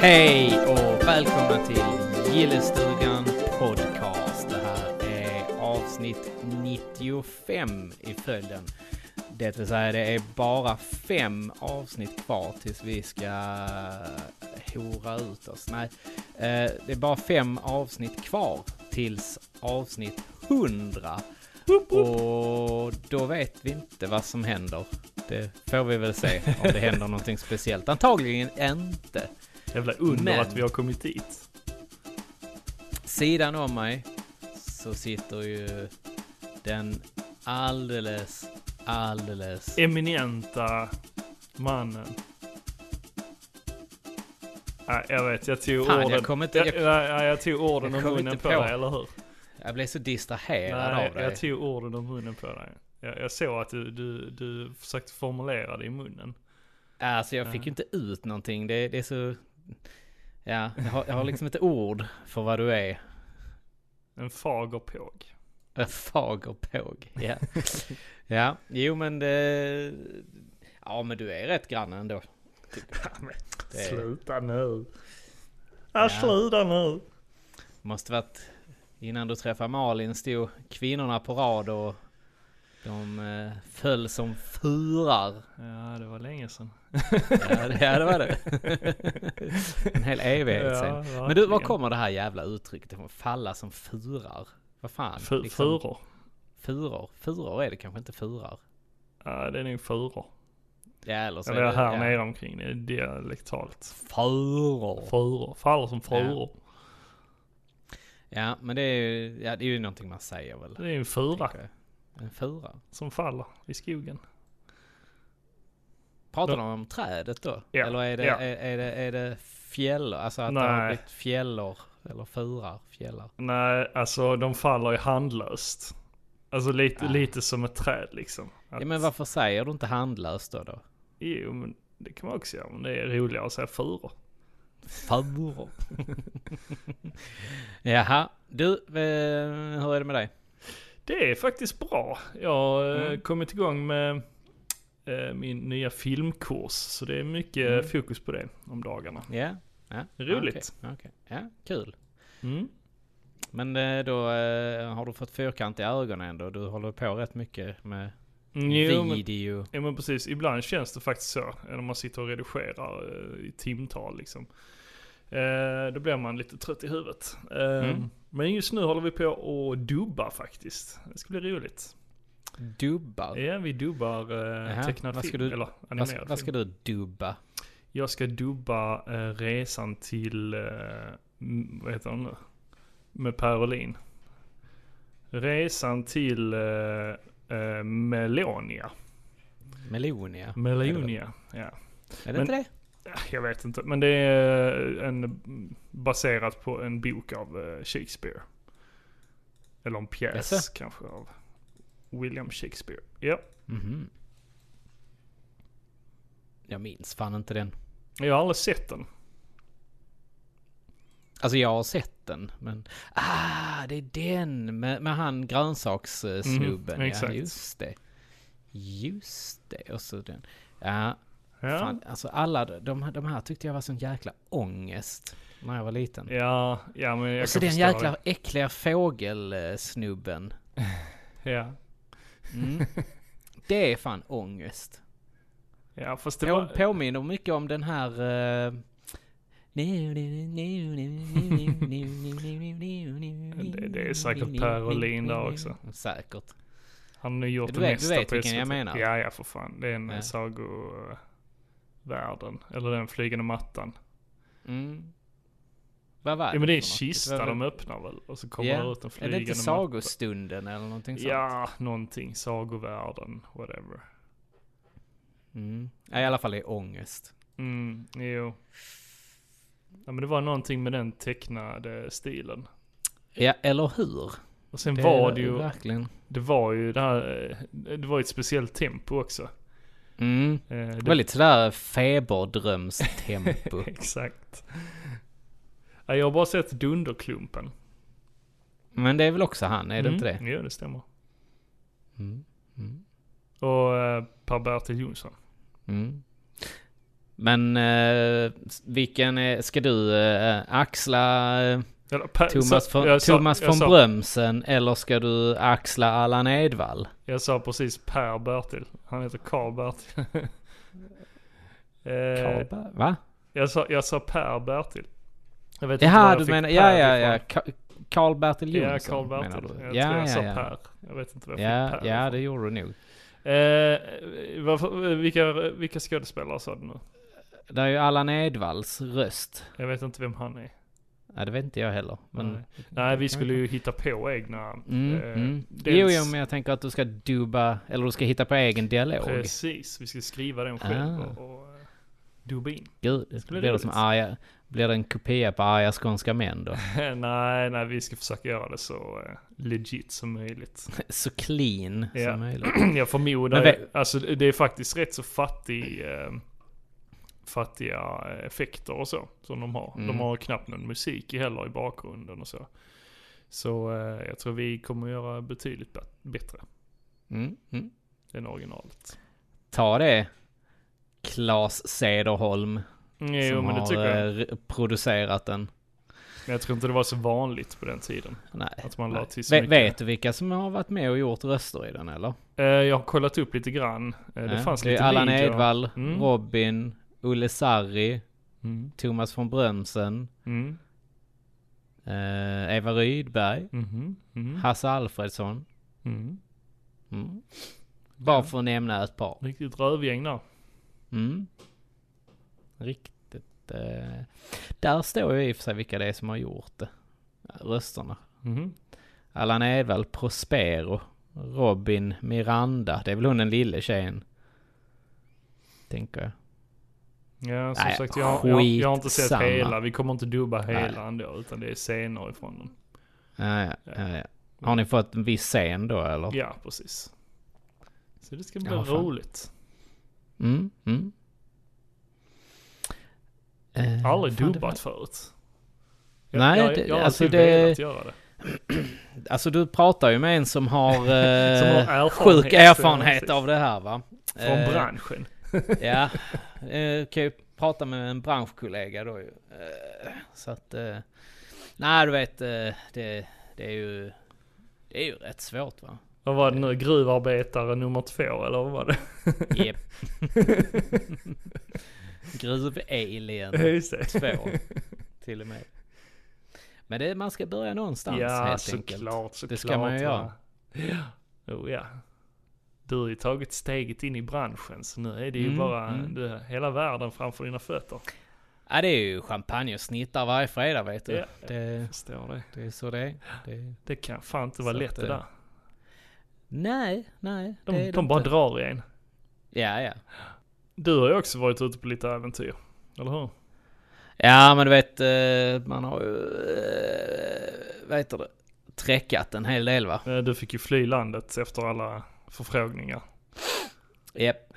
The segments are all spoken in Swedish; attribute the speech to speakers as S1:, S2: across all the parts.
S1: Hej och välkomna till Gillestugan Podcast. Det här är avsnitt 95 i följden. Det vill säga det är bara fem avsnitt kvar tills vi ska hora ut oss. Nej, eh, det är bara fem avsnitt kvar tills avsnitt 100. Och då vet vi inte vad som händer. Det får vi väl se om det händer någonting speciellt. Antagligen inte.
S2: Jävla under
S1: Men-
S2: att vi har kommit dit.
S1: Sidan om mig så sitter ju den alldeles, alldeles...
S2: Eminenta mannen. Nej, jag vet, jag tog
S1: Fan, jag
S2: orden.
S1: kommer inte-
S2: jag,
S1: jag-
S2: nej, nej, jag tog orden
S1: jag
S2: ur
S1: kommer
S2: munnen
S1: inte
S2: på,
S1: på
S2: dig, eller hur?
S1: Jag blev så distraherad
S2: nej,
S1: av dig.
S2: jag tog orden ur munnen på dig. Jag, jag såg att du, du, du försökte formulera det i munnen.
S1: Alltså jag fick ju inte ut någonting. Det, det är så... Ja, jag har, jag har liksom inte ord för vad du är.
S2: En fager påg.
S1: En fager påg. Ja. ja, jo men det... Ja men du är rätt grann ändå. Det-
S2: Sluta nu. Ja,
S1: Ja.
S2: sluta nu.
S1: Måste varit innan du träffade Malin stod kvinnorna på rad och de eh, föll som furar.
S2: Ja, det var länge sedan.
S1: Ja, det, ja, det var det. En hel evighet sen. Men du, var kommer det här jävla uttrycket ifrån? Falla som furar? Vad fan?
S2: Fu-
S1: Liksom,
S2: Furor.
S1: Furor? Furor är det kanske inte furar?
S2: Ja, det är nog furor.
S1: Ja, eller så
S2: Eller
S1: är det...
S2: här
S1: ja.
S2: nere omkring, det är dialektalt.
S1: Furor.
S2: Furor, faller som furor.
S1: Ja, men det är ju, ja, det är ju någonting man säger väl?
S2: Det är ju en fura
S1: tänker jag. En fura?
S2: som faller i skogen.
S1: Pratar de om trädet då?
S2: Ja,
S1: Eller är det,
S2: ja.
S1: är, är det, är det fjällor? Alltså att det har
S2: Nej.
S1: blivit fjällor? Eller furar? Fjällar?
S2: Nej, alltså de faller ju handlöst. Alltså lite,
S1: Ah.
S2: lite som ett träd liksom. Att,
S1: Ja, men varför säger du inte handlöst då? då?
S2: Jo, men det kan man också göra. Men det är roligare att säga furor.
S1: Furor. Jaha, du, eh, hur är det med dig?
S2: Det är faktiskt bra. Jag har eh,
S1: Mm.
S2: kommit igång med eh, min nya filmkurs. Så det är mycket
S1: Mm.
S2: eh, fokus på det om dagarna.
S1: Ja, ja.
S2: Roligt.
S1: Okej, okej. Ja, kul.
S2: Mm.
S1: Men eh, då eh, har du fått fyrkant i ögonen ändå. Du håller på rätt mycket med
S2: Jo, men
S1: video.
S2: Ja men precis, ibland känns det faktiskt så. När man sitter och redigerar eh, i timtal liksom. Eh, då blir man lite trött i huvudet. Eh,
S1: Mm.
S2: Men just nu håller vi på och dubba faktiskt. Det ska bli roligt.
S1: Dubbar.
S2: Ja, vi dubbar eh,
S1: Jaha,
S2: tecknad
S1: vad ska
S2: film,
S1: du-
S2: eller
S1: vad,
S2: animerad
S1: ska, vad ska
S2: film.
S1: du dubba?
S2: Jag ska dubba eh, resan till, eh, m- vad heter den nu? Med Per Olin. Resan till eh, eh, Melonia.
S1: Melonia?
S2: Melonia, ja.
S1: Är det
S2: Mm. Men-
S1: inte det?
S2: Ah, Jag vet inte, men det är eh, en, baserat på en bok av eh, Shakespeare. Eller en pjäs
S1: Jaså?
S2: kanske av William Shakespeare. Ja,
S1: Mhm. Jag minns fan inte den.
S2: jag har aldrig sett den.
S1: Alltså jag har sett den, men... Ah, det är den med, med han grönsakssnubben.
S2: Mhm,
S1: ja,
S2: exakt.
S1: just det. Just det. Och så den. Ja,
S2: Ja,
S1: fan. Alltså alla de, de här tyckte jag var sån jäkla ångest när jag var liten.
S2: ja, ja men jag
S1: och så
S2: kan
S1: den
S2: förstå
S1: jäkla äckliga fågelsnubben.
S2: det. Ja.
S1: Mm. det är fan ångest.
S2: ja, fast det
S1: På,
S2: var...
S1: Påminner mycket om den här... eh,
S2: Det- det är säkert Per Olin där också.
S1: Säkert.
S2: Han har nu gjort
S1: Du
S2: det
S1: vet- du
S2: mesta
S1: vet
S2: på
S1: vilken jag
S2: SVT.
S1: menar.
S2: Ja, ja för fan. Det är en
S1: Ja.
S2: ja. sagovärlden. Eller den flygande mattan.
S1: Mm. Vad var det?
S2: Ja men det är en
S1: för något?
S2: kista
S1: var väl-
S2: de öppnar väl? Och så kommer
S1: Ja.
S2: det ut
S1: Är det
S2: en flygande
S1: inte
S2: matta.
S1: sagostunden eller någonting sånt?
S2: Ja, någonting. Sagovärlden, whatever.
S1: Mm. Ja, I alla fall i ångest.
S2: Mm, jo. Ja, men det var någonting med den tecknade stilen.
S1: Ja, eller hur?
S2: Och sen var
S1: är
S2: det ju,
S1: Verkligen.
S2: det var ju det här, eh, det var ju ett speciellt tempo också.
S1: Mm.
S2: Eh, det-
S1: Väldigt sådär feberdrömstempo.
S2: Exakt. Ja, jag har bara sett Dunderklumpen.
S1: men det är väl också han, är det
S2: Mm,
S1: inte det?
S2: Jo, det stämmer.
S1: Mm. Mm.
S2: Och eh, Per-Bertil Jonsson.
S1: Mm. Men eh, vilken är, ska du eh, axla eh,
S2: Eller, Per-
S1: Thomas,
S2: så-
S1: von,
S2: jag sa-
S1: Thomas
S2: jag
S1: von
S2: sa-
S1: Brömsen eller ska du axla Allan Edwall?
S2: Jag sa precis Per-Bertil. Han heter Karl-Bertil. eh,
S1: Karlberg? Va?
S2: jag sa, jag sa Per-Bertil. Jag vet
S1: Jaha,
S2: var
S1: du
S2: jag fick
S1: menar,
S2: Per
S1: ja ja ja,
S2: ifrån.
S1: Karl-Bertil
S2: Ja,
S1: Jonsson menar du?
S2: Karl-Bertil. Jag tror
S1: ja,
S2: jag sa
S1: ja, ja.
S2: Per. Jag vet inte var jag
S1: Ja,
S2: fick Per
S1: ja,
S2: ifrån.
S1: det gjorde du nog.
S2: Eh, varför, vilka, vilka skådespelare sa du nu?
S1: Det är ju Allan Edwalls röst.
S2: Jag vet inte vem han är.
S1: Ja, det vet inte jag heller. Men,
S2: Nej. Nej, vi skulle ju hitta på egna.
S1: Mm,
S2: eh,
S1: mm.
S2: dels-
S1: Jo, jo, men jag tänker att du ska dubba, eller du ska hitta på egen dialog.
S2: Precis, vi ska skriva den själv
S1: Ah.
S2: och, och eh, dubba in.
S1: Gud, det
S2: bli
S1: blir det som
S2: roligt.
S1: arga, blir det en kopia på arga skånska män då?
S2: nej, nej, vi ska försöka göra det så eh, legit som möjligt.
S1: Så clean
S2: Ja.
S1: som möjligt.
S2: jag förmodar,
S1: Men ve-
S2: alltså det det är faktiskt rätt så fattig, eh, fattiga effekter och så som de har.
S1: Mm.
S2: De har knappt någon musik i heller i bakgrunden och så. Så eh, jag tror vi kommer göra betydligt bet- bättre
S1: Mm, mm.
S2: än originalet.
S1: Ta det, Claes Cederholm,
S2: Mm, Jo,
S1: som
S2: men det
S1: har
S2: tycker jag.
S1: eh, re- producerat den.
S2: Men jag tror inte det var så vanligt på den tiden.
S1: Nej.
S2: Att man la till så
S1: Ve-
S2: mycket.
S1: Vet du vilka som har varit med och gjort röster i den eller?
S2: Eh, Jag har kollat upp lite grann. Eh, Det
S1: Ja,
S2: fanns
S1: är
S2: lite
S1: Allan
S2: video.
S1: Edwall,
S2: Mm.
S1: Robin, Olle Sarri,
S2: Mm.
S1: Thomas von Brömsen,
S2: Mm.
S1: eh, Eva Rydberg,
S2: Mhm. Mm.
S1: Hasse Alfredsson.
S2: Mm.
S1: Mm. Bara för att nämna ett par.
S2: Riktigt rövgäng där.
S1: Mm. Riktigt. Eh. Där står ju i och för sig vilka det är som har gjort det. Rösterna.
S2: Mhm.
S1: Allan Edwall, Prospero, Robin, Miranda. Det är väl hon den lille tjejen? Tänker jag.
S2: Ja, som
S1: Nej,
S2: sagt jag, har- jag, jag har inte sett
S1: skitsamma.
S2: hela. Vi kommer inte dubba hela
S1: Nej.
S2: ändå. Utan det är scener ifrån den.
S1: Ja, ja, ja, ja. Har ni fått en viss scen då eller?
S2: Ja, precis. Så det ska bli
S1: Ja, fan.
S2: roligt.
S1: Mm, mm. Eh,
S2: Aldrig
S1: fan, det
S2: dubbat förut.
S1: Nej,
S2: jag,
S1: det-
S2: jag, jag har
S1: alltså
S2: alltid
S1: det-
S2: velat göra det.
S1: var- Alltså du pratar ju med en som har, eh,
S2: Som har
S1: sjuk
S2: erfarenhet,
S1: erfarenhet
S2: precis.
S1: av det här va?
S2: Från
S1: Eh,
S2: branschen.
S1: Ja, eh, kan ju prata med en branschkollega då ju. Eh, Så att, eh, nej du vet, eh, det, det är ju, det är ju rätt svårt va?
S2: Vad var det nu? Gruvarbetare nummer två eller vad var det?
S1: Japp. Gruv-alien
S2: Ja, Just det.
S1: 2 till och med. Men det, man ska börja någonstans
S2: Ja,
S1: helt enkelt.
S2: såklart, såklart.
S1: Det ska man ju
S2: va.
S1: göra.
S2: Ja. Oh, ja. Du har ju tagit steget in i branschen, så nu är det ju
S1: Mm,
S2: bara
S1: mm.
S2: Du, hela världen framför dina fötter.
S1: Ja, det är ju champagne och snittar varje fredag vet du.
S2: Ja.
S1: Det,
S2: Jag förstår det.
S1: det är så det är. Det är.
S2: Det kan fan inte vara
S1: Så
S2: lätt
S1: att,
S2: det
S1: eh,
S2: där.
S1: Nej, nej.
S2: De,
S1: det är det
S2: de bara
S1: inte.
S2: drar i en.
S1: Ja, ja.
S2: Du har ju också varit ute på lite äventyr, eller hur?
S1: Ja men du vet, eh, man har ju, eh, vad heter det, träckat en hel del va?
S2: Eh, Du fick ju fly landet efter alla förfrågningar.
S1: Japp.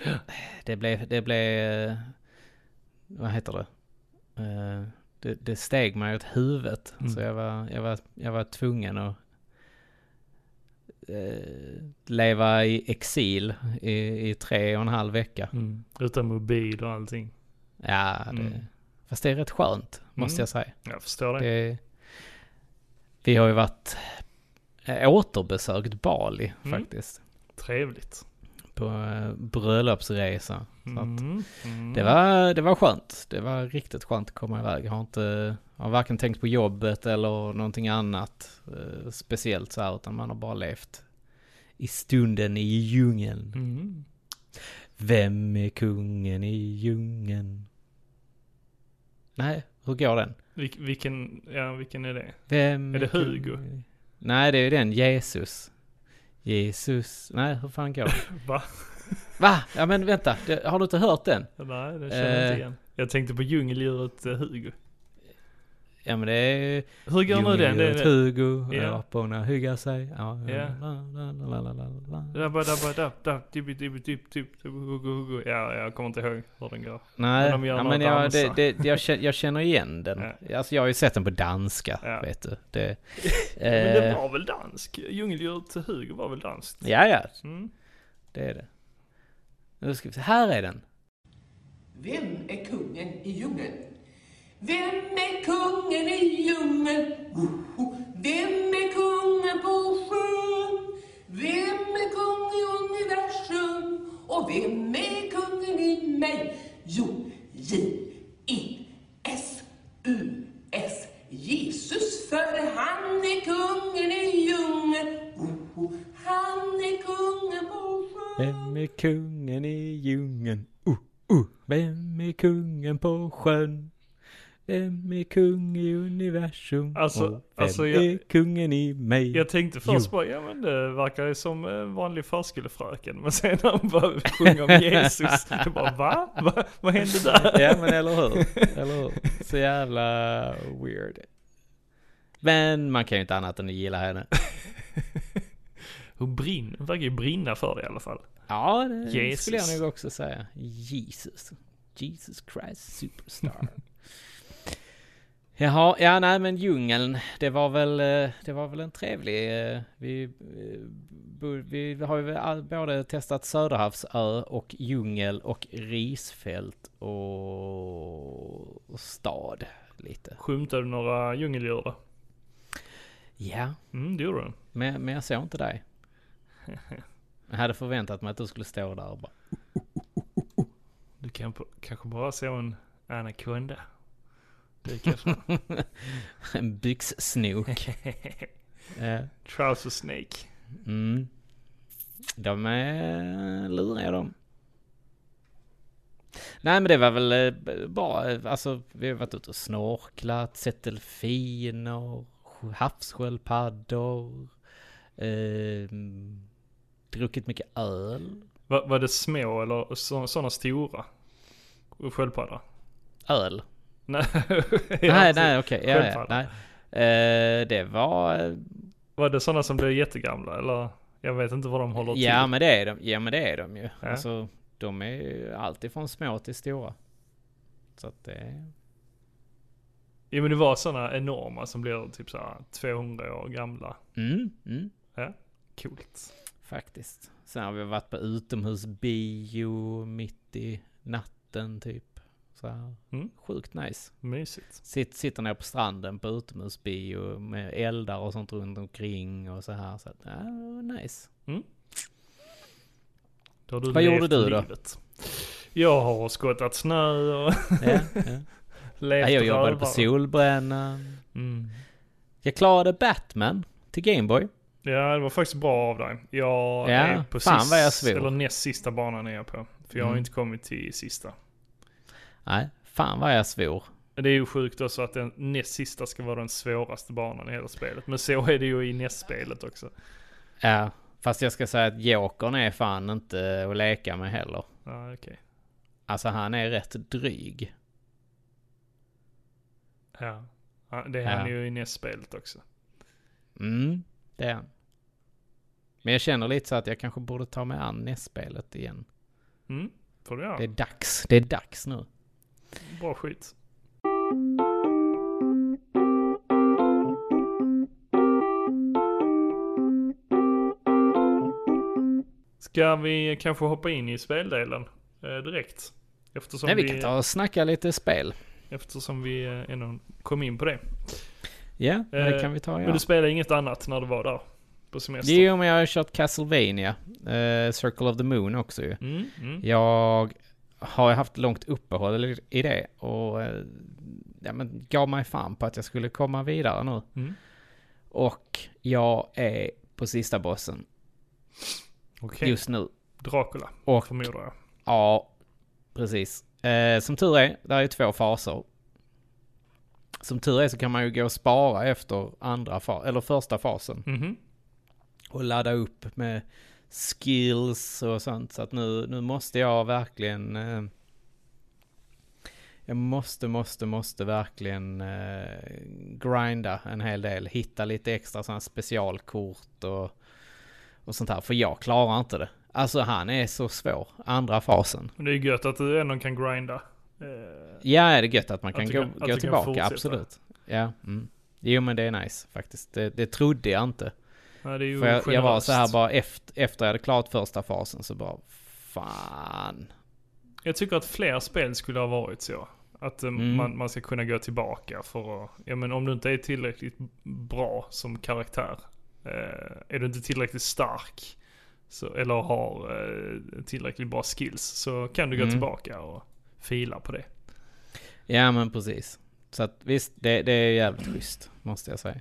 S1: Det blev, det blev, eh, vad heter det? Eh, Det, det steg mig åt huvudet.
S2: Mm.
S1: Så jag var, jag, var, jag var tvungen att eh, leva i exil i, i tre och en halv vecka.
S2: Utan mobil och allting.
S1: Ja, det,
S2: Mm.
S1: fast det är rätt skönt måste
S2: Mm.
S1: jag säga.
S2: Jag förstår det.
S1: Det, vi har ju varit eh, återbesökt Bali
S2: Mm.
S1: faktiskt.
S2: Trevligt.
S1: På eh, bröllopsresa. Så att
S2: Mm, mm.
S1: Det, var, det var skönt. Det var riktigt skönt att komma iväg. Jag har, inte, jag har varken tänkt på jobbet eller någonting annat eh, speciellt så här. Utan man har bara levt i stunden i djungeln.
S2: Mm.
S1: Vem är kungen i djungeln? Nej, hur går den?
S2: Vil- vilken, ja, vilken är det?
S1: Vem
S2: Är det
S1: kung?
S2: Hugo?
S1: Nej, det är ju den. Jesus. Jesus. Nej, hur fan går det?
S2: Va?
S1: Va? Ja, men vänta. Det, har du inte hört den?
S2: Nej, det känner jag
S1: Eh.
S2: inte igen. Jag tänkte på djungeldjuret eh, Hugo.
S1: Ja, men det är ju...
S2: Hur går nu den? Det
S1: Djungeldjuret
S2: är
S1: Hugo,
S2: Ja.
S1: aporna hyggar sig. Ja.
S2: Ja.
S1: La, la, la, la, la, la.
S2: Dabba dabba dapp dapp dibbi dibbi dipp dipp dipp, Hugo Hugo. Ja, jag kommer inte ihåg hur den går.
S1: Nej,
S2: Men de gör
S1: ja,
S2: något
S1: men jag,
S2: dansar.
S1: det, det, jag, känner, jag känner igen den. Alltså, jag har ju sett den på danska,
S2: Ja.
S1: vet du. Det,
S2: Men det
S1: eh,
S2: var väl dansk? Djungeldjuret Hugo var väl danskt?
S1: Ja, ja,
S2: Mm.
S1: det är det. Nu ska vi se. Här är den.
S3: Vem är kungen i djungeln? Vem är kungen i djungeln? Woho! Vem är kungen på sjön? Vem är kung i universum? Och vem är kungen i mig? Jo, J-I-S-U-S. Jesus, för han är kungen i djungeln. Woho! Han är kungen på sjön.
S1: Vem är kungen i djungeln? Uh, uh. Vem är kungen på sjön? Vem är kung i universum?
S2: Alltså-
S1: Och vem
S2: alltså jag-
S1: är kungen i mig?
S2: Jag tänkte först
S1: Jo.
S2: bara, ja men det verkar ju som en vanlig förskolefröken. Men sen när han började sjunga om Jesus, då bara va? va? Vad hände där?
S1: ja men eller hur? Eller hur? Så jävla weird. Men man kan ju inte annat än att gilla henne.
S2: Hon brin, hon verkar ju brinna för det i alla fall.
S1: Ja, det
S2: Jesus.
S1: skulle jag nog också säga. Jesus. Jesus Christ Superstar. Jaha, ja nej men djungeln, det var väl, eh, det var väl en trevlig, eh, vi, eh, bo- vi har ju all- både testat Söderhavsö och djungel och risfält och stad lite.
S2: Skymtade några djungeldjur då?
S1: Ja,
S2: Mm, det gjorde hon.
S1: men, men jag såg inte dig. Jag hade förväntat mig att du skulle stå där och bara,
S2: Du kan, kanske bara såg en anakonda. Dyka fram.
S1: en byxsnok. Eh.
S2: Trouser snake.
S1: Mm. De är luriga de. Nej men det var väl eh, b- bra. Eh, Alltså vi har varit ute och snorklat, sett delfiner, sj- havssköldpaddor. Eh, druckit mycket öl.
S2: Var, var det små eller så, sådana stora? Sköldpaddor?
S1: Öl?
S2: Nej,
S1: nej,
S2: alltså,
S1: nej okej. Ja, ja,
S2: sköldpadda.
S1: nej. Eh, det var... eh,
S2: Var det sådana som blev jättegamla eller? Jag vet inte vad de håller till.
S1: Ja men det är de, ja, men det är de ju.
S2: Ja.
S1: Alltså de är ju alltifrån små till stora. Så att eh, det är...
S2: Ja men det var sådana enorma som blev typ såhär 200 år gamla.
S1: Mm, mm.
S2: Coolt.
S1: Faktiskt. Sen har vi varit på utomhusbio mitt i natten typ. Så här.
S2: Mm.
S1: Sjukt nice.
S2: Mysigt.
S1: Sitt, sitter ner på stranden på utomhusbio med eldar och sånt runt omkring och så här. Så att, ja, nice.
S2: Då har du
S1: Vad
S2: levt
S1: gjorde du då?
S2: livet. Jag har skottat snö och
S1: Ja, ja. Ja,
S2: levt
S1: jag jobbade på
S2: rövare.
S1: Solbrännan.
S2: Mm.
S1: Jag klarade Batman till Gameboy.
S2: Ja det var faktiskt bra av dig.
S1: Ja,
S2: Jag är på
S1: fan
S2: sist,
S1: vad jag svor.
S2: eller näst sista banan är jag på. För jag har
S1: Mm.
S2: inte kommit till sista.
S1: Nej, fan vad jag svor.
S2: Det är ju sjukt också att den näst sista ska vara den svåraste banan i hela spelet. Men så är det ju i nästspelet också.
S1: Ja, fast jag ska säga att Jokern är fan inte att leka med heller.
S2: Ja, okej.
S1: Alltså han är rätt dryg.
S2: Ja. Ja, Det är han
S1: Ja.
S2: ju i nästspelet också.
S1: Mm, det är han. Men jag känner lite så att jag kanske borde ta mig an nästspelet igen.
S2: Mm, får du göra.
S1: Det är dags. Det är dags nu.
S2: Bra skit. Ska vi kanske hoppa in i speldelen eh, direkt? Eftersom
S1: Nej, vi kan ta och snacka lite spel.
S2: Eftersom vi eh, ändå kom in på det.
S1: Ja, det
S2: Eh,
S1: kan vi ta
S2: Men
S1: ja.
S2: du spelade inget annat när du var där? På semester?
S1: Jo, men jag har kört Castlevania. eh, Circle of the Moon också ju.
S2: Mm, mm.
S1: Jag har haft långt uppehåll i- i det och eh, ja, men gav mig fan på att jag skulle komma vidare nu.
S2: Mm.
S1: Och jag är på sista bossen
S2: Okej,
S1: just nu.
S2: Dracula
S1: Och
S2: förmodar jag.
S1: Ja, precis. Eh, som tur är, där är ju två faser. Som tur är så kan man ju gå och spara efter andra fa- eller första fasen
S2: Mhm.
S1: och ladda upp med skills och sånt. Så att nu, nu måste jag verkligen... Eh, jag måste, måste, måste verkligen eh, grinda en hel del. Hitta lite extra sådana specialkort och, och sånt här. För jag klarar inte det. Alltså han är så svår, andra fasen.
S2: Men det är ju gött att du ändå kan grinda. Eh,
S1: Ja, det är gött att man
S2: Att
S1: kan
S2: du
S1: gå,
S2: kan- att du
S1: gå
S2: kan
S1: tillbaka,
S2: fortsätta.
S1: absolut. Ja, mm. Jo men det är nice faktiskt. Det, det trodde jag inte.
S2: nej, det är ju
S1: För jag, jag var
S2: generöst.
S1: så här bara efter, efter jag hade klart första fasen så bara fan.
S2: Jag tycker att fler spel skulle ha varit så. Att eh,
S1: Mm.
S2: man, man ska kunna gå tillbaka för att, ja men om du inte är tillräckligt bra som karaktär, eh, är du inte tillräckligt stark så, eller har eh, tillräckligt bra skills så kan du gå
S1: Mm.
S2: tillbaka och fila på det.
S1: Ja men precis. Så att visst, det, det är jävligt schysst, måste jag säga.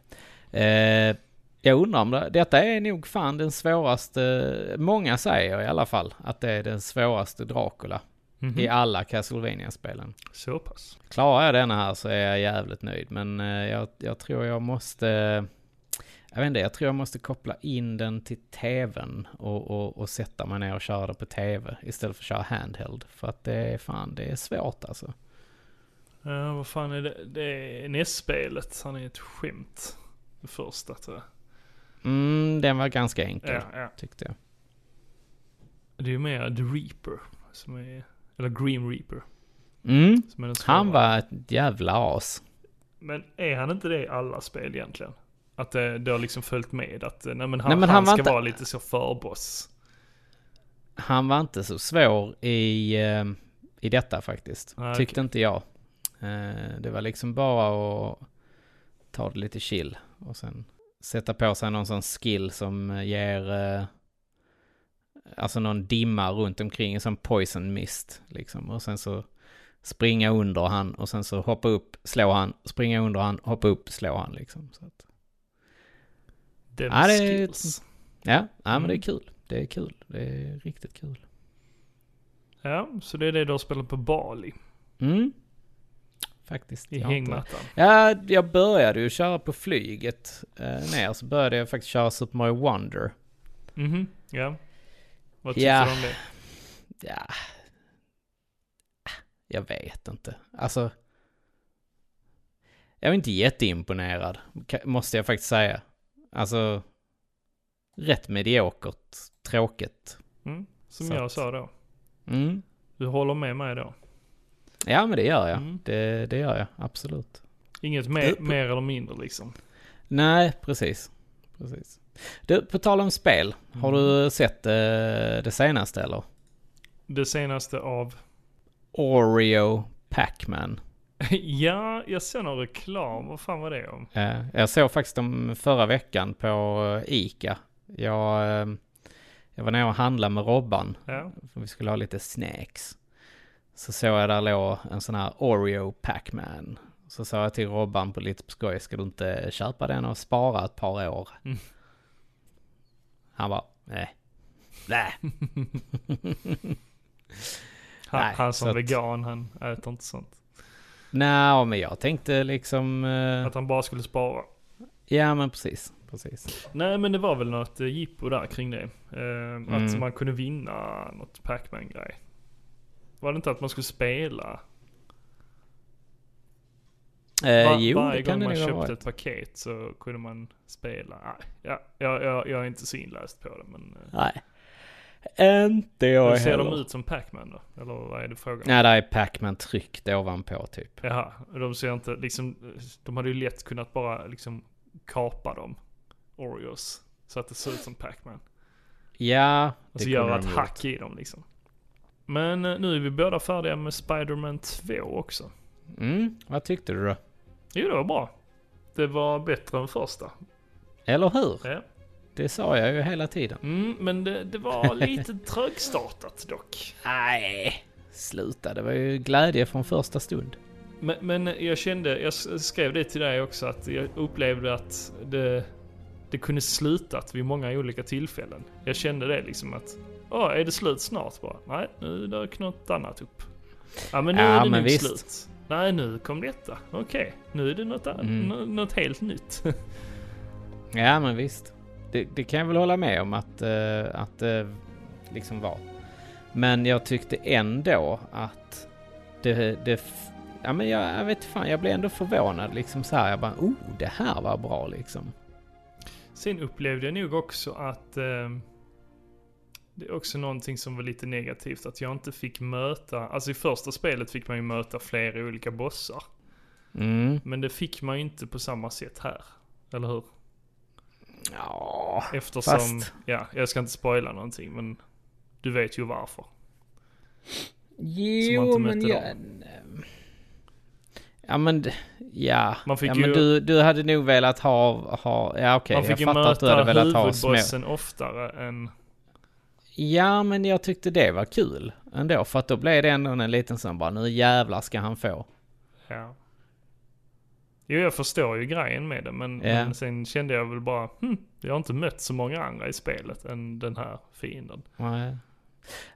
S1: Eh, jag undrar om det, detta är nog fan den svåraste, många säger i alla fall att det är den svåraste Dracula
S2: Mhm.
S1: i alla Castlevania-spelen.
S2: Mm. Så pass.
S1: Klarar jag denna här så är jag jävligt nöjd, men eh, jag, jag tror jag måste, jag vet inte, jag tror jag måste koppla in den till tvn och, och, och sätta mig ner och köra det på tv istället för att köra handheld. För att det är fan, det är svårt alltså.
S2: Eh, vad fan är det? Det är NES-spelet. Han är ett skämt. Det första tror jag.
S1: Mm, den var ganska enkel,
S2: Ja, ja.
S1: tyckte jag.
S2: Det är ju mer The Reaper. Som är, eller Green Reaper.
S1: Mm,
S2: Som är den svåra.
S1: han var ett jävla as.
S2: Men är han inte det i alla spel egentligen? Att det, det har liksom följt med att eh, nej, men han,
S1: Nej, men
S2: han,
S1: han var
S2: ska
S1: inte-
S2: vara lite så förboss.
S1: Han var inte så svår i, eh, i detta faktiskt.
S2: Ah,
S1: Tyckte inte jag. Eh, det var liksom bara att ta det lite chill och sen sätta på sig någon sån skill som eh, ger eh, alltså någon dimma runt omkring, som poison mist liksom. Och sen så springa under han och sen så hoppa upp, slå han, springa under han, hoppa upp, slå han liksom. Så att,
S2: Dem
S1: Ja, det är-
S2: skills.
S1: Ja, ja men det
S2: Mm.
S1: är kul. Det är kul. Det är riktigt kul.
S2: Ja, så det är det du har spelat på Bali.
S1: Mm. Faktiskt.
S2: I
S1: jag har inte-
S2: hängmattan.
S1: Ja, jag började ju köra på flyget eh, ner. Så började jag faktiskt köra Super Mario Wonder.
S2: Mhm, ja. Vad tyckte
S1: Ja.
S2: du om det?
S1: Ja. Jag vet inte. Alltså. Jag är inte jätteimponerad, ka- måste jag faktiskt säga. Alltså. Rätt mediokert. Tråkigt.
S2: Mm, som
S1: Så
S2: jag
S1: att-
S2: sa då.
S1: Mm.
S2: Du håller med mig då?
S1: Ja, men det gör jag.
S2: Mm.
S1: Det, det gör jag, absolut.
S2: Inget mer,
S1: Du-
S2: mer eller mindre liksom.
S1: Nej, precis. precis. Du, på tal om spel. Har du sett eh, det senaste eller?
S2: Det senaste av...
S1: Oreo Pac-Man.
S2: ja, jag ser någon reklam. Vad fan var det om?
S1: Eh, jag såg faktiskt dem förra veckan på eh, Ica. Jag, eh, jag var nere och handlade med Robban.
S2: Ja.
S1: För vi skulle ha lite snacks. Så såg jag där låg en sån här Oreo Pac-Man. Så sa jag till Robban på lite på skoj, ska du inte köpa den och spara ett par år?
S2: Mm.
S1: Han bara, nej. Nej.
S2: Han,
S1: Nej,
S2: han som
S1: så att-
S2: vegan, han äter inte sånt.
S1: Nej, men jag tänkte liksom... eh,
S2: Att han bara skulle spara.
S1: ja, men precis. Precis.
S2: Nej men det var väl något eh, jippo där kring det. Eh, Att
S1: Mm.
S2: man kunde vinna något Pac-Man-grej. Var det inte att man skulle spela?
S1: Eh,
S2: Va-
S1: jo,
S2: varje
S1: det kan
S2: gång
S1: det
S2: man
S1: nog ha
S2: köpte
S1: varit.
S2: ett paket så kunde man spela. Ah, ja, jag, jag, jag är inte så inläst på det men... eh,
S1: Nej. Inte jag
S2: Hur ser
S1: heller.
S2: de ut som Pac-Man då? Eller vad är det frågan om?
S1: Nej, där är Pac-Man tryckt ovanpå typ.
S2: Jaha, de ser inte liksom... De hade ju lätt kunnat bara liksom kapa dem. Oreos. Så att det ser ut som Pac-Man.
S1: Ja,
S2: Och så
S1: kunde
S2: göra
S1: de gjort.
S2: ett Alltså, hack i dem liksom. Men eh, nu är vi båda färdiga med Spider-Man 2 också.
S1: Mm, vad tyckte du då?
S2: Jo, det var bra. Det var bättre än första.
S1: Eller hur?
S2: Ja.
S1: Det sa jag ju hela tiden.
S2: Mm, men det, det var lite trögstartat dock.
S1: Nej, sluta. Det var ju glädje från första stund.
S2: Men, men jag kände, jag s- skrev det till dig också, att jag upplevde att det, det kunde slutat vid många olika tillfällen. Jag kände det liksom att, åh, är det slut snart bara? Nej, nu dök något annat upp. Ja, men nu
S1: Ja,
S2: är det
S1: men
S2: nog
S1: visst.
S2: slut. Nej, nu kom detta. Okej, nu är det något, annat,
S1: Mm.
S2: nå- något helt nytt.
S1: Ja, men visst. Det, det kan jag väl hålla med om att, eh, att det liksom var. Men jag tyckte ändå att det... det f- ja, men jag, jag vet fan, jag blev ändå förvånad liksom så här. Jag bara, oh, det här var bra liksom.
S2: Sen upplevde jag nog också att eh, det är också någonting som var lite negativt, att jag inte fick möta, alltså i första spelet fick man ju möta flera olika bossar.
S1: Mm.
S2: Men det fick man ju inte på samma sätt här. Eller hur?
S1: Ja.
S2: Eftersom,
S1: Fast-
S2: ja, jag ska inte spoila någonting men du vet ju varför. inte
S1: Jo, men
S2: mötte
S1: jag... Ja men, d- ja.
S2: Man fick
S1: ja,
S2: ju-
S1: men du, du hade nog velat ha, ha ja okej,
S2: Man fick
S1: jag
S2: ju
S1: fattar att du
S2: möta
S1: hade velat ha små.
S2: huvudbossen oftare än...
S1: Ja men jag tyckte det var kul ändå, för att då blev det ändå en liten sån bara, nu jävlar ska han få.
S2: Ja. Jo, jag förstår ju grejen med det, men,
S1: Ja.
S2: men sen kände jag väl bara, hm, jag har inte mött så många andra i spelet än den här fienden.
S1: Nej.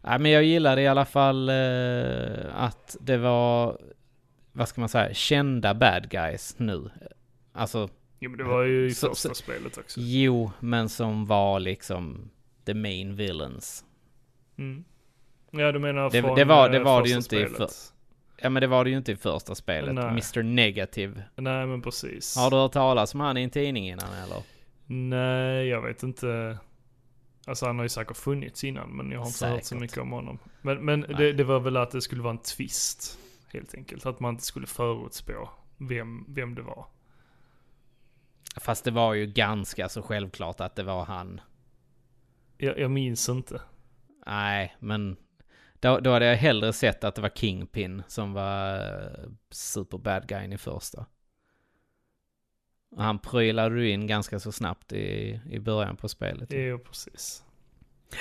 S1: Nej, men jag gillade i alla fall eh, att det var, vad ska man säga, kända bad guys nu. Alltså,
S2: Jo, men det var ju i
S1: Så-
S2: första
S1: så-
S2: spelet också.
S1: jo, men som var liksom the main villains.
S2: Mm. Ja, du menar
S1: Det-
S2: från
S1: det var- det
S2: eh,
S1: var det
S2: första
S1: ju inte i
S2: spelet.
S1: Ja, men det var det ju inte i första spelet.
S2: Nej.
S1: Mr Negative.
S2: Nej, men precis.
S1: Har du hört talas om han i en tidning innan eller?
S2: Nej, jag vet inte. Alltså han har ju säkert funnits innan, men jag har inte hört så
S1: Säkert.
S2: mycket om honom. Men, men
S1: Nej.
S2: det, det var väl att det skulle vara en twist, helt enkelt. Att man inte skulle förutspå vem, vem det var.
S1: Fast det var ju ganska så självklart att det var han.
S2: Jag, jag minns inte.
S1: Nej, men då, då hade jag hellre sett att det var Kingpin som var eh, super bad guyn i första. Och han pryglade ju in ganska så snabbt i, i början på spelet.
S2: Det är ju precis.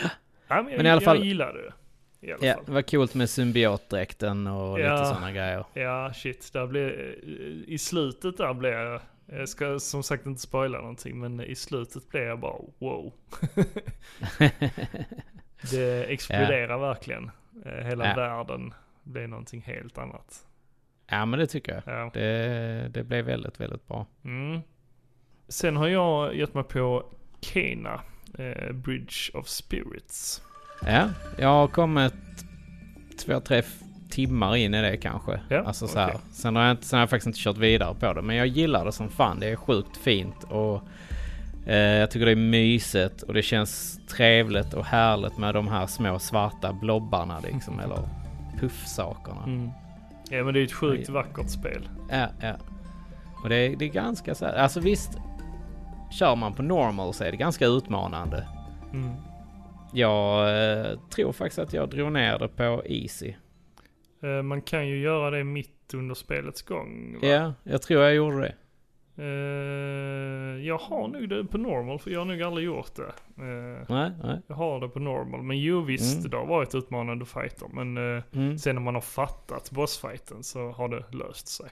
S2: Ja, men jag,
S1: Men i alla fall-
S2: jag gillar det. I alla
S1: Ja, det
S2: fall.
S1: var coolt med symbiotdräkten och lite
S2: Ja.
S1: sådana grejer.
S2: Ja, shit. Där blev, eh, I slutet där blev jag... Jag ska som sagt inte spoila någonting, men i slutet blev jag bara wow. Det exploderar verkligen. Eh, Hela
S1: Ja.
S2: världen blir någonting helt annat.
S1: ja, men det tycker jag.
S2: Ja.
S1: Det, det blev väldigt, väldigt bra.
S2: Mm. Sen har jag gett mig på Kena, eh, Bridge of Spirits.
S1: Ja, jag har kommit två, tre f- timmar in i det kanske.
S2: Ja,
S1: alltså så här.
S2: okej.
S1: Sen, har jag inte, sen har jag faktiskt inte kört vidare på det. Men jag gillar det som fan. Det är sjukt fint och eh, jag tycker det är mysigt och det känns trevligt och härligt med de här små svarta blobbarna liksom.
S2: Mm.
S1: eller puffsakerna.
S2: Ja men det är ju ett sjukt
S1: Aj.
S2: vackert spel.
S1: Ja, ja. Och det är, det är ganska så här. Alltså visst, kör man på normal så är det ganska utmanande.
S2: Mm.
S1: Jag eh, tror faktiskt att jag drog ner det på easy.
S2: Eh, Man kan ju göra det mitt under spelets gång. va?
S1: Ja, jag tror jag gjorde det.
S2: Eh, Jag har nog det på normal för jag har nog aldrig gjort det. Eh,
S1: Nej, nej.
S2: Jag har det på normal. Men jo visst,
S1: Mm.
S2: det har varit utmanande fighter. Men eh,
S1: Mm.
S2: sen när man har fattat bossfighten så har det löst sig.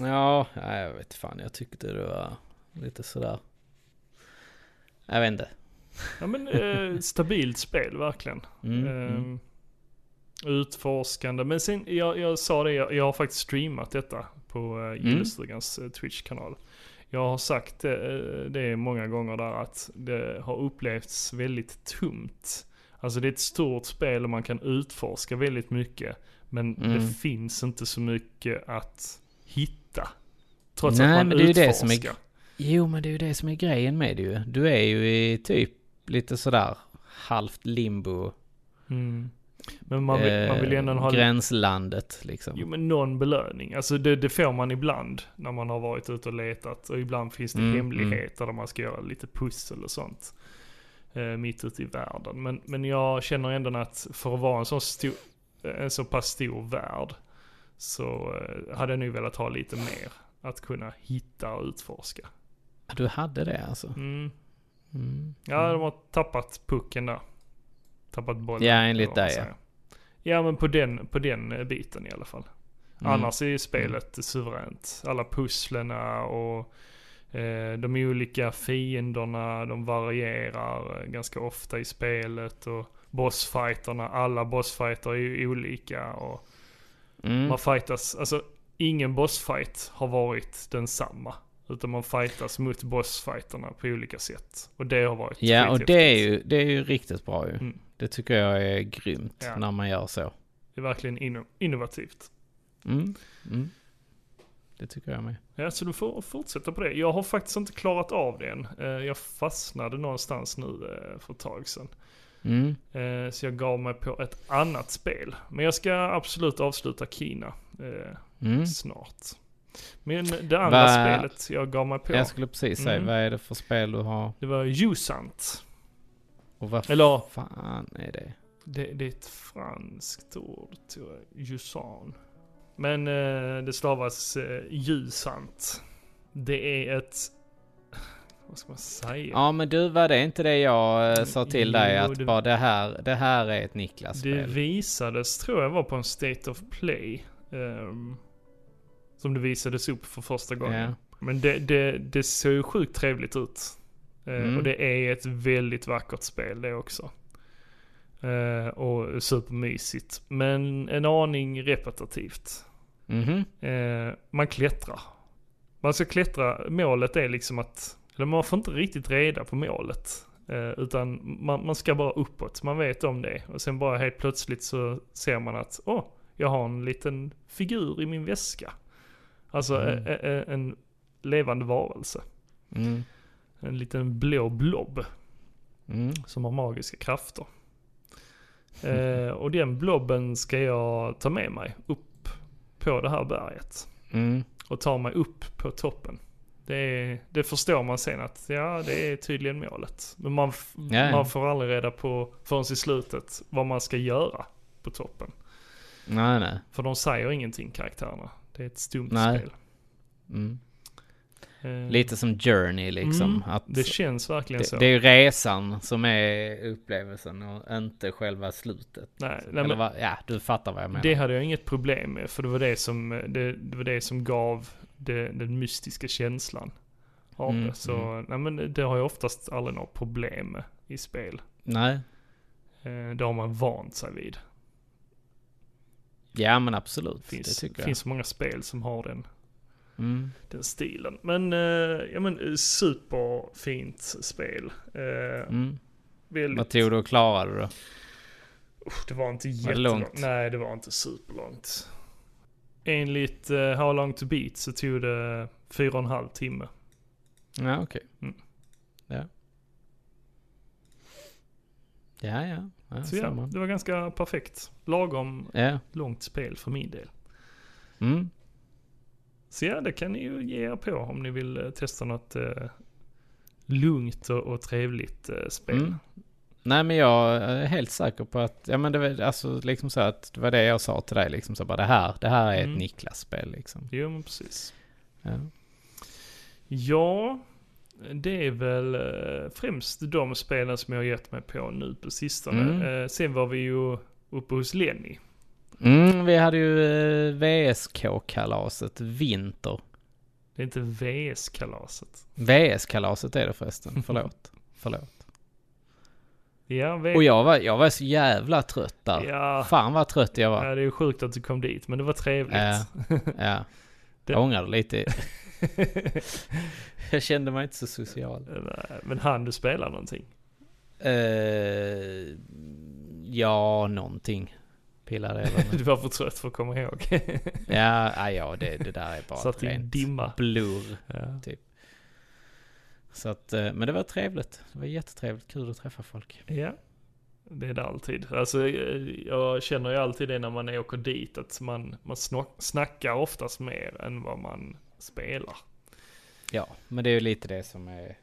S1: Ja, nej, jag vet fan. Jag tyckte det var lite sådär. Jag vet inte.
S2: Ja men eh, stabilt spel verkligen.
S1: Mm,
S2: Ehm,
S1: mm.
S2: Utforskande. Men sen, jag, jag sa det, jag, jag har faktiskt streamat detta på
S1: Mm.
S2: eh, Gillestugans eh, Twitch-kanal. Jag har sagt eh, det många gånger där att det har upplevts väldigt tomt. Alltså det är ett stort spel och man kan utforska väldigt mycket. Men
S1: Mm.
S2: det finns inte så mycket att hitta. Trots
S1: Nej,
S2: att man
S1: men det är ju
S2: utforskar.
S1: det som är- Jo, men det är ju det som är grejen med det ju. Du är ju i typ lite sådär halvt limbo.
S2: mm. Men man vill, man vill
S1: eh,
S2: ändå ha lite
S1: Gränslandet liksom.
S2: Jo men någon belöning. Alltså det, det får man ibland när man har varit ute och letat. Och ibland finns det
S1: Mm,
S2: hemligheter där man ska göra lite pussel och sånt. Eh, mitt ute i världen. Men, men jag känner ändå att för att vara en, sån stor, en så pass stor värld. Så eh, hade jag nu velat ha lite mer. Att kunna hitta och utforska.
S1: Ja, Du hade det alltså?
S2: Mm.
S1: Mm.
S2: Ja de har tappat pucken där. Tappat bollen.
S1: Ja,
S2: eller
S1: enligt
S2: vad man
S1: dig, ja.
S2: säger. Ja men på den, på den eh, biten i alla fall.
S1: Mm.
S2: Annars är ju spelet suveränt. Alla pusslerna och eh, de olika fienderna, de varierar eh, ganska ofta i spelet. Och bossfighterna, alla bossfighter är ju olika. Och
S1: Mm.
S2: man fightas, alltså ingen bossfight har varit densamma. Utan man fightas mot bossfighterna på olika sätt. Och det har varit
S1: Ja, och
S2: skithäftigt.
S1: det är, ju, det är ju riktigt bra ju.
S2: Mm.
S1: Det tycker jag är grymt
S2: Ja.
S1: när man gör så.
S2: Det är verkligen inno- innovativt.
S1: Mm. Mm. Det tycker jag med.
S2: Ja, så du får fortsätta på det. Jag har faktiskt inte klarat av det än. Eh, Jag fastnade någonstans nu eh, för ett tag sedan.
S1: Mm.
S2: Eh, Så jag gav mig på ett annat spel. Men jag ska absolut avsluta Kina eh,
S1: Mm.
S2: snart. Men det andra
S1: Va-
S2: spelet jag gav mig på,
S1: Jag skulle precis säga,
S2: Mm.
S1: vad är det för spel du har?
S2: det var Jusant.
S1: Och vad
S2: Eller
S1: fan är det?
S2: Det, det är ett franskt ord tror jag. Jusan. Men eh, det stavas eh, ljusant. Det är ett... Vad ska man säga?
S1: Ja men du var det inte det jag eh, sa till dig
S2: Jo,
S1: att
S2: det-
S1: bara det här, det här är ett Niklas-spel?
S2: Det visades, tror jag, var på en State of Play. ehm, som det visades upp för första gången.
S1: Ja.
S2: Men det, det, det ser ju sjukt trevligt ut. Eh,
S1: Mm.
S2: Och det är ett väldigt vackert spel det också. Eh, och supermysigt. Men en aning repetitivt.
S1: Mhm.
S2: Eh, man klättrar. Man ska klättra, målet är liksom att, eller man får inte riktigt reda på målet. Eh, utan man, man ska bara uppåt, man vet om det. Och sen bara helt plötsligt så ser man att, åh, oh, jag har en liten figur i min väska. Alltså
S1: Mm.
S2: eh, eh, en levande varelse.
S1: Mm.
S2: En liten blå blob
S1: Mm.
S2: som har magiska krafter. Eh, och den blobben ska jag ta med mig upp på det här berget
S1: Mm.
S2: och tar mig upp på toppen. Det, är, det förstår man sen att ja, det är tydligen målet. Men man, f-
S1: Ja, ja.
S2: man får aldrig reda på förrän i slutet vad man ska göra på toppen.
S1: Nej nej.
S2: För de säger ingenting karaktärerna. Det är ett stumt
S1: Nej.
S2: spel.
S1: Mm.
S2: Eh,
S1: Lite som Journey liksom.
S2: Mm,
S1: att
S2: det känns verkligen
S1: det,
S2: så.
S1: det är ju resan som är upplevelsen och inte själva slutet.
S2: nej, nej,
S1: Eller
S2: men
S1: vad, ja, du fattar vad jag liksom menar.
S2: det hade jag inget problem med för det var det som, det, det, var det som gav det, den mystiska känslan av
S1: Mm,
S2: det. Så nej, men det har jag oftast aldrig några problem med i spel.
S1: Nej.
S2: Eh, det har man vant sig vid.
S1: Ja men absolut,
S2: finns,
S1: det tycker
S2: finns så många spel som har den,
S1: jag. Mm.
S2: den stilen. Men, eh, ja men eh, superfint spel. Eh,
S1: Mm.
S2: väldigt,
S1: Vad tog du och klarade då?
S2: Usch, det var inte
S1: det långt?
S2: jättelångt. Nej, det var inte superlångt. Enligt eh, How Long To Beat så tog det fyra och en halv timme.
S1: Ja okej.
S2: Mm.
S1: Ja. Ja ja, ja
S2: Så ja,
S1: ser man.
S2: det var ganska perfekt. Lagom
S1: Ja.
S2: långt spel för min del.
S1: Mm.
S2: Så ja, det kan ni ju ge er på om ni vill eh, testa något eh, lugnt och, och trevligt eh, spel.
S1: Mm. Nej men jag är helt säker på att, ja men det var alltså liksom så att det var det jag sa till dig liksom så bara det här, det här är ett
S2: Mm.
S1: Niklas-spel liksom.
S2: Jo, men precis.
S1: Ja.
S2: Ja, det är väl eh, främst de spelen som jag har gett mig på nu på sistone.
S1: Mm.
S2: Eh, Sen var vi ju uppe hos Lenny.
S1: Mm, vi hade ju eh, VSK-kalaset, vinter.
S2: Det är inte VS-kalaset.
S1: VS-kalaset är det förresten, förlåt. förlåt.
S2: Ja, v-
S1: Och jag var, jag var så jävla trött där.
S2: ja,
S1: Oh Fan vad trött jag var.
S2: ja, det är sjukt att du kom dit, men det var trevligt.
S1: Ja. Ja.
S2: Det-
S1: Jag ångrade lite. jag kände mig inte så social.
S2: Eh, men han du spelar någonting?
S1: Eh, ja, någonting. Pillade jag väl med.
S2: Du var för trött för att komma ihåg.
S1: Ja, nej, ja det, det där är bara ett
S2: Satt i en
S1: rent
S2: dimma.
S1: blurr.
S2: Ja.
S1: Så att, eh, men det var trevligt. Det var jättetrevligt. Kul att träffa folk.
S2: ja, det är det alltid. Alltså, eh, jag känner ju alltid det när man åker dit, att man, man snack- snackar oftast mer än vad man spelar.
S1: Ja, men det är ju lite det som är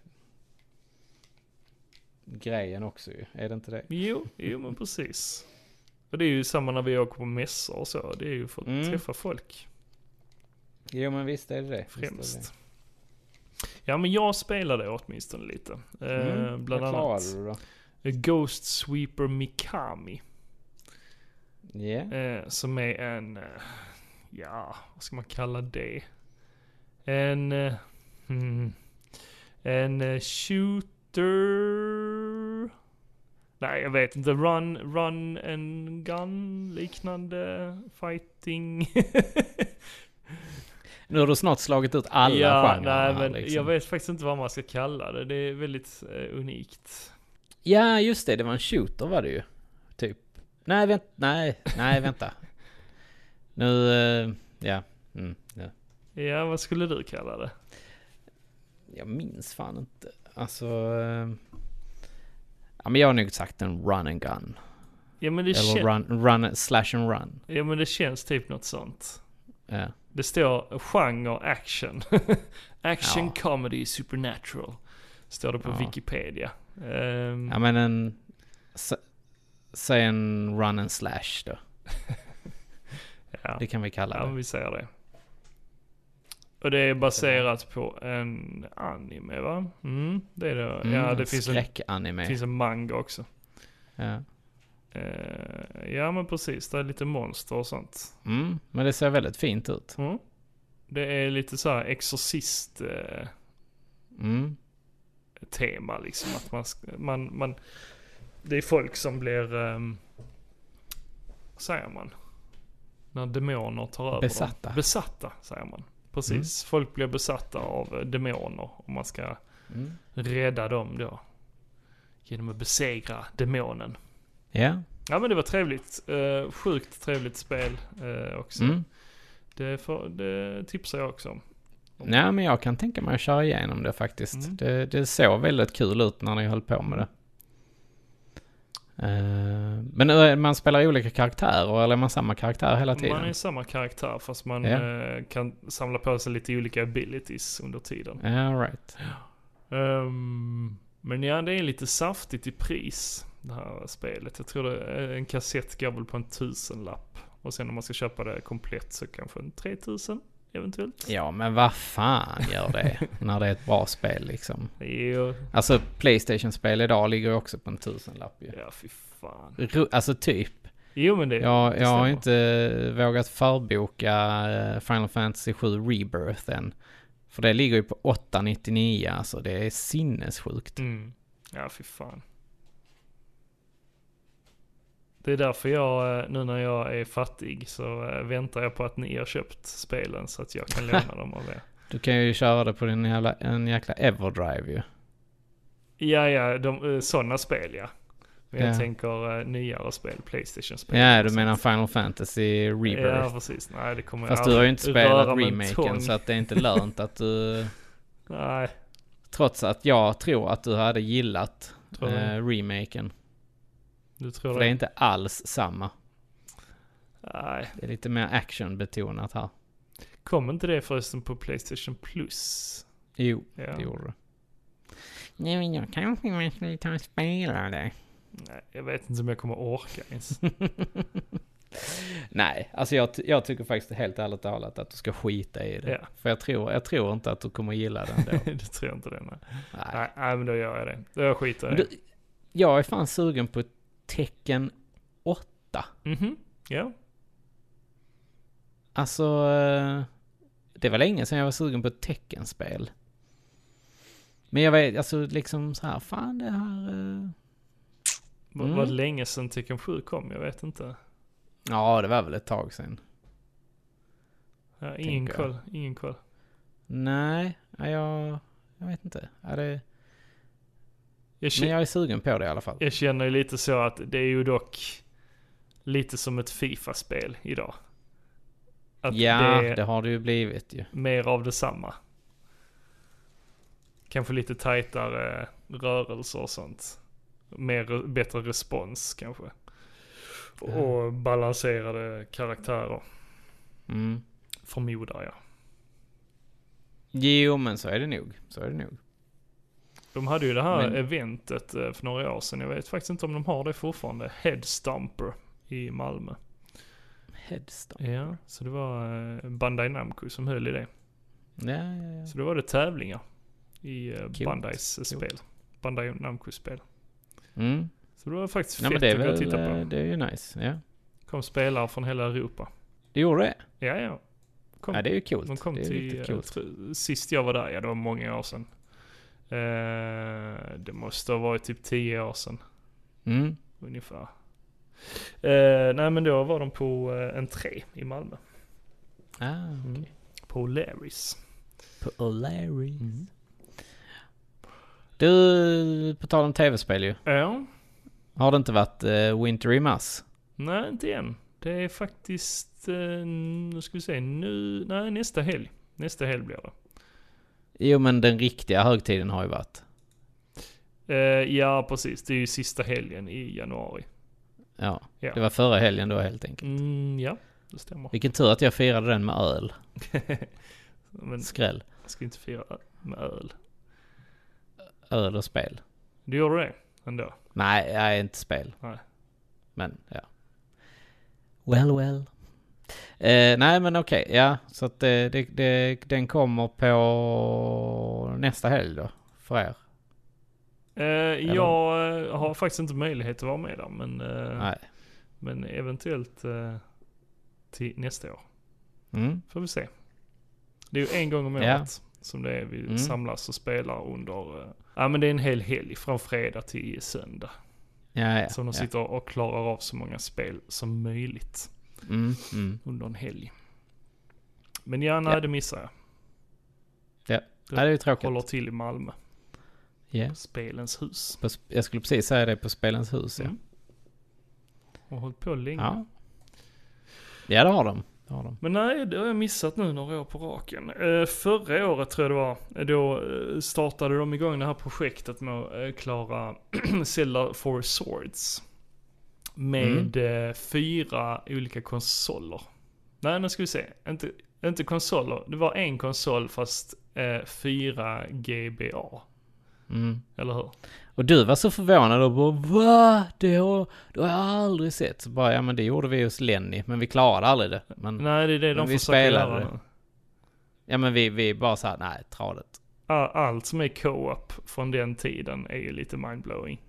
S1: grejen också ju. Är det inte det?
S2: Jo, jo men precis. Och det är ju samma när vi åker på mässor och så. Det är ju för att
S1: Mm.
S2: träffa folk
S1: Jo, men visst är det det. Visst är det
S2: främst. Ja men jag spelade åtminstone lite.
S1: det.
S2: Eh,
S1: Mm,
S2: bland
S1: vad klarade
S2: annat
S1: du då?
S2: Ghost Sweeper Mikami.
S1: Ja.
S2: Eh, som är en, eh, ja vad ska man kalla det? En, eh, hmm, en eh, shooter? Nej jag vet inte, run, run and gun liknande fighting.
S1: Nu har du snart slagit ut alla
S2: ja,
S1: genrer.
S2: nej,
S1: här,
S2: men
S1: liksom.
S2: Jag vet faktiskt inte vad man ska kalla det. Det är väldigt eh, unikt.
S1: Ja, just det. Det var en shooter var det ju. Typ. Nej, vänt, nej, nej, vänta. Nu, eh, ja. Mm, ja.
S2: Ja, vad skulle du kalla det?
S1: Jag minns fan inte. Alltså... eh, Ja, men jag har nog sagt en run and gun.
S2: Ja men det,
S1: Eller
S2: kän-
S1: run, run, slash and run.
S2: ja, men det känns typ något sånt.
S1: Ja.
S2: Det står genre action. action
S1: Ja.
S2: comedy supernatural. Står det på
S1: Ja.
S2: Wikipedia. Ehm,
S1: ja, men en... s- Sen run and slash då.
S2: Ja.
S1: Det kan vi kalla
S2: Ja, men
S1: det.
S2: vi säger det. Och det är baserat på en anime va? Mm, det är det.
S1: Mm,
S2: ja,
S1: en
S2: det finns en,
S1: skräckanime.
S2: finns en manga också.
S1: Ja.
S2: Eh, ja men precis, det är lite monster och sånt.
S1: Mm, men det ser väldigt fint ut.
S2: Mm. Det är lite så här exorcist eh,
S1: Mm.
S2: tema liksom. Att man, sk- man, man, det är folk som blir, ehm, vad säger man? När demoner tar över
S1: Besatta.
S2: dem. Besatta säger man. Precis, folk blir besatta av eh, demoner. Och man ska
S1: Mm.
S2: rädda dem då. Genom att besegra demonen.
S1: Ja.
S2: Ja men det var trevligt. Eh, sjukt trevligt spel eh, också.
S1: Mm.
S2: Det, får, det tipsar jag också om.
S1: Nej, men jag kan tänka mig att köra igenom det faktiskt.
S2: Mm.
S1: Det, det såg väldigt kul ut när ni höll på med det. Eh, men eh, man spelar olika karaktärer, eller är man samma karaktär hela tiden?
S2: Man är samma karaktär fast man
S1: Ja.
S2: eh, kan samla på sig lite olika abilities under tiden.
S1: All right.
S2: Ehm, men ja, det är lite saftigt i pris det här spelet. Jag tror det, en kassett går väl på en tusenlapp. Och sen om man ska köpa det komplett så kanske en 3000 eventuellt.
S1: Ja, men vad fan gör det när det är ett bra spel liksom?
S2: Jo,
S1: Alltså, Playstation-spel idag ligger ju också på en tusenlapp ju.
S2: ja fy fan.
S1: Ru- alltså typ.
S2: Jo men det,
S1: Jag,
S2: det
S1: jag har
S2: stämmer.
S1: inte eh, vågat förboka eh, Final Fantasy 7 Rebirth än. För det ligger ju på 899, alltså det är sinnessjukt.
S2: Mm. Ja, fy fan. Det är därför jag, eh, nu när jag är fattig, så eh, väntar jag på att ni har köpt spelen så att jag kan låna dem av er.
S1: Du kan ju köra det på din jävla, en jäkla Everdrive ju.
S2: Ja, ja, de, eh, sådana spel ja. Men jag
S1: Ja.
S2: tänker eh, nyare spel, Playstation-spel.
S1: Ja, du
S2: och
S1: menar
S2: sånt.
S1: Final Fantasy Rebirth.
S2: Ja, precis. Nej, det kommer
S1: Fast
S2: jag
S1: du har ju
S2: aldrig
S1: inte
S2: röra
S1: spelat
S2: med en
S1: remaken
S2: tång.
S1: så att det är inte lönt att du...
S2: Nej,
S1: Trots att jag tror att du hade gillat
S2: tror du,
S1: eh, remaken.
S2: du tror
S1: För
S2: det?
S1: det är inte alls samma.
S2: Nej.
S1: Det är lite mer actionbetonat här.
S2: Kom inte det förresten på Playstation Plus?
S1: Jo,
S2: Ja.
S1: det gjorde du. Nej, men jag kanske man skulle ta och spela det.
S2: Nej, jag vet inte om jag kommer orka ens.
S1: Nej, alltså jag, ty- jag tycker faktiskt helt ärligt talat att du ska skita i det.
S2: Ja.
S1: För jag tror, jag tror inte att du kommer gilla den då.
S2: det tror jag inte det, nej.
S1: Nej.
S2: Nej, nej men då gör jag det. Då skiter jag
S1: Men
S2: i det.
S1: Du, jag är fan sugen på tecken 8.
S2: Mhm, ja.
S1: Alltså, eh, det var länge sedan jag var sugen på ett teckenspel. Men jag vet, alltså liksom så här, fan det här... eh,
S2: Var,
S1: Mm.
S2: var det länge sedan Tekken 7 kom? Jag vet inte.
S1: Ja, det var väl ett tag sedan.
S2: Ja, ingen
S1: Tänker jag.
S2: koll, ingen koll.
S1: Nej, ja, jag, jag vet inte. Ja, det,
S2: Jag,
S1: men
S2: kä-
S1: jag är sugen på det i alla fall.
S2: jag känner ju lite så att det är ju dock lite som ett Fifa-spel idag. Att
S1: ja,
S2: det
S1: det,
S2: är
S1: har det ju blivit ju.
S2: mer av detsamma. Kanske lite tajtare rörelser och sånt. Mer, bättre respons kanske. Och balanserade karaktärer,
S1: Mm.
S2: förmodar jag.
S1: Jo, men så är det nog. Så är det nog.
S2: De hade ju det här
S1: Men-
S2: eventet eh, för några år sedan. Jag vet faktiskt inte om de har det fortfarande. Headstomper i Malmö.
S1: Headstone.
S2: Ja, så det var eh, Bandai Namco som höll i det.
S1: Ja, ja, ja.
S2: Så då var det tävlingar i eh,
S1: Coolt,
S2: Bandais eh, spel. Bandai Namco-spel.
S1: Mm.
S2: Så det var faktiskt
S1: Nej, men
S2: fett
S1: det är
S2: att gå och
S1: väl,
S2: titta
S1: eh,
S2: på.
S1: det är ju nice. Ja.
S2: kom spelare från hela Europa.
S1: Det gjorde det?
S2: Ja, ja. Kom,
S1: Ja, det är ju coolt.
S2: de kom
S1: det är
S2: till,
S1: riktigt
S2: eh,
S1: coolt.
S2: tr- sist jag var där, ja det var många år sedan. Eh, det måste ha varit typ 10 år sedan.
S1: Mm.
S2: Ungefär. Eh, nej men då var de på eh, en tre i Malmö.
S1: Ah,
S2: Mm.
S1: okej.
S2: På Larrys.
S1: På O'Larrys. Mm. Du, på tal om tv-spel ju.
S2: Ja,
S1: Har det inte varit eh, Winter i Mass?
S2: nej inte än. Det är faktiskt, eh, nu ska vi se, nu, nej nästa helg. Nästa helg blir det.
S1: Jo, men den riktiga högtiden har ju varit.
S2: Eh, ja precis, det är ju sista helgen i januari.
S1: Ja,
S2: Ja.
S1: det var förra helgen då helt enkelt.
S2: Mm, ja, det stämmer.
S1: Vilken tur att jag firade den med öl.
S2: Men
S1: Skräll.
S2: jag ska inte fira med öl.
S1: Öl och spel.
S2: Du gjorde det ändå?
S1: Nej, jag är inte spel.
S2: Nej.
S1: Men ja. Well, well. Eh, nej men okej, ja. Så att eh, det, det, den kommer på nästa helg då. För er.
S2: Eh, jag eh, har faktiskt inte möjlighet att vara med där, men, eh,
S1: Nej.
S2: men eventuellt eh, till nästa år.
S1: Mm.
S2: Får vi se. Det är ju en gång om året
S1: Ja.
S2: som det är vi
S1: Mm.
S2: samlas och spelar under... eh, Ja men det är en hel helg, från fredag till söndag.
S1: Ja, ja.
S2: Så de
S1: ja.
S2: sitter och klarar av så många spel som möjligt
S1: Mm, mm.
S2: under en helg. Men ja, nej
S1: Ja.
S2: det missar jag.
S1: Ja. Nej, det är ju tråkigt.
S2: Håller till i Malmö,
S1: Ja.
S2: Spelens hus.
S1: På, sp- jag skulle precis säga det på Spelens hus. Ja,
S2: Mm. Har hållit på länge.
S1: ja. ja det har de. Det har de.
S2: Men nej, det har jag missat nu några år på raken. Eh, förra året tror jag det var, då eh, startade de igång det här projektet med att eh, klara Zelda for Swords. Med
S1: Mm.
S2: eh, fyra olika konsoler. Nej, nu ska vi se. Inte, inte konsoler, det var en konsol fast eh, fyra GBA.
S1: Mm.
S2: Eller hur?
S1: Och du var så förvånad och bara va? Det har, det har jag aldrig sett. Så bara, ja men det gjorde vi hos Lenny, men vi klarade aldrig det. Men,
S2: Nej, det är det
S1: Men
S2: de
S1: vi
S2: försöker
S1: spelade
S2: göra
S1: det.
S2: nu.
S1: ja men vi, vi bara sa nej, tradet.
S2: Ja, allt som är co-op från den tiden är ju lite mindblowing.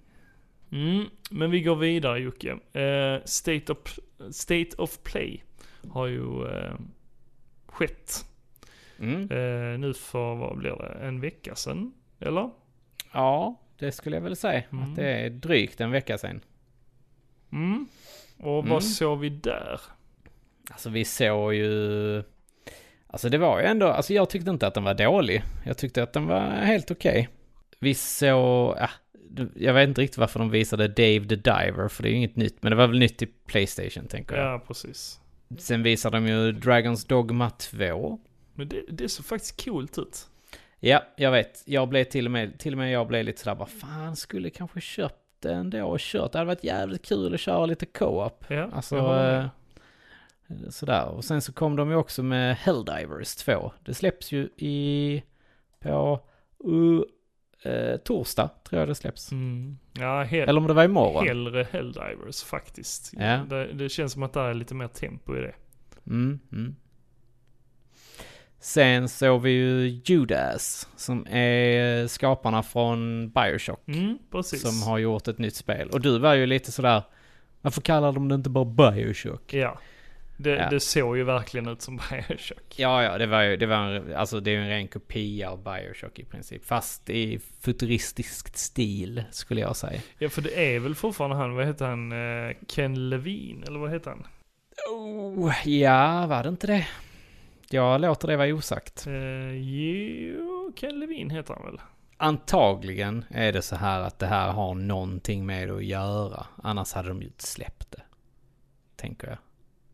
S2: Mm, men vi går vidare Jocke. Eh, State, of, State of Play har ju eh, skett
S1: Mm.
S2: eh, nu för, vad blir det, en vecka sedan? Eller?
S1: Ja, det skulle jag väl säga.
S2: Mm.
S1: Att det är drygt en vecka sedan.
S2: Mm. Och vad
S1: Mm.
S2: såg vi där?
S1: Alltså vi såg ju... Alltså det var ju ändå, alltså jag tyckte inte att den var dålig. Jag tyckte att den var helt okej. Vi såg, ah, du- jag vet inte riktigt varför de visade Dave the Diver, för det är ju inget nytt, men det var väl nytt i Playstation tänker jag.
S2: Ja, precis.
S1: Sen visade de ju Dragons Dogma 2.
S2: Men det, det såg faktiskt coolt ut.
S1: Ja, jag vet. Jag blev till och med, till och med jag blev lite sådär, vad fan, skulle kanske köpt den ändå och kört. Det hade varit jävligt kul att köra lite co-op.
S2: Ja,
S1: Alltså,
S2: jag håller med.
S1: eh, sådär. Och sen så kom de ju också med Helldivers 2. Det släpps ju i, på, uh, eh, torsdag tror jag det släpps.
S2: mm. Ja, hel,
S1: Eller om det var imorgon.
S2: hellre Helldivers faktiskt.
S1: Ja.
S2: Det, det känns som att det är lite mer tempo i det.
S1: Mm, mm. Sen såg vi ju Judas, som är skaparna från Bioshock.
S2: Mm, precis.
S1: Som har gjort ett nytt spel. Och du var ju lite sådär, varför kallar de det inte bara Bioshock?
S2: Ja. Det,
S1: Ja.
S2: det såg ju verkligen ut som Bioshock.
S1: Ja, ja, det var ju, det var en, alltså det är ju en ren kopia av Bioshock i princip. Fast i futuristisk stil, skulle jag säga.
S2: Ja, för det är väl fortfarande han, vad heter han, eh, Ken Levine, eller vad heter han?
S1: Oh, ja, var det inte det? Jag låter det vara osagt.
S2: Eh, jo, Ken Levine heter han väl?
S1: Antagligen är det så här att det här har någonting med att göra. Annars hade de ju inte släppt det. Tänker jag.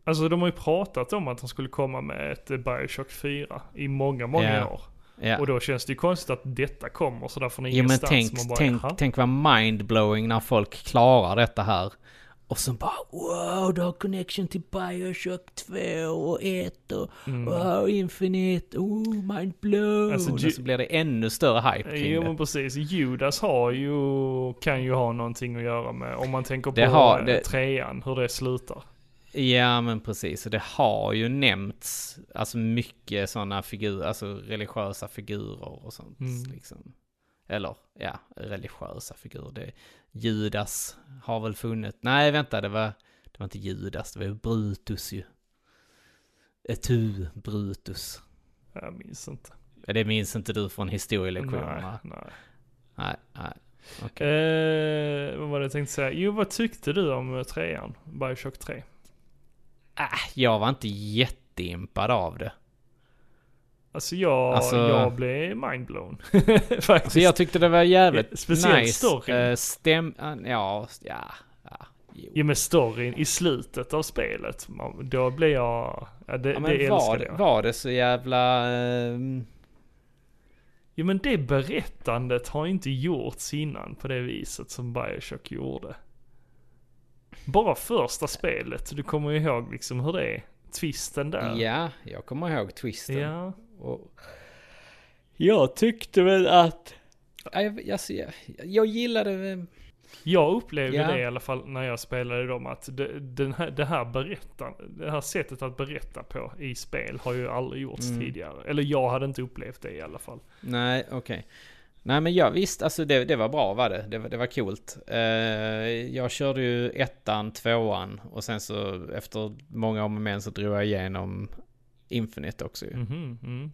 S2: Alltså de har ju pratat om att de skulle komma med ett eh, Bioshock 4 i många, många
S1: Ja.
S2: år.
S1: Ja.
S2: Och då känns det ju konstigt att detta kommer sådär från
S1: Jo men
S2: ingenstans.
S1: tänk,
S2: Man bara,
S1: tänk,
S2: "Jaha."
S1: tänk vad mindblowing när folk klarar detta här. Och sen bara wow, du har connection till Bioshock 2 och 1 och wow, Infinite, oh mindblown.
S2: Mm. Alltså,
S1: Alltså,
S2: ju-
S1: så blir det ännu större hype kring
S2: Jo
S1: det.
S2: men precis, Judas har ju, kan ju ha någonting att göra med, om man tänker
S1: Det
S2: på
S1: har-
S2: eh,
S1: det-
S2: trean, hur det slutar.
S1: Ja men precis, och det har ju nämnts alltså mycket sådana figurer, alltså religiösa figurer och sånt
S2: Mm.
S1: liksom. Eller ja, religiösa figurer. Det, Judas har väl funnits, nej vänta det var, det var inte Judas, det var ju Brutus ju. Etu Brutus.
S2: Jag minns inte.
S1: Ja, Det minns inte du från historielektionerna?
S2: nej.
S1: Nej, nej. Okej.
S2: Eh, vad var det jag tänkte säga? Jo, vad tyckte du om eh, trean? Bioshock 3?
S1: Äh, jag var inte jätteimpad av det.
S2: Alltså jag,
S1: Alltså-
S2: jag blev mindblown. Faktiskt.
S1: Så jag tyckte det var jävligt
S2: Speciellt
S1: nice.
S2: storyn.
S1: Eh, stäm... Ja, st- ja. ja. Jo.
S2: Jo men storyn i slutet av spelet, man- då blev jag... Ja, det,
S1: Ja,
S2: det
S1: men var,
S2: älskade
S1: det-
S2: jag.
S1: var det så jävla... eh,
S2: Jo men det berättandet har inte gjorts innan på det viset som Bioshock gjorde. Bara första spelet, du kommer ju ihåg liksom hur det är. Twisten där.
S1: ja, jag kommer ihåg twisten.
S2: Ja.
S1: Och jag tyckte väl att... Ja, Jag, alltså, jag, jag gillade... eh,
S2: Jag upplevde
S1: Ja.
S2: det i alla fall när jag spelade dem att det, den här, det, här berättan, det här sättet att berätta på i spel har ju aldrig gjorts
S1: Mm.
S2: tidigare. Eller jag hade inte upplevt det i alla fall.
S1: Nej, okej. Nej men ja, visst, alltså det, det var bra var det. Det, var- det var coolt. Eh, jag körde ju ettan, tvåan och sen så efter många om och men så drog jag igenom Infinite också ju.
S2: Mhm, mm.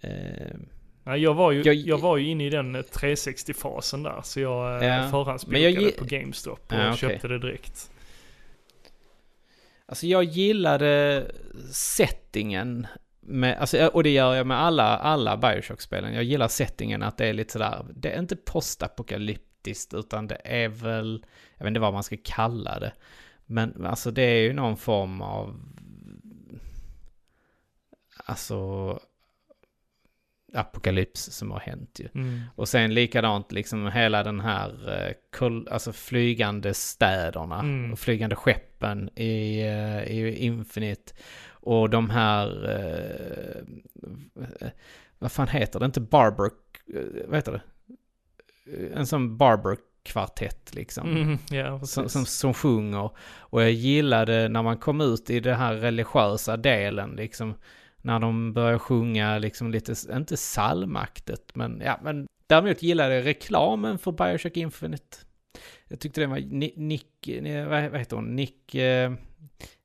S1: Eh,
S2: Nej, jag, var ju, jag,
S1: Jag-
S2: var ju inne i den eh, 360-fasen där, så jag
S1: Ja.
S2: ja.
S1: Men jag
S2: förhandsbokade
S1: gi-
S2: på GameStop och
S1: Ja, okej.
S2: köpte det direkt.
S1: Alltså jag gillade settingen. Med, alltså, och det gör jag med alla, alla Bioshock-spelen. Jag gillar settingen att det är lite sådär, det är inte postapokalyptiskt utan det är väl, jag vet inte vad man ska kalla det. Men alltså det är ju någon form av, alltså apokalyps som har hänt ju.
S2: Mm.
S1: Och sen likadant liksom hela den här eh, kol- alltså flygande städerna
S2: Mm.
S1: och flygande skeppen i, eh, i Infinite. Och de här, eh, eh, vad fan heter det, inte Barber, eh, vad heter det? Eh, En sån Barber-kvartett liksom.
S2: Mm, ja, precis.
S1: Som, som, som sjunger. Och jag gillade när man kom ut i den här religiösa delen liksom. När de började sjunga liksom lite, inte psalmaktigt men ja men. Däremot gillade jag reklamen för Bioshock Infinite. Jag tyckte den var Ni- Nick, ni- vad vad heter hon, Nick, eh,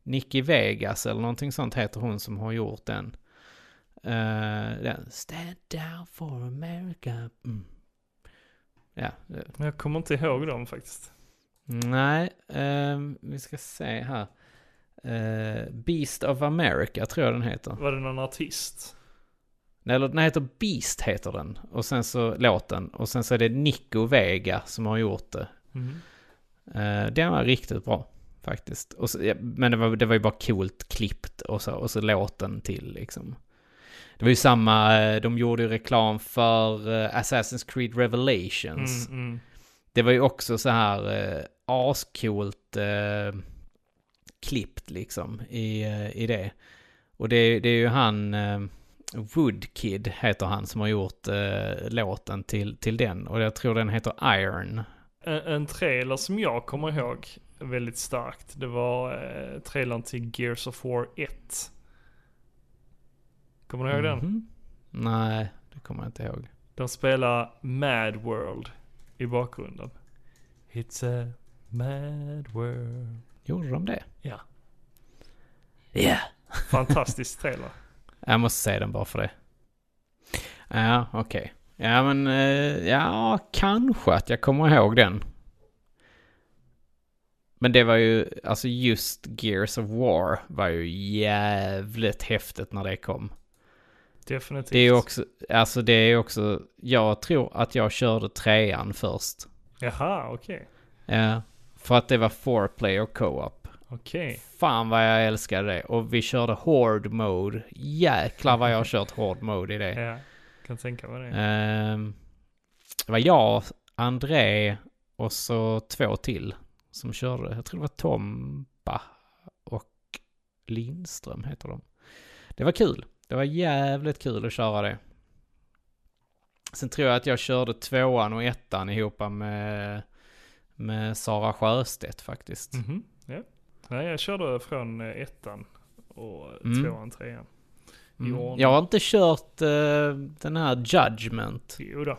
S1: Nicky Vegas eller någonting sånt heter hon som har gjort den. Eh, den, Stand down for America. Mm. Ja, eh,
S2: Men Jag kommer inte ihåg dem faktiskt.
S1: Nej, ehm, vi ska se här. Eh, Beast of America tror jag den heter.
S2: Var det någon artist?
S1: Nej, eller den heter Beast heter den. Och sen så låten. Och sen så är det Nico Vega som har gjort det.
S2: Mm.
S1: Eh, den var riktigt bra faktiskt. Och så, ja, men det var, det var ju bara coolt klippt och så, och så låten till liksom. Det var ju samma, eh, de gjorde ju reklam för eh, Assassin's Creed
S2: Mm,
S1: Revelations.
S2: mm.
S1: Det var ju också så här eh, ascoolt eh, klippt liksom i, eh, i det. Och det, det är ju han, eh, Woodkid heter han som har gjort eh, låten till, till den. Och jag tror den heter Iron.
S2: En, en trailer som jag kommer ihåg väldigt starkt, det var eh, trailern till Gears of War 1. Kommer du ihåg den?
S1: Mhm. Nej, det kommer jag inte ihåg.
S2: De spelar Mad World i bakgrunden. It's a mad world.
S1: Gjorde de det?
S2: Ja,
S1: Ja.
S2: fantastisk trailer.
S1: Jag måste säga den bara för det. Ja, okej. Ja, men eh, ja, kanske att jag kommer ihåg den. Men det var ju, alltså just Gears of War var ju jävligt häftigt när det kom.
S2: Definitivt.
S1: Det är ju också, alltså det är ju också, jag tror att jag körde trean först.
S2: Jaha, okej.
S1: Ja, för att det var four player co-op.
S2: Okej.
S1: Fan vad jag älskade det. Och vi körde hard mode. Jäklar vad jag har kört hard mode i det.
S2: Ja, kan tänka mig det.
S1: Ehm, det var jag, André och så två till som körde. Jag tror det var Tomba och Lindström heter de. Det var kul. Det var jävligt kul att köra det. Sen tror jag att jag körde tvåan och ettan ihop med, med Sara Sjöstedt faktiskt.
S2: Mhm, ja. Nej, jag körde från eh, ettan och
S1: Mm.
S2: tvåan, trean.
S1: Mm.
S2: Jo.
S1: Jag har inte kört eh, den här Judgment.
S2: Jo då.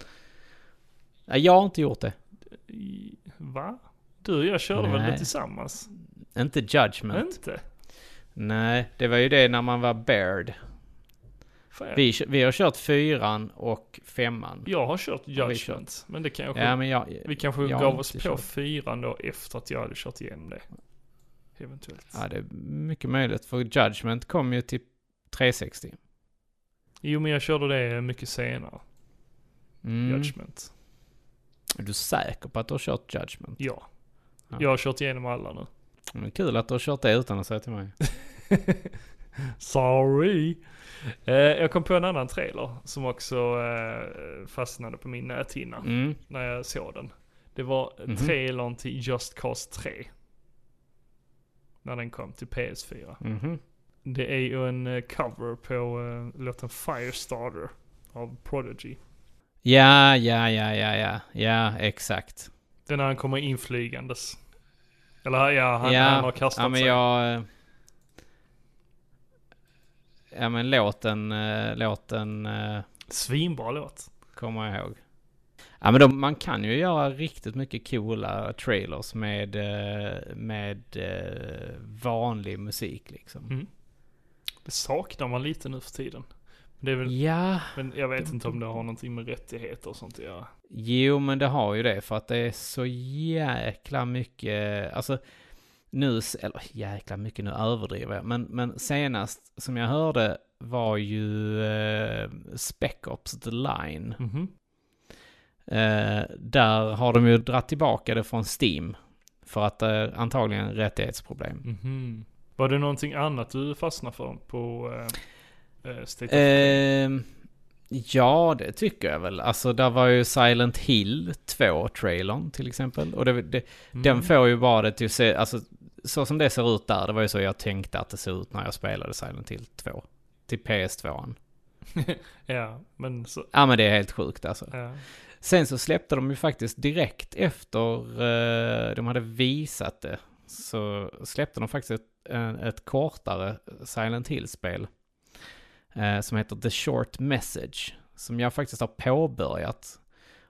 S1: Nej, jag har inte gjort det.
S2: I- Va? Du och jag körde väl
S1: Nej.
S2: det tillsammans?
S1: Inte Judgment.
S2: Inte?
S1: Nej, det var ju det när man var Baird.
S2: Fan, jag,
S1: Vi, vi har kört fyran och femman.
S2: jag har kört
S1: vi
S2: Judgment, men det kanske...
S1: Ja, men jag...
S2: vi kanske
S1: jag har
S2: gav
S1: inte
S2: oss på
S1: kört.
S2: fyran då efter att jag hade kört igenom det. Eventuellt.
S1: Ja, det är mycket möjligt. För Judgment kom ju till 360.
S2: Jo, men jag körde det mycket senare.
S1: Mm.
S2: Judgment.
S1: Är du säker på att du har kört Judgment?
S2: Ja.
S1: Ja.
S2: Jag har kört igenom alla nu.
S1: Men kul att du har kört det utan att säga till mig.
S2: Sorry. Eh, jag kom på en annan trailer som också eh, fastnade på min näthinna
S1: Mm.
S2: när jag såg den. Det var
S1: Mhm.
S2: trailern till Just Cause 3. När den kom till PS4.
S1: Mhm.
S2: Det är ju en eh, cover på eh, låten Firestarter av Prodigy.
S1: Ja, ja, ja, ja, ja. Ja, exakt.
S2: Det är när han kommer inflygandes. Eller ja, han,
S1: ja,
S2: han har kastat
S1: ja, men
S2: sig.
S1: jag... eh, Ja men låten, eh, låten eh,
S2: Svinbra låt.
S1: kommer jag ihåg. Ja men de, man kan ju göra riktigt mycket coola trailers med, eh, med eh, vanlig musik liksom.
S2: Mm. Det saknar man lite nu för tiden. Men, det är väl,
S1: Ja,
S2: men jag vet inte om det har någonting med rättigheter och sånt att göra.
S1: jo men det har ju det för att det är så jäkla mycket, alltså nu, eller jäkla mycket, nu överdriver jag, men, men senast som jag hörde var ju eh, Spec Ops The Line.
S2: Mhm.
S1: Eh, där har de ju dratt tillbaka det från Steam. För att eh, antagligen rättighetsproblem.
S2: Mhm. Var det någonting annat du fastnade för på eh, eh, State of Play?
S1: Eh, ja, det tycker jag väl. Alltså, där var ju Silent Hill 2-trailern till exempel. Och det, det,
S2: Mm.
S1: den får ju bara det till att se, alltså så som det ser ut där, det var ju så jag tänkte att det såg ut när jag spelade Silent Hill 2. Till PS2. -an.
S2: Ja, men så...
S1: Ja men det är helt sjukt alltså.
S2: Ja.
S1: Sen så släppte de ju faktiskt direkt efter eh, de hade visat det. Så släppte de faktiskt ett, en- ett kortare Silent Hill-spel. Eh, som heter The Short Message. Som jag faktiskt har påbörjat.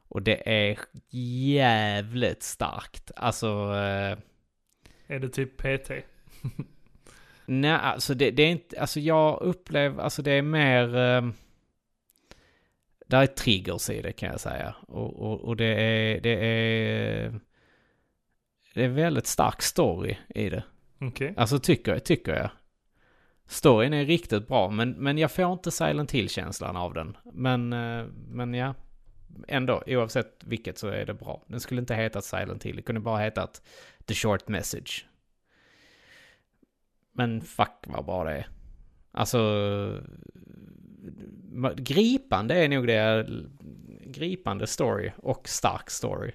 S1: Och det är jävligt starkt. Alltså... Eh,
S2: Är det typ PT?
S1: Nej, alltså det, det är inte, alltså jag upplever, alltså det är mer, eh, där är triggers i det kan jag säga. Och, och, och det är, det är, det är väldigt stark story i det.
S2: Okej.
S1: Alltså tycker jag, tycker jag. Storyn är riktigt bra, men, men jag får inte Silent Hill-känslan av den. Men, eh, men ja, ändå, oavsett vilket så är det bra. Den skulle inte hetat Silent Hill, den kunde bara hetat The Short Message. Men fuck vad bra det är. Alltså, ma- gripande är nog det, jag- gripande story och stark story.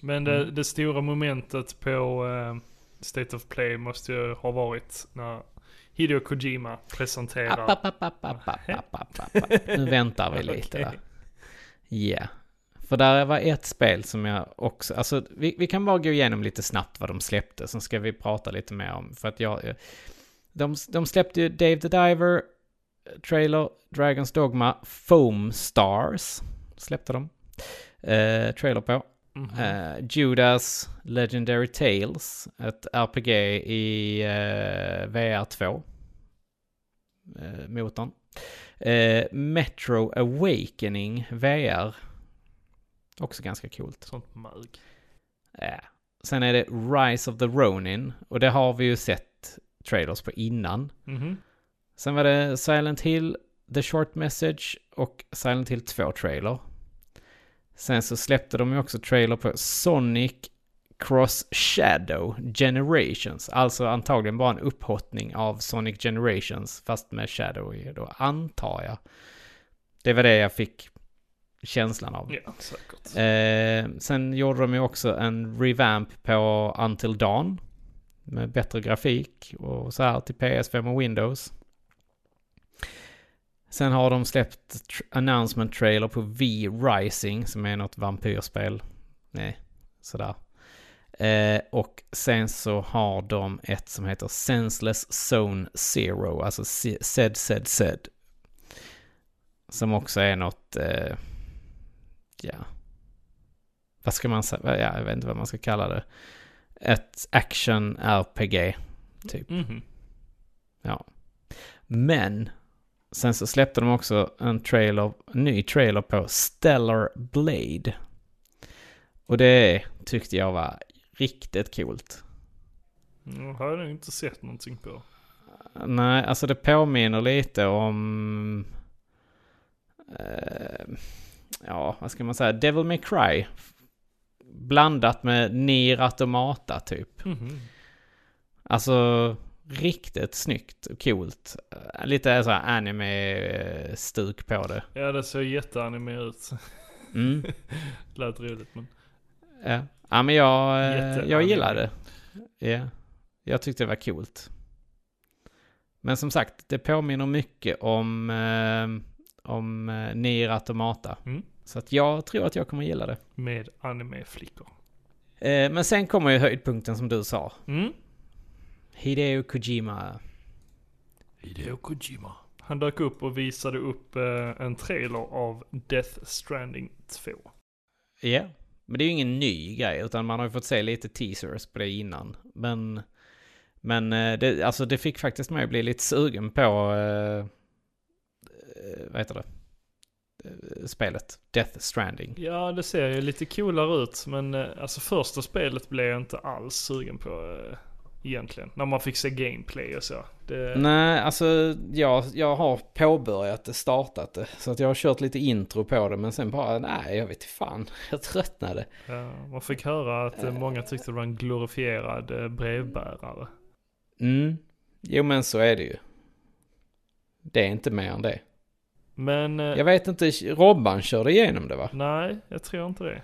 S2: Men det, det stora momentet på eh, State of Play måste ju ha varit när Hideo Kojima presenterar...
S1: App, app, app, app, app, app, app, app, app, app. Ah, Nu väntar vi lite va?
S2: Okej.
S1: Ja. För där var ett spel som jag också, alltså vi, vi kan bara gå igenom lite snabbt vad de släppte, sen ska vi prata lite mer om, för att jag, eh, de, de släppte ju Dave the Diver, trailer, Dragons Dogma, Foam Stars, släppte de, eh, trailer på.
S2: Mhm.
S1: Eh, Judas Legendary Tales, ett RPG i eh, VR2. Eh, motorn. Eh, Metro Awakening VR. Också ganska coolt.
S2: Sånt mög.
S1: Eh. Sen är det Rise of the Ronin och det har vi ju sett trailers på innan.
S2: Mhm.
S1: Sen var det Silent Hill, The Short Message och Silent Hill 2-trailer. Sen så släppte de ju också trailer på Sonic Cross Shadow Generations. Alltså antagligen bara en upphottning av Sonic Generations fast med Shadow i då, antar jag. Det var det jag fick känslan av.
S2: Ja, säkert.
S1: Eh, sen gjorde de ju också en revamp på Until Dawn. Med bättre grafik och så här till PS5 och Windows. Sen har de släppt tr- announcement trailer på V Rising som är något vampyrspel. Nej, sådär. Eh, och sen så har de ett som heter Senseless Zone Zero, alltså Z- ZZZ. Som också är något, eh, ja, vad ska man säga, ja, jag vet inte vad man ska kalla det. Ett action-RPG, typ.
S2: Mhm.
S1: Ja. Men sen så släppte de också en trailer, en ny trailer på Stellar Blade. Och det tyckte jag var riktigt coolt.
S2: Nu har jag nog inte sett någonting på.
S1: Nej, alltså det påminner lite om... Eh, ja, vad ska man säga? Devil May Cry. Blandat med Nier Automata typ.
S2: Mhm.
S1: Alltså riktigt snyggt och coolt. Eh, Lite så här anime-stuk på det.
S2: Ja, det såg jätteanime ut.
S1: Mm.
S2: Lät roligt men.
S1: ja. ja, men jag, eh,
S2: Jätteanime.
S1: jag gillar det. Ja. Jag tyckte det var coolt. Men som sagt, det påminner mycket om, eh, om eh, Nier Automata.
S2: Mm.
S1: Så att jag tror att jag kommer gilla det.
S2: Med anime-flickor.
S1: Eh, Men sen kommer ju höjdpunkten som du sa.
S2: Mm.
S1: Hideo Kojima.
S2: Hideo Kojima. Han dök upp och visade upp eh, en trailer av Death Stranding 2.
S1: Ja. Men det är ju ingen ny grej, utan man har ju fått se lite teasers på det innan. Men, men eh, det, alltså det fick faktiskt mig att bli lite sugen på, eh, eh, vad heter det, Eh, spelet Death Stranding.
S2: Ja, det ser ju lite coolare ut, men eh, alltså första spelet blev jag inte alls sugen på eh, egentligen. När man fick se gameplay och så. Det,
S1: Nej, alltså jag, jag har påbörjat det, startat det. Så att jag har kört lite intro på det, men sen bara, nej, jag vet inte fan, jag tröttnade.
S2: eh, man fick höra att eh, många tyckte det var en glorifierad eh, brevbärare.
S1: Mm. Jo, men så är det ju. Det är inte mer än det.
S2: Men eh,
S1: Jag vet inte, Robban körde igenom det va?
S2: nej, jag tror inte det.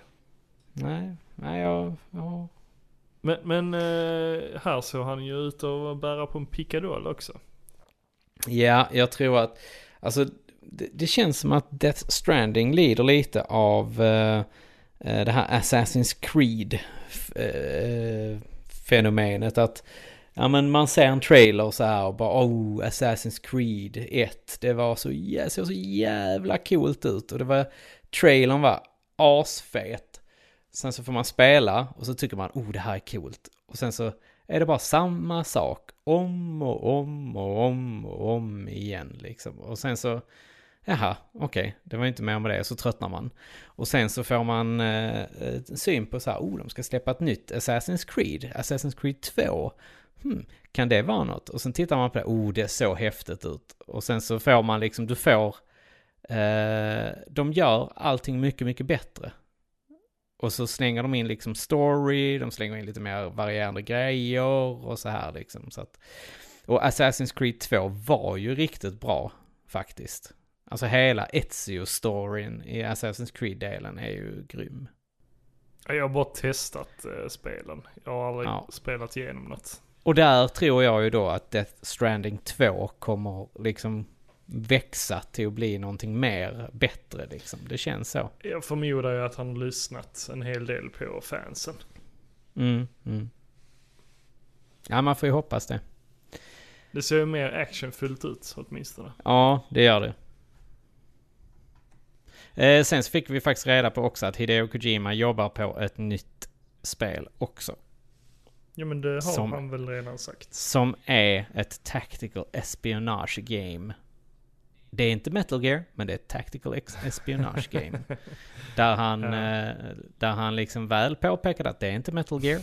S1: Nej, nej jag... jag...
S2: Men, men eh, här såg han ju ut att bära på en pickadoll också.
S1: Ja, jag tror att... Alltså, det, det känns som att Death Stranding lider lite av eh, eh, det här Assassin's Creed f- eh, fenomenet. Att ja, men man ser en trailer så här och bara oh, Assassin's Creed 1. Det var så, jä- såg så jävla coolt ut och det var... Trailern var asfet. Sen så får man spela och så tycker man oh, det här är coolt. Och sen så är det bara samma sak om och om och om och om igen liksom. Och sen så, jaha, okej, det var inte mer med det, så tröttnar man. Och sen så får man eh, eh, syn på så här, oh, de ska släppa ett nytt Assassin's Creed, Assassin's Creed 2. Hmm, kan det vara något? Och sen tittar man på det, oh, det såg häftigt ut. Och sen så får man liksom, du får, eh, de gör allting mycket, mycket bättre. Och så slänger de in liksom story, de slänger in lite mer varierande grejer och så här liksom. Så att, och Assassin's Creed 2 var ju riktigt bra faktiskt. Alltså hela Ezio-storyn i Assassin's Creed-delen är ju grym.
S2: Ja, Jag har bara testat eh, spelen. Jag har aldrig
S1: Ja.
S2: spelat igenom något.
S1: Och där tror jag ju då att Death Stranding 2 kommer liksom växa till att bli någonting mer bättre liksom. Det känns så.
S2: Jag förmodar ju att han har lyssnat en hel del på fansen.
S1: Mm, mm. Ja, man får ju hoppas det.
S2: Det ser ju mer actionfyllt ut åtminstone.
S1: Ja, det gör det. Eh, sen så fick vi faktiskt reda på också att Hideo Kojima jobbar på ett nytt spel också.
S2: Ja men det har
S1: Som-
S2: han väl redan sagt.
S1: Som är ett tactical espionage game. Det är inte Metal Gear, men det är ett tactical ex- espionage game. där, han, eh, där han liksom väl påpekade att det är inte Metal Gear,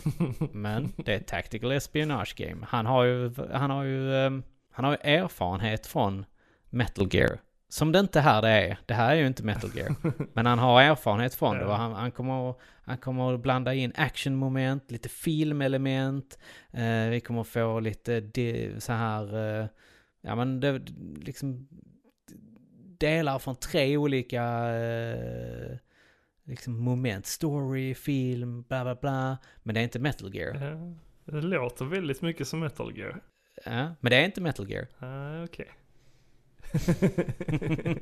S1: men det är ett tactical espionage game. Han har ju, han har ju, ehm, han har ju erfarenhet från Metal Gear. Som det inte här det är. Det här är ju inte Metal Gear. Men han har erfarenhet från det.
S2: Ja.
S1: Och han, han, kommer, att- han kommer att blanda in actionmoment, lite filmelement. Eh, vi kommer att få lite de, så här... Eh, ja, men det, liksom delar från tre olika eh, liksom moment. Story, film, bla bla bla. Men det är inte Metal Gear.
S2: Ja, Eh, det låter väldigt mycket som Metal Gear.
S1: Ja, men det är inte Metal Gear.
S2: Ah, Okej.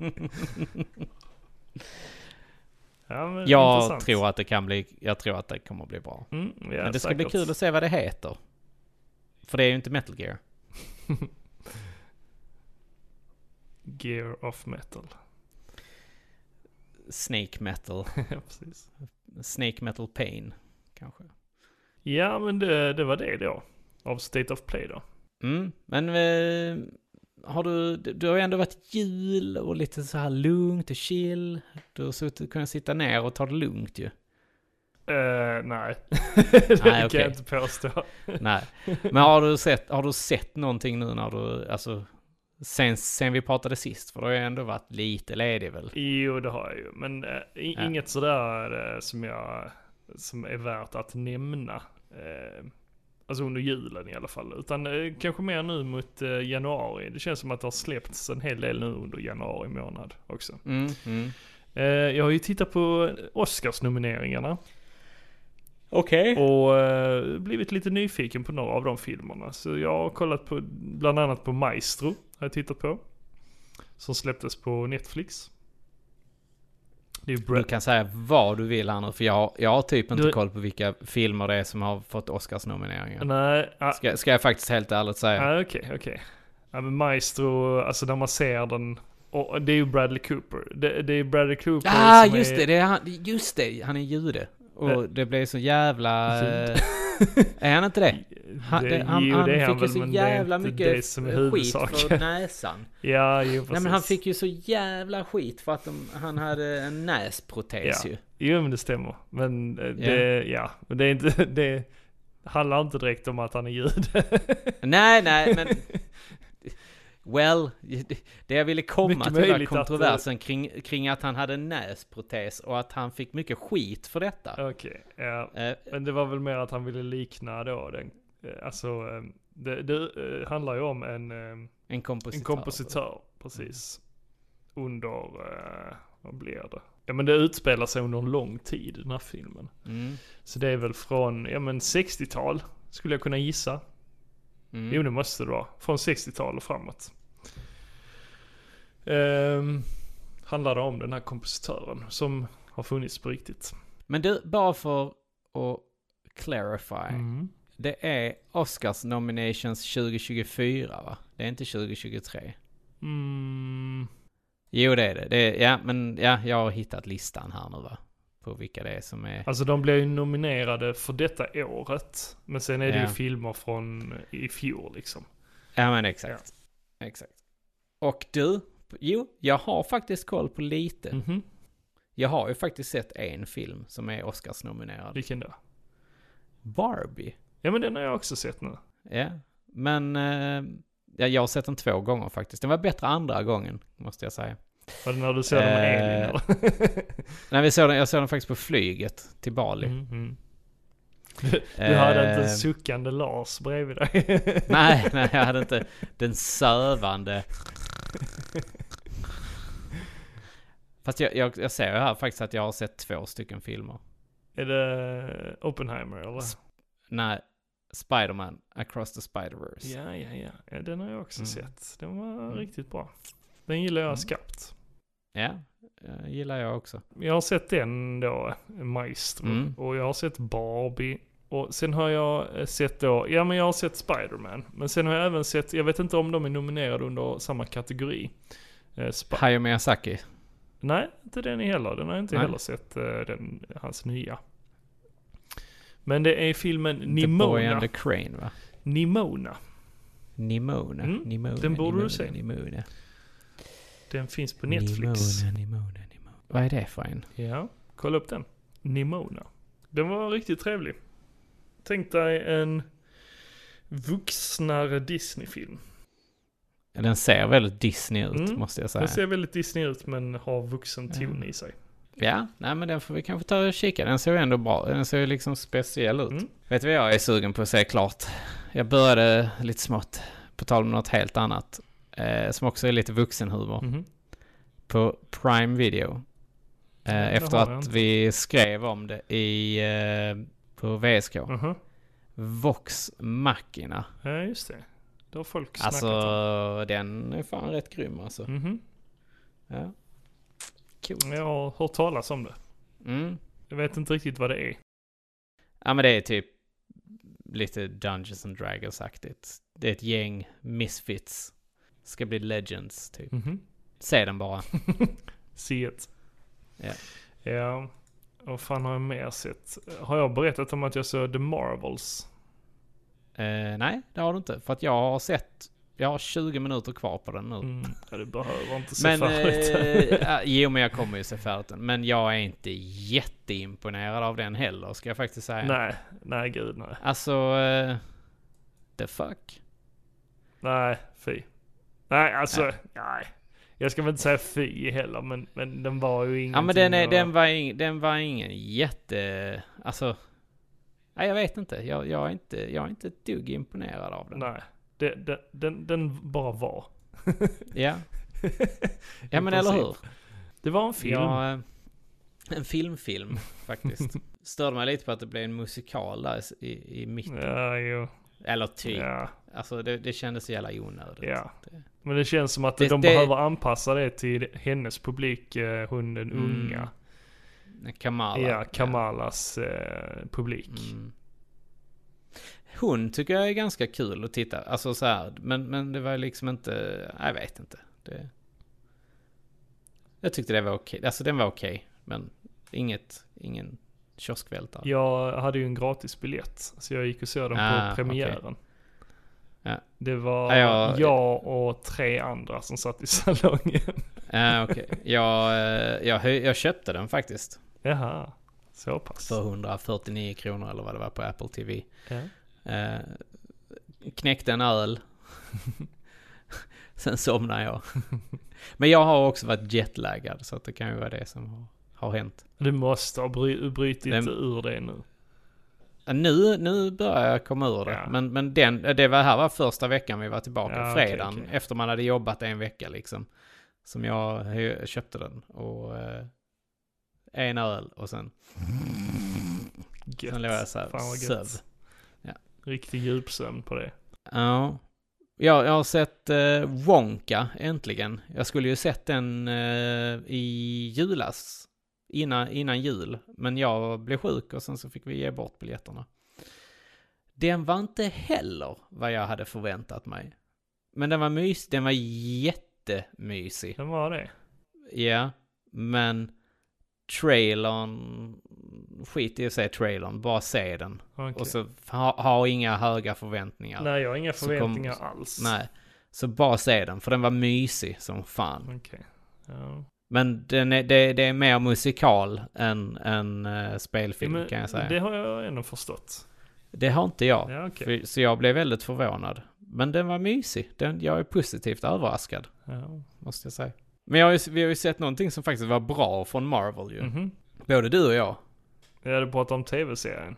S2: ja men
S1: Jag
S2: intressant.
S1: tror att det kan bli, jag tror att det kommer att bli bra.
S2: Mm, ja,
S1: men det ska bli
S2: säkert.
S1: kul att se vad det heter. För det är ju inte Metal Gear.
S2: Gear of Metal.
S1: Snake Metal.
S2: ja precis.
S1: Snake Metal Pain, kanske.
S2: Ja men det, det var det då. Av State of Play då.
S1: Mm, men eh, har du, du har ju ändå varit jul och lite så här lugnt och chill. Du har suttit, kunnat sitta ner och ta det lugnt ju.
S2: Eh, nej, det kan
S1: okej.
S2: jag inte påstå.
S1: Nej. Men har du, sett, har du sett någonting nu när du, alltså, sen, sen vi pratade sist? För du har ju ändå varit lite ledig väl?
S2: Jo, det har jag ju. Men eh, i-
S1: Ja.
S2: inget sådär eh, som, jag, som är värt att nämna. Eh, alltså under julen i alla fall. Utan eh, kanske mer nu mot eh, januari. Det känns som att det har släppts en hel del nu under januari månad också.
S1: Mm, mm.
S2: Eh, jag har ju tittat på Oscarsnomineringarna.
S1: Okej.
S2: Och eh, blivit lite nyfiken på några av de filmerna. Så jag har kollat på, bland annat på Maestro. Har jag tittat på. Som släpptes på Netflix. Det är ju
S1: Du
S2: Brad.
S1: kan säga vad du vill här nu, för jag, har- jag har typ inte
S2: Du-
S1: koll på vilka filmer det är som har fått Oscars-nomineringar.
S2: Nej, ah,
S1: Ska, ska jag faktiskt helt ärligt säga.
S2: ah, okej, okej. Ja, men Maestro, alltså när man ser den. Och det är ju Bradley Cooper. Det, det är ju Bradley Cooper
S1: Ah,
S2: som
S1: just
S2: är...
S1: det! det är han, just det! Han är jude.
S2: Eh.
S1: Och det blev så jävla...
S2: Jude.
S1: eh, är han inte det? Han, det, han,
S2: jo,
S1: han
S2: det är
S1: fick ju
S2: väl,
S1: så
S2: men
S1: jävla
S2: det är inte
S1: mycket
S2: det som är
S1: skit för
S2: huvudsaken.
S1: näsan.
S2: Ja, jo, precis.
S1: Nej men han fick ju så jävla skit för att de, han hade en
S2: ja.
S1: näsprotes ju.
S2: Jo, men det stämmer. Men eh, det, ja. Men det är inte, det handlar inte direkt om att han är jude.
S1: Nej, nej men... Well, det jag ville komma
S2: Mycket
S1: till var
S2: möjligt att- eh,
S1: kontroversen kring, kring att han hade en näsprotes och att han fick mycket skit för detta.
S2: Okej, ja.
S1: Eh,
S2: Men det var väl mer att han ville likna då den, eh, alltså eh, det, det eh, handlar ju om en, eh,
S1: en kompositör.
S2: en kompositör, Mm. precis. Under, eh, vad blir det? Ja men det utspelar sig under en lång tid den här filmen.
S1: Mm.
S2: Så det är väl från, ja men 60-tal skulle jag kunna gissa.
S1: Mm.
S2: Jo det måste det vara, från 60-tal och framåt. Um, handlar det om den här kompositören som har funnits på riktigt.
S1: Men du, bara för att clarify.
S2: Mm.
S1: Det är Oscars nominations 2024 va? Det är inte 2023.
S2: Mm.
S1: Jo det är det. det är, ja, men ja, jag har hittat listan här nu va? På vilka det är som är...
S2: Alltså de blev ju nominerade för detta året. Men sen är det
S1: Ja.
S2: ju filmer från i fjol liksom.
S1: Ja men exakt. Exakt. Och du? Jo, jag har faktiskt koll på lite.
S2: Mhm.
S1: Jag har ju faktiskt sett en film som är Oscars-nominerad.
S2: Vilken då?
S1: Barbie.
S2: Ja men den har jag också sett nu.
S1: Ja. Men eh, ja, jag har sett den två gånger faktiskt. Den var bättre andra gången, måste jag säga.
S2: Var det när du såg den med
S1: Eh,
S2: Elin eller?
S1: Nej, vi såg den, jag såg den faktiskt på flyget till Bali.
S2: Mhm. Du hade inte
S1: Eh.
S2: en suckande Lars bredvid dig.
S1: Nej, nej, jag hade inte den sövande. Fast jag, jag, jag ser ju här faktiskt att jag har sett två stycken filmer.
S2: är det Oppenheimer eller?
S1: Nej, Spider-Man, Across the Spider-Verse.
S2: Ja, ja, ja. ja den har jag också
S1: Mm.
S2: sett. Den var
S1: Mm.
S2: riktigt bra. Den gillar jag
S1: Mm.
S2: skarpt.
S1: Ja, eh, gillar jag också.
S2: Jag har sett den då, Maestro.
S1: Mm.
S2: Och jag har sett Barbie. Och sen har jag eh, sett då, ja men jag har sett Spider-Man. Men sen har jag även sett, jag vet inte om de är nominerade under samma kategori. Eh, Spi-
S1: Hayao Miyazaki.
S2: Nej, inte den heller. Den har jag inte
S1: Nej.
S2: heller sett, eh, den, hans nya. Men det är filmen
S1: The Boy
S2: Nimona.
S1: and the Crane, va?
S2: Nimona.
S1: Nimona,
S2: Mm,
S1: Nimona,
S2: den borde du
S1: Nimona,
S2: se.
S1: Nimona.
S2: Den finns på Netflix.
S1: Nimona, Nimona, Nimona. Vad är det för en?
S2: Ja, kolla upp den. Nimona. Den var riktigt trevlig. Tänk dig en vuxnare Disney-film.
S1: Den ser väldigt Disney ut,
S2: Mm,
S1: måste jag säga.
S2: Den ser väldigt Disney ut men har vuxen ton i sig.
S1: Ja, nej men den får vi kanske ta och kika. Den ser ju ändå bra Den ser ju liksom speciell ut.
S2: Mm.
S1: Vet du vad jag är sugen på att se klart? Jag började lite smått, på tal om något helt annat, eh, som också är lite vuxenhumor,
S2: Mhm.
S1: på Prime Video. Eh,
S2: det
S1: efter
S2: har jag
S1: att
S2: inte.
S1: vi skrev om det i, eh, på VSK.
S2: Aha.
S1: Vox Machina.
S2: Mhm. Ja, just det. Det har folk snackat
S1: Alltså,
S2: om.
S1: den är fan rätt grym alltså.
S2: Mhm.
S1: Ja. Cool.
S2: Jag har hört talas om det.
S1: Mm.
S2: Jag vet inte riktigt vad det är.
S1: Ja men det är typ lite Dungeons and Dragons-aktigt. Det är ett gäng misfits. Ska bli legends typ.
S2: Mhm.
S1: Se den bara.
S2: Se it.
S1: Ja.
S2: Ja. Vad fan har jag mer sett? Har jag berättat om att jag såg The Marvels?
S1: Eh, nej, det har du inte. För att jag har sett, jag har 20 minuter kvar på den nu.
S2: Mm. Ja, du behöver inte se
S1: Men,
S2: färdigt.
S1: eh, jo men jag kommer ju se färdigt den. Men jag är inte jätteimponerad av den heller, ska jag faktiskt säga.
S2: Nej, nej gud nej.
S1: Alltså, eh, the fuck?
S2: Nej, fy. Nej, alltså,
S1: Nej.
S2: nej. Jag ska väl inte säga fy heller, men, men den var ju ingenting.
S1: Ja men den, är,
S2: att-
S1: den, var ing, den var ingen jätte... Alltså... Nej jag vet inte. Jag, jag, är inte. jag är inte ett dugg imponerad av den.
S2: Nej, det, den, den, den bara var.
S1: Ja. ja men
S2: I
S1: eller
S2: princip.
S1: hur?
S2: Det var en film. Ja,
S1: Jag, eh, en filmfilm faktiskt. Störde mig lite på att det blev en musikal där i- i, i mitt.
S2: jo.
S1: Eller typ.
S2: Ja,
S1: Alltså det, det kändes så jävla onödigt.
S2: ja. Men det känns som att
S1: Det-
S2: de
S1: det- Mm,
S2: behöver anpassa det till hennes publik, eh, hon den unga.
S1: Kamala.
S2: Ja, Kamalas eh,
S1: Mm.
S2: publik.
S1: Hon tycker jag är ganska kul att titta. Alltså så här, men, men det var liksom inte, jag vet inte. Det, jag tyckte det var okej, alltså den var okej. men inget, ingen kioskvältare.
S2: Jag hade ju en gratis biljett så jag gick och såg den
S1: Ah,
S2: på premiären.
S1: Ja.
S2: Det var
S1: Ja, jag-
S2: jag och tre andra som satt i salongen.
S1: Ja, okej. jag, eh, jag, hö- jag köpte den faktiskt.
S2: Jaha, så pass.
S1: För 149 kronor eller vad det var på Apple TV.
S2: Ja.
S1: Eh, knäckte en öl. Sen somnade jag. Men jag har också varit jetlaggad så att det kan ju vara det som har, har hänt.
S2: Du måste ha bry- brutit
S1: Den-
S2: ur det nu.
S1: Ja, Nu, nu börjar jag komma ur det.
S2: Ja.
S1: Men, men den, det var, här var första veckan vi var tillbaka.
S2: Ja, okej,
S1: fredagen
S2: okej.
S1: efter man hade jobbat en vecka liksom. Som jag hö- köpte den. Och eh, en öl och sen,
S2: Gött.
S1: sen låg jag så
S2: Mm. Fan
S1: här
S2: vad gött.
S1: söv.
S2: Riktig djupsömn på det.
S1: Ja. Jag, jag har sett eh, Wonka äntligen. Jag skulle ju sett den eh, i julas. Innan, innan jul. Men jag blev sjuk och sen så fick vi ge bort biljetterna. Den var inte heller vad jag hade förväntat mig. Men den var mysig. Den var jättemysig.
S2: Den var det.
S1: Ja. Men trailern... Skit i att säga trailern. Bara se den.
S2: Okej.
S1: Och så ha, ha inga höga förväntningar.
S2: Nej, jag har inga
S1: Så kom-
S2: förväntningar alls.
S1: Nej. Så bara se den, för den var mysig som fan.
S2: Okej. Ja.
S1: Men den är, det, det är mer musikal än, än eh,
S2: Ja,
S1: spelfilm
S2: men
S1: kan jag säga.
S2: Det
S1: Det,
S2: har jag ändå förstått.
S1: har inte jag.
S2: Ja, okej.
S1: För, så jag blev väldigt förvånad. Men den var mysig. Den, jag är positivt överraskad,
S2: Ja.
S1: måste jag säga. Men jag har ju, vi har ju sett någonting som faktiskt var bra från Marvel ju.
S2: Mhm.
S1: Både du och jag.
S2: Jag hade pratat om tv-serien.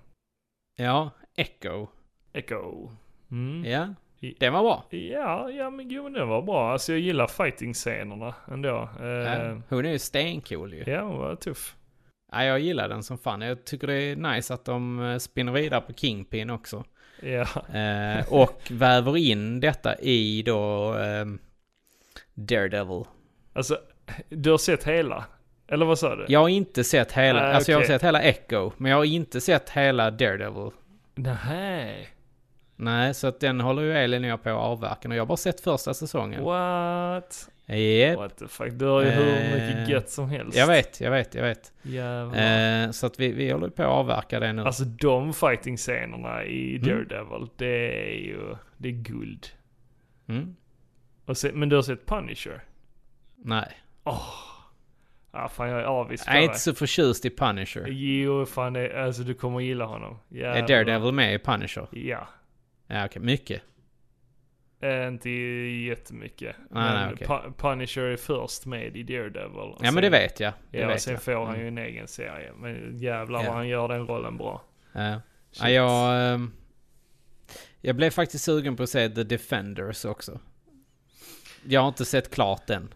S1: Ja, Echo.
S2: Echo. Mm.
S1: Ja,
S2: I-
S1: den var bra.
S2: Ja, ja men jo men den var bra. Alltså jag gillar fighting-scenerna ändå. Eh,
S1: Ja,
S2: ja.
S1: hon är ju stencool ju.
S2: ja, hon var tuff.
S1: Ja, jag gillar den som fan. Jag tycker det är nice att de eh, spinner vidare på Kingpin också.
S2: Ja,
S1: Eh, och väver in detta i då ehm, Daredevil.
S2: alltså du har sett hela? Eller vad sa du?
S1: Jag har inte sett hela,
S2: Nej,
S1: alltså jag har
S2: Ah, okej.
S1: sett hela Echo, men jag har inte sett hela Daredevil.
S2: Nej.
S1: Nej, så att den håller ju Elin och jag på att avverka och jag har bara sett första säsongen.
S2: What?
S1: Yep.
S2: What the fuck? Du har ju hur mycket
S1: Eh,
S2: gött som helst.
S1: Jag vet, jag vet, jag vet.
S2: Jävlar.
S1: Eh, så att vi, vi håller på att avverka det nu.
S2: Alltså de fighting-scenerna i
S1: Mm.
S2: Daredevil, det är ju, det är guld.
S1: Mm?
S2: Och se, men du har sett Punisher?
S1: Nej,
S2: Ah fan jag är avis på
S1: jag är
S2: dig.
S1: inte så förtjust i Punisher.
S2: Jo fan, det, alltså du kommer gilla honom.
S1: Är
S2: Jävlar.
S1: Daredevil med i Punisher?
S2: Ja.
S1: Ja, okej, mycket.
S2: Eh, Inte jättemycket.
S1: Ah, Nej,
S2: men
S1: nej, okej.
S2: Pu- Punisher är först med i Daredevil. Och
S1: Ja, men det vet jag. Det
S2: Alltså- Ja, och
S1: vet
S2: sen
S1: jag. Mm.
S2: får han ju en egen serie. Men jävlar
S1: Ja.
S2: vad han gör den rollen bra.
S1: Ja. Ja,
S2: Shit.
S1: jag, ehm, jag blev faktiskt sugen på att se The Defenders också. Jag har inte sett klart den.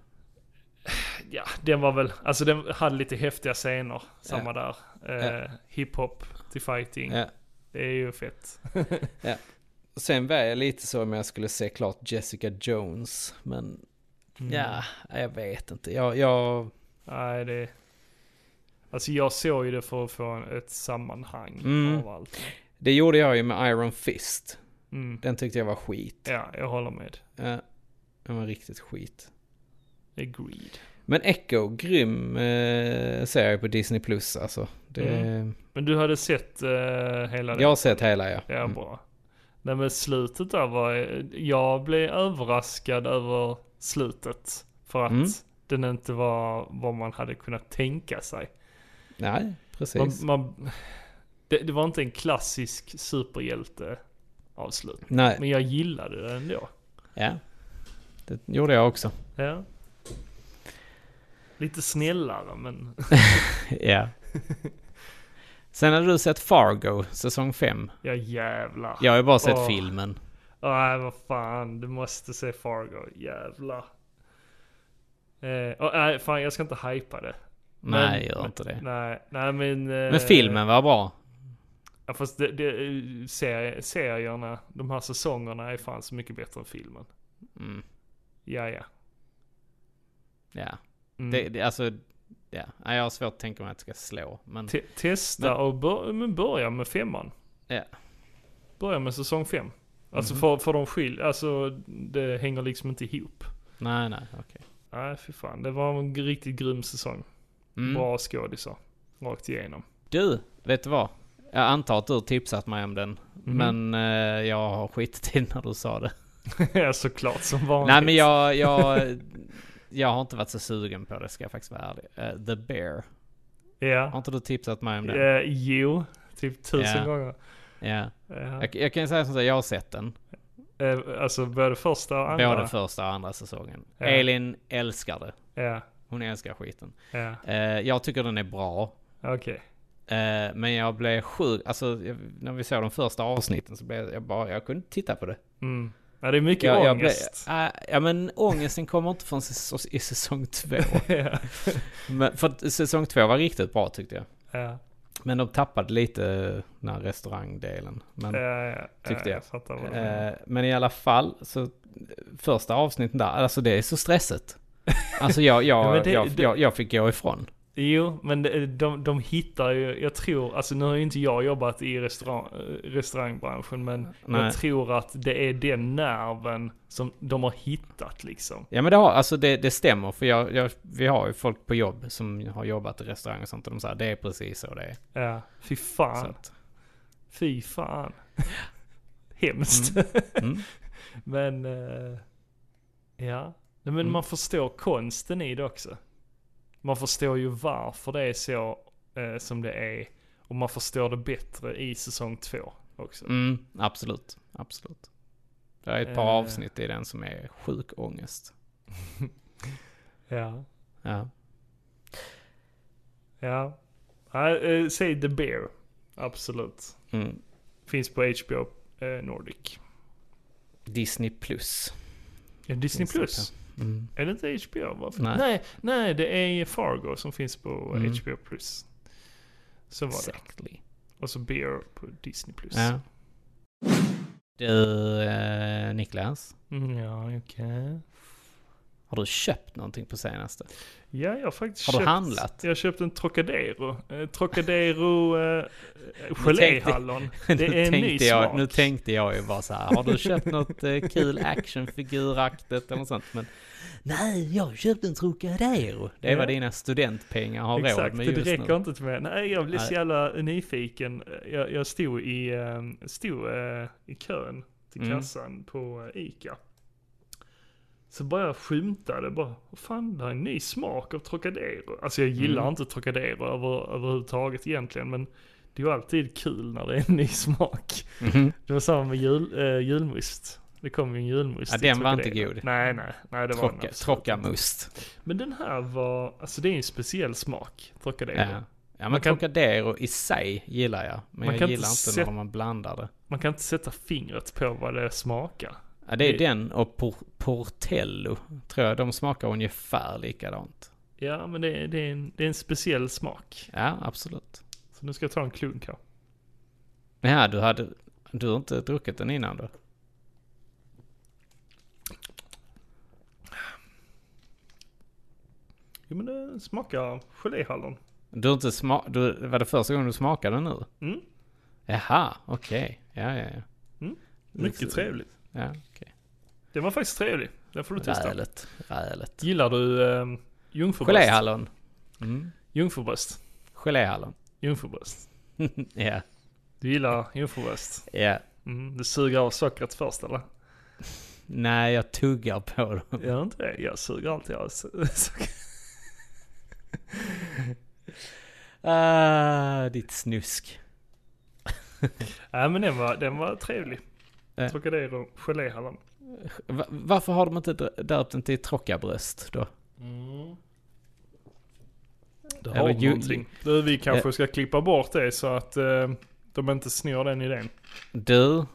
S2: Ja, den var väl, alltså den hade lite häftiga scener. Samma där. Eh, Hiphop till fighting.
S1: Ja.
S2: Det är ju fett.
S1: Sen var jag lite så om jag skulle se klart Jessica Jones. Men
S2: Mm.
S1: ja, jag vet inte. Jag, jag,
S2: Nej, det... Alltså jag såg ju det för att få en- ett sammanhang
S1: Mm.
S2: av allt.
S1: det gjorde jag ju med Iron Fist.
S2: Mm.
S1: Den tyckte jag var skit.
S2: Ja, jag håller med.
S1: Ja, den var riktigt skit.
S2: Agreed.
S1: Men Echo, grym eh, serie på Disney Plus alltså. Det,
S2: Men du hade sett eh, hela det?
S1: Jag har sett hela ja.
S2: Ja,
S1: Mm.
S2: bra. Nej men slutet där var, jag blev överraskad över slutet. För att
S1: Mm.
S2: den inte var vad man hade kunnat tänka sig.
S1: Nej,
S2: Man,
S1: precis.
S2: man, det, det var inte en klassisk superhjälte avslut.
S1: Nej.
S2: Men jag gillade det ändå.
S1: Ja. Det gjorde jag också.
S2: Ja. Lite snällare men,
S1: Ja. Sen hade du sett Fargo, säsong 5.
S2: ja jävlar.
S1: Jag har ju bara sett
S2: Åh.
S1: filmen.
S2: Nej, vad fan. Du måste se Fargo. Jävlar. Eh, och, nej, fan jag ska inte hypa det.
S1: Nej,
S2: Men-
S1: gör
S2: men-
S1: inte det.
S2: Nej, nej men... eh,
S1: Men filmen var bra.
S2: Ja, fast det, det, eh, seri- serierna, de här säsongerna är fan så mycket bättre än filmen.
S1: Mm.
S2: Ja, Mm. ja.
S1: Ja.
S2: Mm.
S1: Det, det, alltså, Ja, nej, jag har svårt att tänka mig att det ska slå. Men
S2: Te- testa och bör, men börja med femman.
S1: ja, Mhm.
S2: Börja med säsong fem. Alltså för, för de skil, alltså det hänger liksom inte ihop.
S1: nej, nej, okej.
S2: Nej fy fan, det var en riktigt grym säsong.
S1: Mm.
S2: Bra skådisar. Rakt igenom.
S1: Du, vet du vad? Jag antar att du har tipsat mig om den.
S2: Mhm.
S1: Men eh, jag har skitit i när du sa det.
S2: Ja såklart som vanligt.
S1: Nej men jag, jag, jag har inte varit så sugen på det ska jag faktiskt vara ärlig. Eh, The Bear. Har
S2: Ja.
S1: inte du tipsat mig om den?
S2: Eh, jo, typ tusen
S1: Ja.
S2: gånger.
S1: Ja.
S2: Ja.
S1: Jag, jag kan ju säga som så, jag har sett den.
S2: Eh, alltså både första och andra.
S1: Både första och andra säsongen.
S2: Ja.
S1: Elin älskar det.
S2: Ja,
S1: Hon älskar skiten.
S2: ja.
S1: Eh, jag tycker den är bra.
S2: Okej.
S1: Eh, men jag blev sjuk, alltså jag, när vi såg de första avsnitten så blev jag bara, jag kunde inte titta på det.
S2: Mm. Ja, det är mycket
S1: jag, jag blev,
S2: ångest.
S1: Ah, ja men ångesten kommer inte från säs- i säsong två.
S2: ja.
S1: men, för att säsong två var riktigt bra tyckte jag.
S2: Ja,
S1: Men de tappade lite den här restaurangdelen. Men,
S2: ja, ja,
S1: Tyckte
S2: ja,
S1: jag.
S2: jag. fattar vad du menar.
S1: eh, men i alla fall, så första avsnitten där, alltså det är så stressigt. Alltså jag,
S2: Ja,
S1: jag,
S2: men det-
S1: jag,
S2: det-
S1: jag, jag fick gå ifrån.
S2: Jo, men de, de, de hittar ju, jag tror, alltså nu har ju inte jag jobbat i restaurang, eh, restaurangbranschen, men
S1: Nej.
S2: jag tror att det är den nerven som de har hittat liksom.
S1: Ja men det, har, alltså det, det stämmer, för jag, jag, vi har ju folk på jobb som har jobbat i restaurang och sånt och de säger det är precis så det är.
S2: Ja, fy
S1: Så
S2: fan,
S1: att,
S2: fy fan. Hemskt.
S1: mm.
S2: men, eh, ja. Nej, Men
S1: Mm.
S2: man förstår konsten i det också. Man förstår ju varför det är så eh, som det är, och man förstår det bättre i säsong två också.
S1: Mm, absolut. Absolut. Det är ett par
S2: Eh.
S1: avsnitt i den som är sjuk ångest.
S2: Ja.
S1: Ja.
S2: Ja. Nej, eh, säg The Bear. Absolut.
S1: Mm.
S2: Finns på HBO eh, Nordic.
S1: Disney plus.
S2: Ja, Disney
S1: Finns det
S2: Plus.
S1: Mm.
S2: Är det inte HBO? Varför?
S1: Nej.
S2: Nej. nej, det är Fargo som finns på
S1: Mm.
S2: HBO Plus. Så var det.
S1: Exactly.
S2: Och så Bear på Disney Plus.
S1: Ja. Du, eh, Niklas.
S2: Mm, ja, okej.
S1: Har du köpt någonting på senaste?
S2: Ja, jag har faktiskt
S1: Har du
S2: köpt,
S1: handlat?
S2: Jag har köpt en Trocadero. Eh, Trocadero eh,
S1: tänkte-
S2: geléhallon. Det är en ny
S1: tänkte jag,
S2: smak.
S1: nu tänkte jag ju bara så här, har du köpt något eh, kul actionfiguraktigt eller något sånt? Men nej, jag köpte en Trocadero. Det är
S2: Ja.
S1: vad dina studentpengar har råd
S2: Exakt,
S1: med
S2: det
S1: just
S2: räcker
S1: nu.
S2: inte med. Nej, jag blev så
S1: Nej.
S2: jävla nyfiken. Eh, Jag, jag stod, i, ehm, stod eh, i kön till
S1: Mm.
S2: kassan på eh, ICA. Så bara jag skymtade bara, vad fan det här är en ny smak av Trocadero. Alltså jag gillar
S1: Mm.
S2: inte Trocadero över, överhuvudtaget egentligen, men det är ju alltid kul när det är en ny smak.
S1: Mhm.
S2: Det var samma med jul, eh, julmust. Det kom ju en julmust
S1: Ja,
S2: i
S1: den var inte
S2: Trocadero.
S1: god.
S2: Nej, nej, nej det var den
S1: Trocka,
S2: absolut inte.
S1: trockamust.
S2: Men den här var, alltså det är ju en speciell smak, Trocadero.
S1: Ja. Ja men
S2: Man kan-
S1: Trocadero i sig gillar jag. Men
S2: Man
S1: jag
S2: kan
S1: gillar inte
S2: inte
S1: när
S2: se-
S1: man blandar det.
S2: Man kan inte sätta fingret på vad det smakar.
S1: Ja, det är
S2: Det-
S1: den och por Portello. Tror jag de smakar ungefär likadant.
S2: Ja, men det är, det är, en, det är en speciell smak.
S1: Ja absolut.
S2: Så nu ska jag ta en klunk här.
S1: Ja du hade... Du har inte druckit den innan då?
S2: Jo, men det smakar geléhallon.
S1: Du har inte sma... Du, var det första gången du smakade den nu?
S2: Mm.
S1: Jaha, okej. Ja, ja, ja.
S2: Mm. Mycket trevligt.
S1: Ja, okej.
S2: Den var faktiskt trevlig. Den får du testa.
S1: Rälet. Rälet.
S2: Gillar du eh, jungfrubröst?
S1: Geléhallon. Mm.
S2: Jungfrubröst.
S1: Geléhallon.
S2: Jungfrubröst.
S1: Ja,
S2: Du gillar jungfrubröst?
S1: ja.
S2: Mm, du suger av sockret först eller?
S1: Nej, jag tuggar på dem.
S2: Gör inte det? Jag suger alltid av so- sockret.
S1: Ah, ditt snusk.
S2: Nej, men den var, den var trevlig.
S1: Ja.
S2: Trocadero geléhallon.
S1: Va- Varför har de inte dö- döpt den till Trockabröst då?
S2: Mm. Det
S1: Eller
S2: har
S1: ju-
S2: någonting. Du, vi kanske ska klippa bort det så att eh, de inte snor den idén.
S1: Du,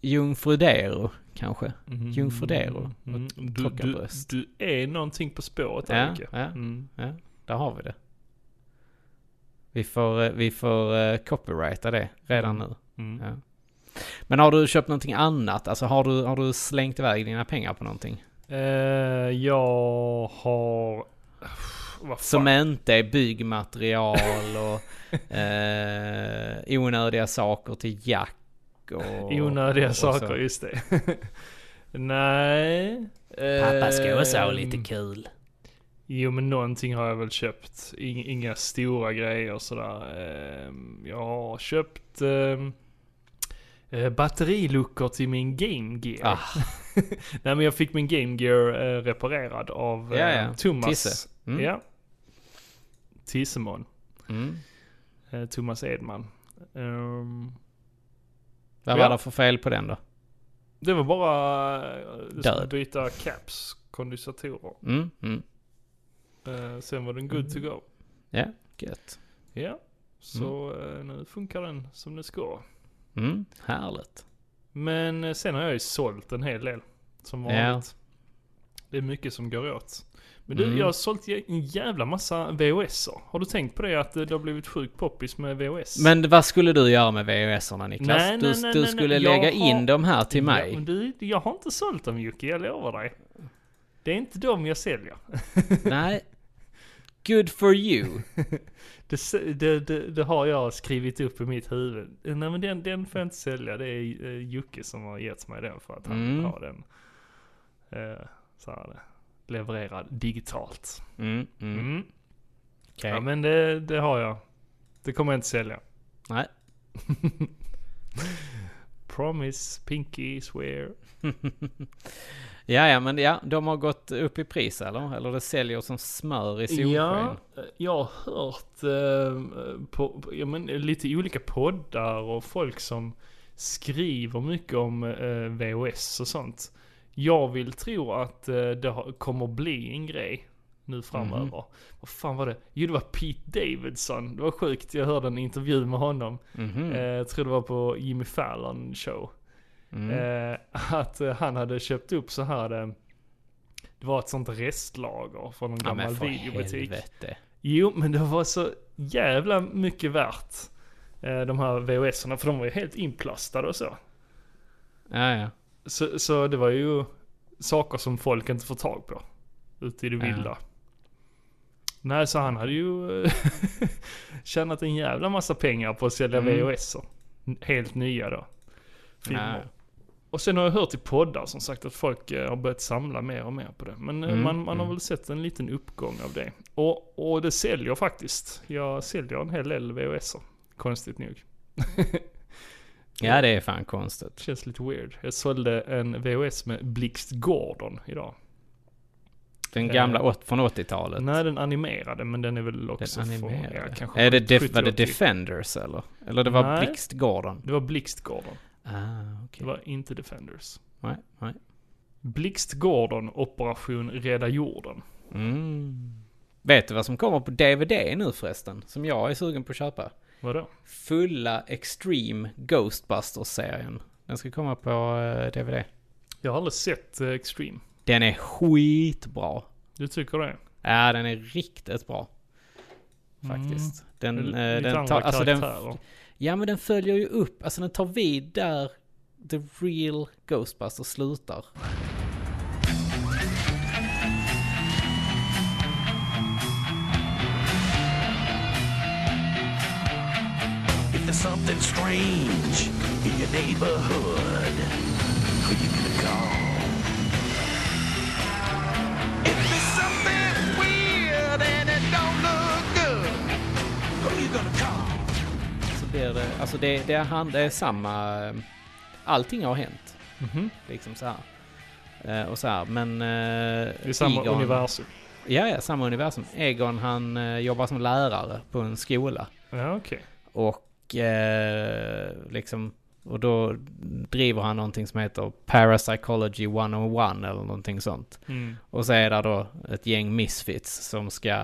S1: Jungfrudero kanske?
S2: Mm.
S1: Jungfrudero?
S2: Mm. Du, du,
S1: Trockabröst.
S2: du är någonting på spåret där,
S1: Ja,
S2: Micke.
S1: ja.
S2: Mm.
S1: Ja, där har vi det. Vi får, eh, vi får eh, copyrighta det redan nu.
S2: Mm.
S1: Ja. Men har du köpt någonting annat? Alltså har du, har du slängt iväg dina pengar på någonting?
S2: Eh, jag Eh, har... Vad fan.
S1: Som inte är byggmaterial och eh, onödiga saker till Jack. Och,
S2: Onödiga
S1: och så.
S2: saker, just det. Nej.
S1: Pappa ska också ha
S2: Ehm,
S1: lite kul.
S2: Jo men någonting har jag väl köpt. Ing- Inga stora grejer sådär. Ehm, Jag har köpt ehm, eh, batteriluckor till min Game Gear.
S1: Ah.
S2: Nej men jag fick min Game Gear eh, reparerad av
S1: Ja,
S2: eh,
S1: ja.
S2: Thomas.
S1: Tisse. Mm.
S2: Ja. Tissemon.
S1: Mm.
S2: Eh, Thomas Edman. Ehm,
S1: Vad
S2: Ja.
S1: var det för fel på den då?
S2: Det var bara eh, det
S1: Död.
S2: skulle byta caps, kondensatorer.
S1: Mm. Mm.
S2: Eh, sen var den good to go.
S1: Ja, gött.
S2: Ja, så eh, nu funkar den som den ska.
S1: Mm. Härligt.
S2: Men eh, sen har jag ju sålt en hel del. Som vanligt.
S1: Ja.
S2: Det är mycket som går åt. Men du,
S1: Mm.
S2: jag har sålt jä- en jävla massa VHSer. Har du tänkt på det att eh, det har blivit sjukt poppis med VHS?
S1: Men vad skulle du göra med VHS-erna Niklas?
S2: Nej,
S1: du,
S2: nej, nej,
S1: du
S2: nej,
S1: skulle
S2: nej.
S1: lägga
S2: Jag har-
S1: in dem här till mig.
S2: Ja, men du, jag har inte sålt dem Jocke, jag lovar dig. Det är inte dem jag säljer.
S1: Nej. Good for you.
S2: Det, s- det, det, det har jag skrivit upp i mitt huvud. Eh, Nej men den, den får jag inte sälja. Det är eh, Jocke som har gett mig den för att han
S1: Mm.
S2: har den. Eh, så här, är det. levererad digitalt.
S1: Mm, mm.
S2: Mm.
S1: Okej.
S2: Ja men det, det har jag. Det kommer jag inte sälja.
S1: Nej.
S2: Promise, pinky, swear.
S1: Ja, ja, men ja, de har gått upp i pris eller? Eller det säljer som smör i solsken.
S2: Ja, jag har hört eh, på, på- ja, men, lite olika poddar och folk som skriver mycket om eh, VHS och sånt. Jag vill tro att eh, det har, kommer bli en grej nu framöver. Vad fan var det? Jo, det var Pete Davidson. Det var sjukt. Jag hörde en intervju med honom.
S1: Mhm.
S2: Eh, jag tror det var på Jimmy Fallon show.
S1: Mm.
S2: Eh, att eh, han hade köpt upp så här eh, det var ett sånt restlager från någon
S1: Ja,
S2: gammal
S1: men för
S2: videobutik.
S1: helvete.
S2: Jo, men det var så jävla mycket värt. eh, De här VHS-erna, för de var ju helt inplastade och så.
S1: Ja, ja.
S2: Så, så det var ju saker som folk inte får tag på. Ute i det
S1: Ja.
S2: vilda. Nej, så han hade ju eh, tjänat en jävla massa pengar på att sälja
S1: Mm.
S2: VHS-er. Helt nya då. Filmer.
S1: Ja.
S2: Och sen har jag hört i poddar som sagt att folk eh, har börjat samla mer och mer på det. Men eh,
S1: Mm,
S2: man, man har
S1: mm.
S2: väl sett en liten uppgång av det. Och, och det säljer faktiskt. Jag säljer en hel del VHS-er. Konstigt nog.
S1: ja, det är fan konstigt.
S2: Känns lite weird. Jag sålde en VHS med Blixt Gordon idag.
S1: Den gamla
S2: Eh,
S1: åt, från 80-talet.
S2: Nej, den animerade, men den är väl också
S1: Den animerade.
S2: från... Ja, kanske
S1: är det def-
S2: 70,
S1: var det
S2: 80.
S1: Defenders eller? Eller det var
S2: Nej.
S1: Blixtgården?
S2: Det var Blixt Gordon.
S1: Ah, okej.
S2: Det var inte Defenders.
S1: Nej, nej.
S2: Blixt Gordon, Operation Rädda Jorden.
S1: Mm. Vet du vad som kommer på DVD nu förresten? Som jag är sugen på att köpa?
S2: Vadå?
S1: Fulla Extreme Ghostbusters-serien. Den ska komma på eh, DVD.
S2: Jag har aldrig sett eh, Extreme.
S1: Den är skitbra.
S2: Du tycker det?
S1: Ja, den är riktigt bra. Faktiskt. Den, eh,
S2: Mm. Lite
S1: den
S2: andra
S1: tar, alltså den,
S2: karaktärer.
S1: ja men den följer ju upp, alltså den tar vid där The Real Ghostbusters slutar.
S4: If there's something strange in your neighborhood, who you gonna call? If there's something weird and it don't look good, who you gonna call?
S1: Så blir det, alltså det, det, är, han, det är samma, eh, allting har hänt.
S2: Mhm.
S1: Liksom så här. Eh, och så här, men... eh,
S2: Det är samma
S1: Egon-
S2: universum.
S1: Ja, ja, samma universum. Egon han eh, jobbar som lärare på en skola.
S2: Ja, okej.
S1: Och eh, liksom, och då driver han någonting som heter Parapsychology 101 eller någonting sånt.
S2: Mm.
S1: Och så är det då ett gäng misfits som ska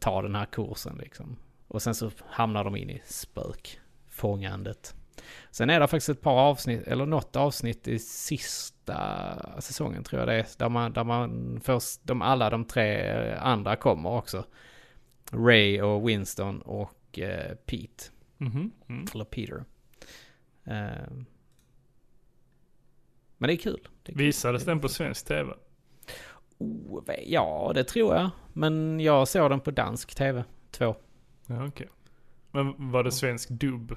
S1: ta den här kursen liksom. Och sen så hamnar de in i spökfångandet. Sen är det faktiskt ett par avsnitt, eller något avsnitt i sista säsongen tror jag det är, där man, där man först, de alla de tre andra kommer också. Ray och Winston och eh, Pete.
S2: Mhm. Mm.
S1: Eller Peter. Eh, men det är kul. Det är kul.
S2: Visades den på svensk tv?
S1: Oh, vad- ja, det tror jag. Men jag såg den på dansk TV 2.
S2: Ja, okej. Men var det svensk dubb?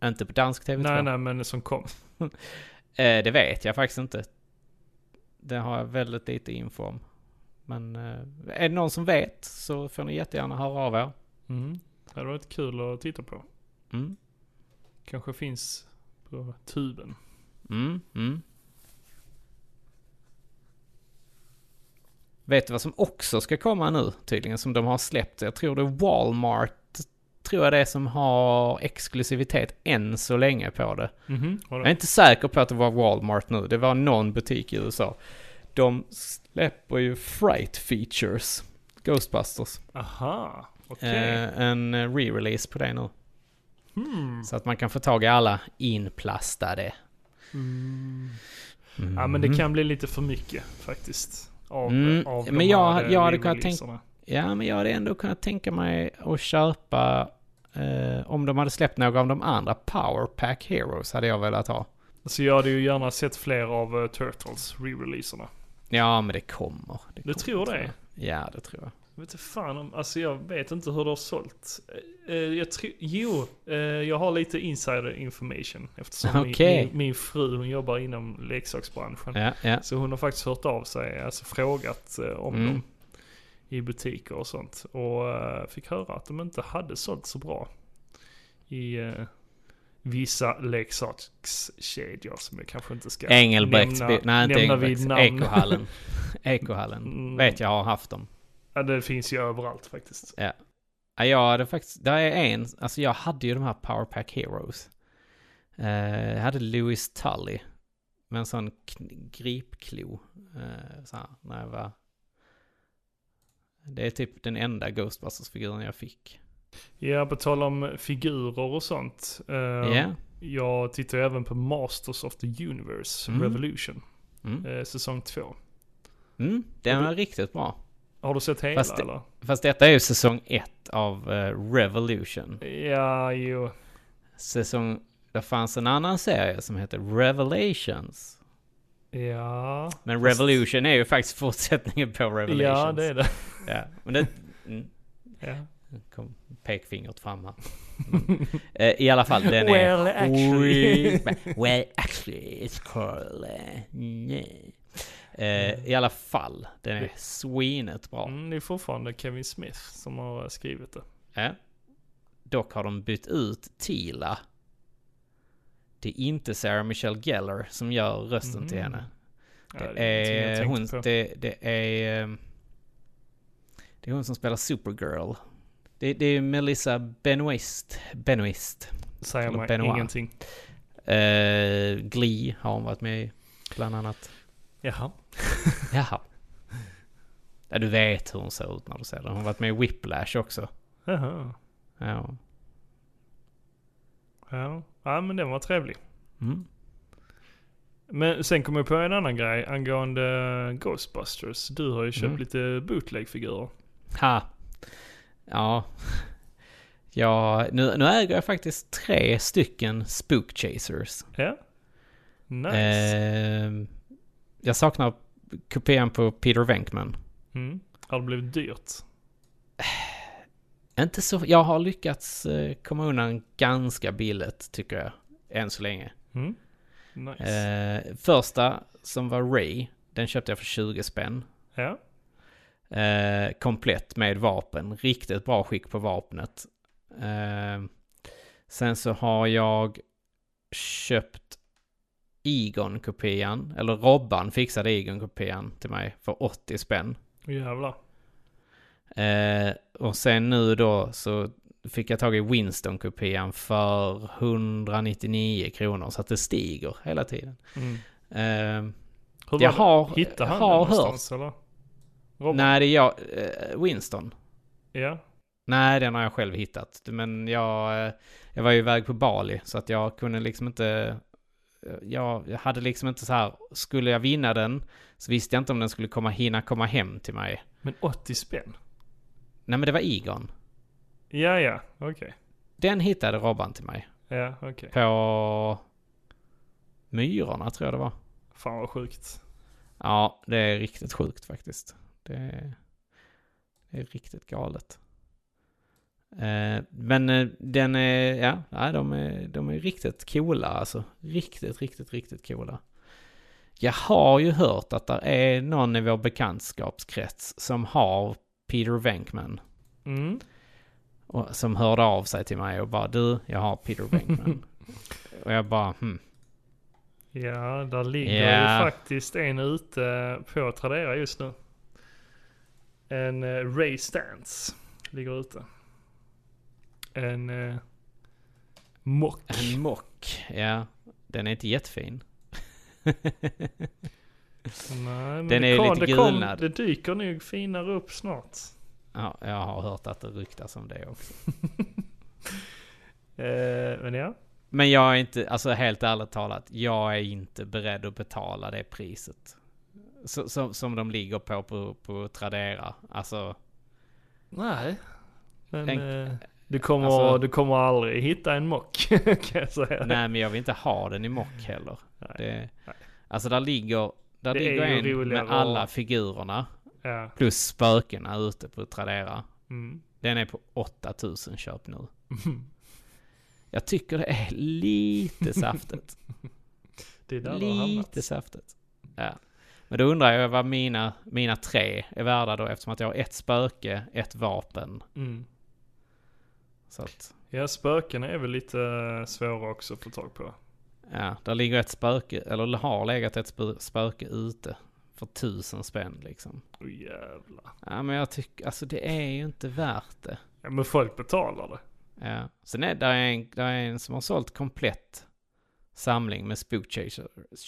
S1: Äh, Inte på dansk TV 2.
S2: Nej, nej, men som kom.
S1: Eh, det vet jag faktiskt inte. Det har jag väldigt lite info om. Men eh, är det någon som vet så får ni jättegärna höra av er.
S2: Mm. Det hade varit kul att titta på.
S1: Mm.
S2: Kanske finns på tuben.
S1: Mm, mm. Vet du vad som också ska komma nu tydligen som de har släppt? Jag tror det är Walmart tror jag det är som har exklusivitet än så länge på det.
S2: Mhm.
S1: Jag är inte säker på att det var Walmart nu. Det var någon butik i USA. De släpper ju Fright Features, Ghostbusters.
S2: Aha, okej.
S1: Eh, en eh, re-release på det nu.
S2: Hmm.
S1: Så att man kan få tag i alla inplastade.
S2: Mm. Ja, men det kan bli lite för mycket faktiskt. Av,
S1: Mm,
S2: av de
S1: men jag-
S2: här, eh,
S1: jag hade kunnat
S2: re-releaserna.
S1: Ja, men jag hade ändå kunnat tänka mig att köpa... Eh, om de hade släppt några av de andra Powerpack Heroes hade jag velat ha.
S2: Alltså jag hade ju gärna sett fler av eh, Turtles re-releaserna.
S1: Ja, men det kommer. Det
S2: Du
S1: kommer,
S2: tror det?
S1: Ja, det tror jag.
S2: Jag vet inte fan om, alltså jag vet inte hur det har sålt. Eh, eh, Jag tror, jo, eh, jag har lite insider information eftersom
S1: Okej.
S2: min, min, min fru hon jobbar inom leksaksbranschen.
S1: Ja, ja.
S2: Så hon har faktiskt hört av sig, alltså frågat eh, om
S1: Mm.
S2: dem i butiker och sånt. Och eh, fick höra att de inte hade sålt så bra i eh, vissa leksakskedjor som jag kanske inte ska
S1: Engelbrekts...
S2: nämna,
S1: Nej, inte
S2: nämna vid
S1: Engelbrekts.
S2: namn.
S1: Ekohallen. Ekohallen.
S2: Mm.
S1: Vet jag har haft dem.
S2: Ja, det finns ju överallt faktiskt.
S1: Ja, jag hade faktiskt... Där är en... Alltså jag hade ju de här Powerpack Heroes. Eh, jag hade Louis Tully. Med en sån kn- gripklo. Eh, så här, när jag var... Det är typ den enda Ghostbusters-figuren jag fick.
S2: Ja, på tal om figurer och sånt. eh,
S1: Ja.
S2: Jag tittar ju även på Masters of the Universe
S1: Mm.
S2: Revolution,
S1: Mm.
S2: eh, säsong två.
S1: Mm, den var riktigt bra.
S2: Har du sett hela
S1: Fast det-
S2: eller?
S1: Fast detta är ju säsong ett av eh, Revolution.
S2: Ja, jo.
S1: Säsong... Det fanns en annan serie som hette Revelations.
S2: Ja.
S1: Men
S2: Fast-
S1: Revolution är ju faktiskt fortsättningen på Revelations.
S2: Ja, det är det.
S1: Ja, men det... Mm.
S2: Ja.
S1: kom pekfingret fram här. Eh, I alla fall, den
S2: Well,
S1: är...
S2: actually.
S1: skit- well, actually, it's called... eh, yeah. Eh, I alla fall, den är svinet bra.
S2: Mm, det är fortfarande Kevin Smith som har eh, skrivit det.
S1: Ja. Dock har de bytt ut Tila. Det är inte Sarah Michelle Gellar som gör rösten till
S2: Mm.
S1: henne.
S2: Ja,
S1: Det
S2: ingenting jag
S1: är,
S2: tänkte
S1: Eh, hon,
S2: på.
S1: det, det är... ehm, Det är hon som spelar Supergirl. Det, det är Melissa Benoist. Benoist.
S2: Säger
S1: eller
S2: mig
S1: Benoit.
S2: ingenting.
S1: Eh, Glee har hon varit med i, bland annat.
S2: Jaha.
S1: Jaha. Ja, du vet hur hon ser ut när du ser den. Hon har varit med i Whiplash också.
S2: Jaha.
S1: Ja.
S2: Ja. ja, men den var trevlig.
S1: Mm.
S2: Men sen kom jag på en annan grej angående Ghostbusters. Du har ju köpt
S1: Mm.
S2: lite bootleg-figurer.
S1: Ha. Ja. Ja, nu, nu äger jag faktiskt tre stycken Spook Chasers.
S2: Ja. Nice.
S1: Ehm, jag saknar kopian på Peter Venkman.
S2: Mm. Har det blivit dyrt?
S1: Inte så, jag har lyckats eh, komma undan ganska billigt tycker jag. Än så länge.
S2: Mm. Nice.
S1: Eh, första som var Ray, den köpte jag för 20 spänn.
S2: Ja.
S1: Eh, komplett med vapen, riktigt bra skick på vapnet. Eh, sen så har jag köpt Egon-kopian, eller Robban fixade Egon-kopian till mig för 80 spänn.
S2: Jävlar.
S1: Eh, och sen nu då så fick jag tag i Winston-kopian för 199 kronor, så att det stiger hela tiden.
S2: Mm.
S1: Eh,
S2: Hur var
S1: Jag
S2: det?
S1: har-
S2: Hittade han
S1: jag har
S2: den någonstans eller? Robert?
S1: Nej, det är jag. eh, Winston.
S2: Ja.
S1: Nej, den har jag själv hittat. Men jag, eh, jag var ju iväg på Bali så att jag kunde liksom inte... eh, Jag, jag hade liksom inte så här, skulle jag vinna den så visste jag inte om den skulle komma, hinna komma hem till mig.
S2: Men 80 spänn?
S1: Nej men det var Egon.
S2: Ja, ja. Okej.
S1: Den hittade Robban till mig.
S2: Ja, okej.
S1: På Myrorna tror jag det var.
S2: Fan vad sjukt.
S1: Ja, det är riktigt sjukt faktiskt. Det är, det är riktigt galet. Eh, men eh, den är, ja, nej, de är, de är riktigt coola alltså. Riktigt, riktigt, riktigt coola. Jag har ju hört att det är någon i vår bekantskapskrets som har Peter Venkman.
S2: Mm.
S1: Och, som hörde av sig till mig och bara du, jag har Peter Venkman. och jag bara hmm.
S2: Ja, där ligger
S1: Ja.
S2: ju faktiskt en ute på Tradera just nu. En eh, Ray Stance ligger ute. En eh, mock.
S1: En mock, ja. Den är inte jättefin.
S2: Nej, men
S1: Den
S2: det
S1: är ju
S2: kom,
S1: lite
S2: det, kom,
S1: gulnad.
S2: det dyker nog finare upp snart.
S1: Ja, jag har hört att det ryktas om det också.
S2: Eh, men ja.
S1: Men jag är inte, alltså helt ärligt talat, jag är inte beredd att betala det priset. Så, som, som de ligger på, på på Tradera. Alltså,
S2: Nej. Men
S1: Tänk-
S2: eh, du, kommer,
S1: alltså-
S2: du kommer aldrig hitta en mock kan jag säga.
S1: nej men jag vill inte ha den i mock heller.
S2: Nej.
S1: Det,
S2: Nej.
S1: alltså där ligger, där
S2: Det är
S1: ligger
S2: ju
S1: en med
S2: roligare
S1: alla
S2: att-
S1: figurerna
S2: Ja.
S1: plus spökena ute på Tradera.
S2: Mm.
S1: Den är på 8000 köp nu. Jag tycker det är lite saftigt.
S2: Det är där du har hamnat.
S1: Lite saftigt. Ja. Men då undrar jag vad mina, mina tre är värda då eftersom att jag har ett spöke, ett vapen.
S2: Mm.
S1: Så att,
S2: Ja, spöken är väl lite eh, svåra också att få tag på.
S1: ja, där ligger ett spöke, eller har legat ett spö- spöke ute för tusen spänn liksom.
S2: Åh jävlar.
S1: Ja men jag tycker, alltså det är ju inte värt det.
S2: Ja, men folk betalar det.
S1: Ja. Sen är Eh, där är en, där är en som har sålt komplett samling med Spook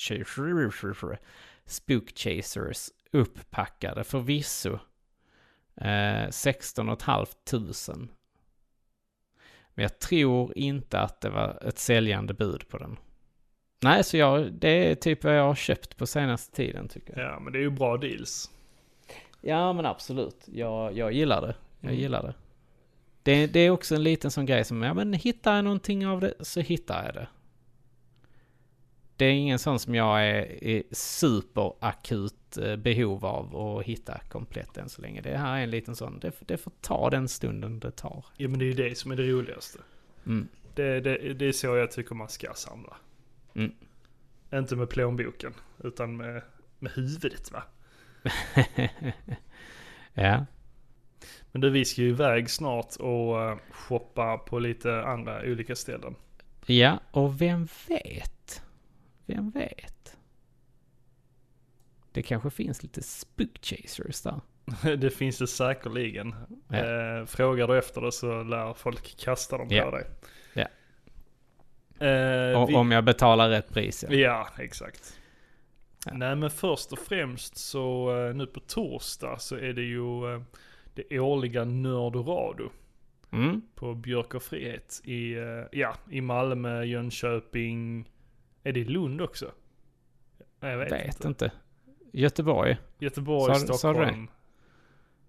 S1: Chasers, Spook Chasers upppackade förvisso. Eh, 16 500. Men jag tror inte att det var ett säljande bud på den. Nej, så jag, det är typ vad jag har köpt på senaste tiden tycker jag.
S2: Ja, men det är ju bra deals.
S1: Ja, men absolut. Jag, jag gillar det. Jag
S2: Mm.
S1: gillar det. det. Det är också en liten sån grej som, ja men hittar jag någonting av det så hittar jag det. Det är ingen sån som jag är i superakut eh, behov av att hitta komplett än så länge. Det här är en liten sån, det, f- det får ta den stunden det tar.
S2: Ja, men det är ju det som är det roligaste.
S1: Mm.
S2: Det, det, det är så jag tycker man ska samla.
S1: Mm.
S2: Inte med plånboken, utan med, med huvudet va.
S1: ja.
S2: Men du, vi ska ju iväg snart och eh, shoppa på lite andra olika ställen.
S1: ja, och vem vet? Vem vet? Det kanske finns lite spook chasers där.
S2: Det finns det säkerligen.
S1: Ja.
S2: Eh, frågar du efter det så lär folk kasta dem
S1: Ja.
S2: på dig.
S1: Ja.
S2: Eh,
S1: O-
S2: vi,
S1: Om jag betalar rätt pris ja.
S2: ja, exakt.
S1: Ja.
S2: Nej men först och främst så eh, nu på torsdag så är det ju eh, det årliga Nördradio
S1: Mm.
S2: på Björk och Frihet i, eh, ja, i Malmö, Jönköping. Är det i Lund också? Nej, jag vet,
S1: Vet,
S2: inte.
S1: inte. Göteborg?
S2: Göteborg,
S1: Sa- sa du
S2: Stockholm.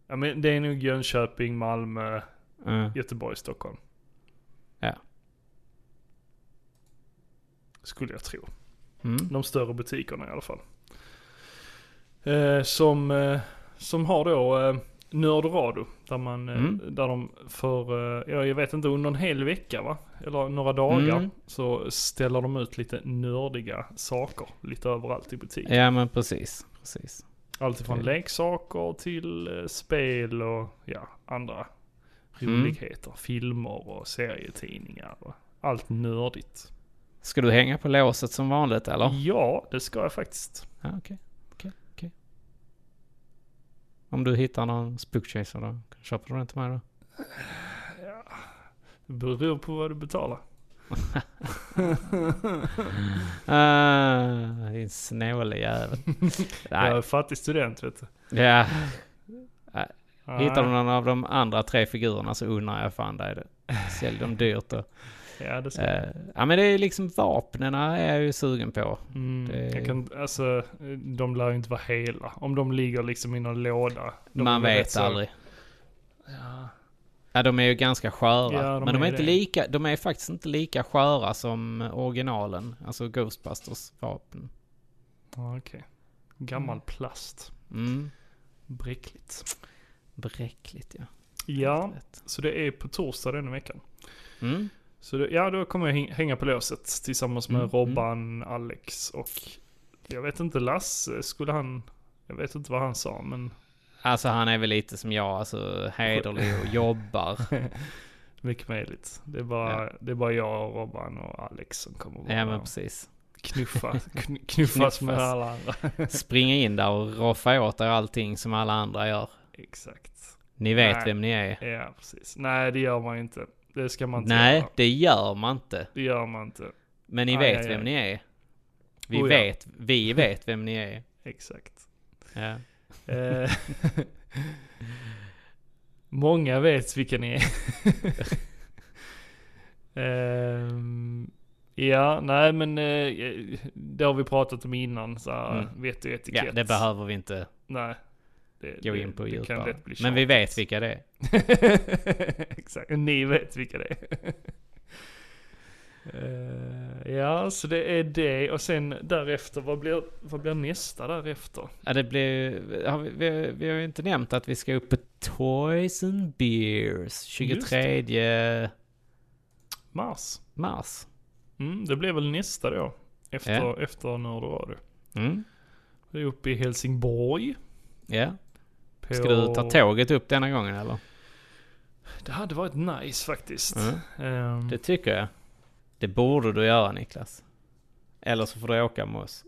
S2: ja, men det är nog Jönköping, Malmö,
S1: Mm.
S2: Göteborg, Stockholm.
S1: Ja.
S2: Skulle jag tro.
S1: Mm.
S2: De större butikerna i alla fall. Eh, som, eh, som har då eh, Nördradio. Där, man, eh,
S1: Mm.
S2: där de för, eh, ja, jag vet inte, under en hel vecka va? Eller några dagar.
S1: Mm.
S2: Så ställer de ut lite nördiga saker lite överallt i butiken.
S1: Ja men precis. precis.
S2: Allt Alltså från
S1: Okej.
S2: leksaker till eh, spel och ja, andra
S1: Mm.
S2: roligheter. Filmer och serietidningar och allt nördigt.
S1: Ska du hänga på låset som vanligt
S2: Mm.
S1: eller?
S2: Ja, det ska jag faktiskt.
S1: Ja, okej. okej, okej. Om du hittar någon spookchaser då, köper du den till mig då?
S2: Det beror på vad du betalar.
S1: Ah, din snåle jävel.
S2: Jag är
S1: Nej.
S2: fattig student vet du.
S1: Ja. Hittar
S2: Nej.
S1: du någon av de andra tre figurerna så undrar jag fan dig det. Sälj dem dyrt då.
S2: Ja, det ska jag.
S1: Eh, ja men det är liksom vapnen är jag ju sugen på.
S2: Mm,
S1: det-
S2: jag kan, alltså, de lär ju inte vara hela. Om de ligger liksom i någon låda. De
S1: Man
S2: är väl rätt
S1: vet
S2: så-
S1: aldrig.
S2: Ja.
S1: Ja, de är ju ganska sköra.
S2: Ja, de
S1: men de
S2: är
S1: är, inte
S2: det.
S1: lika, de är faktiskt inte lika sköra som originalen, alltså Ghostbusters vapen.
S2: Ja, Okej. Gammal plast.
S1: Mm.
S2: Bräckligt.
S1: Bräckligt ja.
S2: Ja,
S1: Rätt.
S2: så det är på torsdag denna veckan.
S1: Mm.
S2: Så det, ja, då kommer jag häng- hänga på låset tillsammans med
S1: mm.
S2: Robban, Alex och jag vet inte, Lasse skulle han, jag vet inte vad han sa men
S1: Alltså han är väl lite som jag, alltså hederlig och jobbar.
S2: mycket möjligt. Det är bara, det är bara jag och Robban och Alex som kommer vara
S1: Ja
S2: där
S1: men
S2: och
S1: precis.
S2: knuffa, kn- knuffas med
S1: Knuffas.
S2: alla andra.
S1: Springa in där och roffa åt er allting som alla andra gör.
S2: Exakt.
S1: Ni vet
S2: Nej.
S1: vem ni är.
S2: Ja, precis. Nej, det gör man ju inte. Det ska man inte
S1: Nej,
S2: göra.
S1: det gör man inte.
S2: Det gör man inte.
S1: Men ni
S2: Aj,
S1: vet
S2: aj,
S1: vem
S2: aj.
S1: ni är. Vi
S2: Oh, ja.
S1: vet, vi vet vem ni är.
S2: Exakt.
S1: Ja.
S2: Eh, Många vet vilka ni är. Ehm, ja, nej men eh, det har vi pratat om innan. Så här,
S1: Mm.
S2: Vet du etikett?
S1: ja, det behöver vi inte
S2: Nej. Det,
S1: gå
S2: det-
S1: in på
S2: det kan
S1: djupare.
S2: lätt bli
S1: Men vi
S2: tjatigt.
S1: vet vilka det är.
S2: Exakt, ni vet vilka det är. Eh, ja, så det är det och sen därefter, vad blir, vad blir nästa därefter?
S1: Ja, det blir, har vi, vi, vi har ju inte nämnt att vi ska upp på Toys and Beers 23
S2: Mars.
S1: mars.
S2: Mm, det blir väl nästa då. Efter,
S1: Ja.
S2: efter Nördradio.
S1: Mm.
S2: Det är uppe i Helsingborg.
S1: Ja.
S2: På...
S1: Ska du ta tåget upp denna gången
S2: Mm.
S1: eller?
S2: Det hade varit nice faktiskt.
S1: Mm.
S2: Ehm,
S1: Det tycker jag. Det borde du göra Niklas. Eller så får du åka med oss.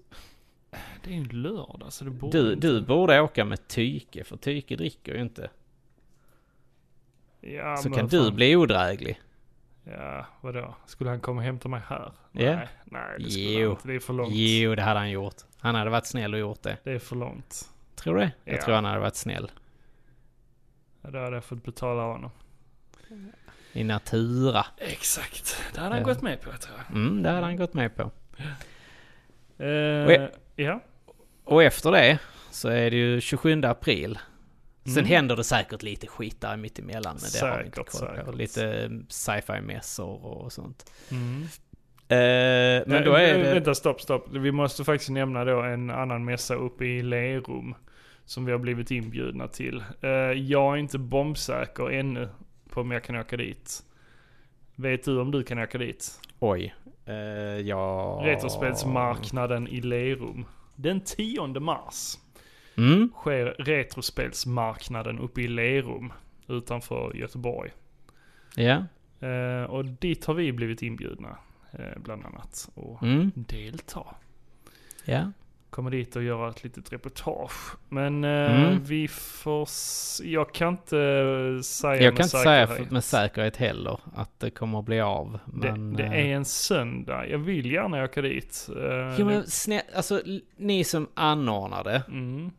S2: det är ju lördag så det borde
S1: Du,
S2: inte-
S1: du borde åka med Tyke, för Tyke dricker ju inte.
S2: Ja,
S1: Så
S2: men
S1: kan
S2: vad fan.
S1: du bli odräglig.
S2: Ja, vadå? Skulle han komma och hämta mig här?
S1: Ja.
S2: Nej, nej det skulle
S1: Jo.
S2: han inte. Det är för långt.
S1: Jo, det hade han gjort. Han hade varit snäll och gjort det.
S2: Det är för långt.
S1: Tror du det? Jag
S2: Ja.
S1: tror han hade varit snäll.
S2: Ja, Då hade jag fått betala honom.
S1: I natura.
S2: Exakt. Det hade han
S1: Ja.
S2: gått med på tror jag.
S1: Mm, det hade han gått med på.
S2: Eh,
S1: Och jag-
S2: Ja.
S1: Och efter det så är det ju 27 april. Sen
S2: Mm.
S1: händer det säkert lite skit där mittemellan. Men det har vi inte
S2: Säkert,
S1: koll på.
S2: säkert.
S1: Lite mm, sci-fi mässor och sånt.
S2: Mm.
S1: Eh, men då är
S2: Eh,
S1: det...
S2: Vänta, stopp, stopp. Vi måste faktiskt nämna då en annan mässa uppe i Lerum. Som vi har blivit inbjudna till. Eh, Jag är inte bombsäker ännu på om jag kan åka dit. Vet du om du kan åka dit?
S1: Oj. Eh, ja...
S2: Retrospelsmarknaden i Lerum. Den 10 mars
S1: Mm.
S2: sker Retrospelsmarknaden uppe i Lerum. Utanför Göteborg.
S1: Ja.
S2: Eh, Och dit har vi blivit inbjudna. eh, Bland annat. Och
S1: Mm.
S2: delta.
S1: Ja.
S2: kommer dit och göra ett litet reportage. Men eh,
S1: Mm.
S2: vi får... s- Jag kan inte eh, säga
S1: Jag
S2: med
S1: kan inte säga
S2: säkerhet.
S1: för, med säkerhet heller att det kommer att bli av. Men,
S2: det, det
S1: eh,
S2: är en söndag. Jag vill gärna åka dit. Eh,
S1: Jo men snälla, alltså l- ni som anordnar det.
S2: mm,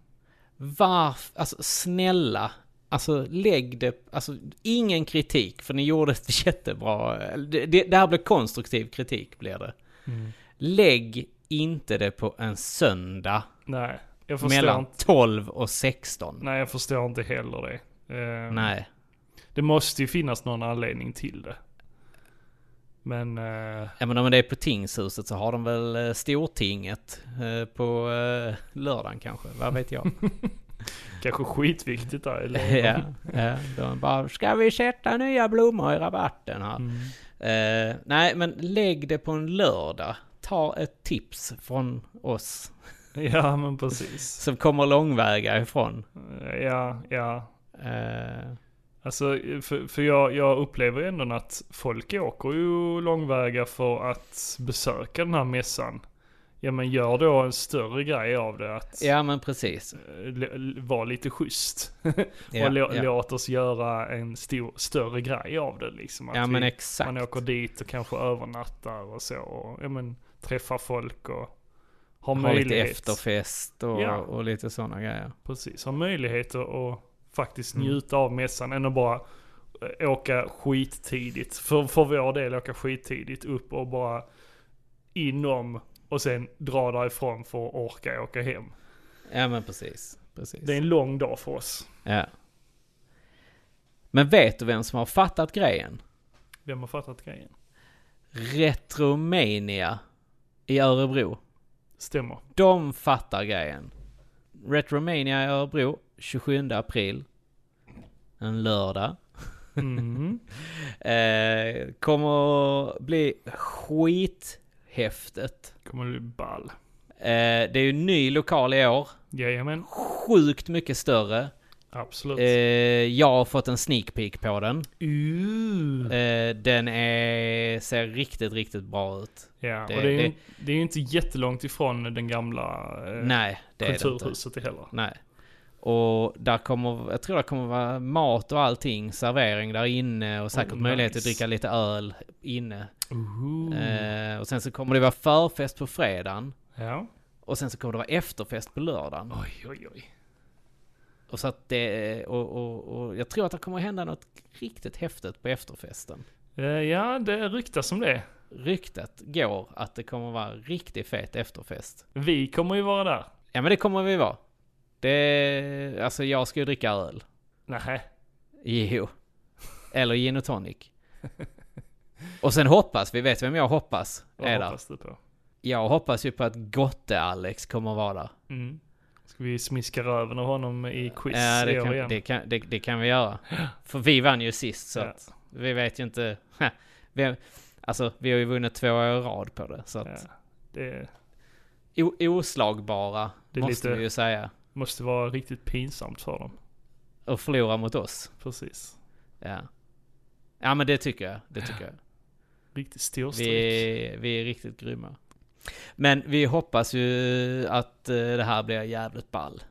S1: Varför, alltså snälla. Alltså lägg det, alltså ingen kritik för ni gjorde ett jättebra, eller det, det, det här blir konstruktiv kritik blir det.
S2: Mm.
S1: Lägg inte det på en söndag
S2: nej, jag förstår
S1: mellan
S2: inte.
S1: 12 och 16. Nej.
S2: Nej, jag förstår inte heller det. Eh, Det måste ju finnas någon anledning till det. Men... Eh,
S1: Ja men om det är på tingshuset så har de väl eh, stortinget eh, på eh, lördagen kanske, vad vet jag.
S2: kanske skitviktigt där eller?
S1: ja, ja, de bara ska vi sätta nya blommor i rabatten här.
S2: Mm.
S1: Eh, nej, men lägg det på en lördag. Ta ett tips från oss
S2: ja, men precis.
S1: som kommer långväga ifrån.
S2: Eh, Ja, ja.
S1: Eh,
S2: Alltså, för, för jag, jag upplever ändå att folk åker ju långväga för att besöka den här mässan. Ja men gör då en större grej av det att
S1: ja, men precis.
S2: eh, l- l- vara lite schysst.
S1: Ja,
S2: och lå,
S1: ja.
S2: låt oss göra en stor, större grej av det liksom. Att
S1: Ja, men
S2: vi,
S1: exakt.
S2: Man åker dit och kanske övernattar och så. Och, ja men träffar folk och
S1: Ha
S2: har
S1: lite
S2: möjlighet.
S1: efterfest och,
S2: Ja.
S1: och lite sådana grejer.
S2: Precis, ha möjlighet att, att faktiskt njuta av mässan än att bara eh, åka skittidigt. För, för vår del åka skittidigt upp och bara inom och sen dra därifrån för att orka åka hem.
S1: Ja, men precis. precis.
S2: Det är en lång dag för oss.
S1: Ja. Men vet du vem som har fattat grejen?
S2: Vem har fattat grejen?
S1: Retromania i Örebro.
S2: Stämmer.
S1: De fattar grejen. Retromania i Örebro 27 april. En lördag.
S2: Mm.
S1: Eh, kommer bli skithäftet.
S2: Kommer bli ball.
S1: Eh, det är ju en ny lokal i år.
S2: Jajamän.
S1: Sjukt mycket större.
S2: Absolut.
S1: Eh, jag har fått en sneak peek på den.
S2: Uh.
S1: Eh, den är, ser riktigt, riktigt bra ut.
S2: Ja,
S1: det-
S2: och det är, ju,
S1: det-
S2: det är ju inte jättelångt ifrån den gamla eh,
S1: Nej, det är det inte.
S2: kulturhuset heller.
S1: Nej. Och där kommer, jag tror det kommer vara mat och allting, servering där inne och säkert
S2: Oh,
S1: möjlighet att
S2: nice.
S1: dricka lite öl inne.
S2: Uh.
S1: Eh, och sen så kommer det vara förfest på fredagen.
S2: Ja.
S1: Och sen så kommer det vara efterfest på lördagen.
S2: Oj, oj, oj.
S1: Och så att det, och, och, och jag tror att det kommer hända något riktigt häftigt på efterfesten.
S2: Eh, ja, det ryktas om det.
S1: Ryktet går att det kommer vara en riktigt fet efterfest.
S2: Vi kommer ju vara där.
S1: Ja men det kommer vi vara. Det, alltså jag ska ju dricka öl.
S2: Nej.
S1: Jo. Eller gin och tonic. Och sen hoppas vi, vet vem jag hoppas är
S2: Vad
S1: där?
S2: hoppas du på?
S1: Jag hoppas ju på att Gotte-Alex kommer att vara där.
S2: Mm. Ska vi smiska röven av honom i quiz
S1: Ja,
S2: i
S1: det
S2: år
S1: kan,
S2: igen?
S1: det, kan, det, det kan vi göra. För vi vann ju sist så
S2: Ja.
S1: att vi vet ju inte. Vem, alltså vi har ju vunnit två år i rad på det. Så
S2: Ja.
S1: att
S2: Det
S1: o, oslagbara
S2: Det är
S1: måste
S2: lite-
S1: vi ju säga.
S2: måste vara riktigt pinsamt för dem.
S1: Och förlora mot oss.
S2: Precis.
S1: Ja. Ja men det tycker jag. Det tycker jag.
S2: Riktigt storstryk.
S1: Vi, vi är riktigt grymma. Men vi hoppas ju att eh, det här blir jävligt ball.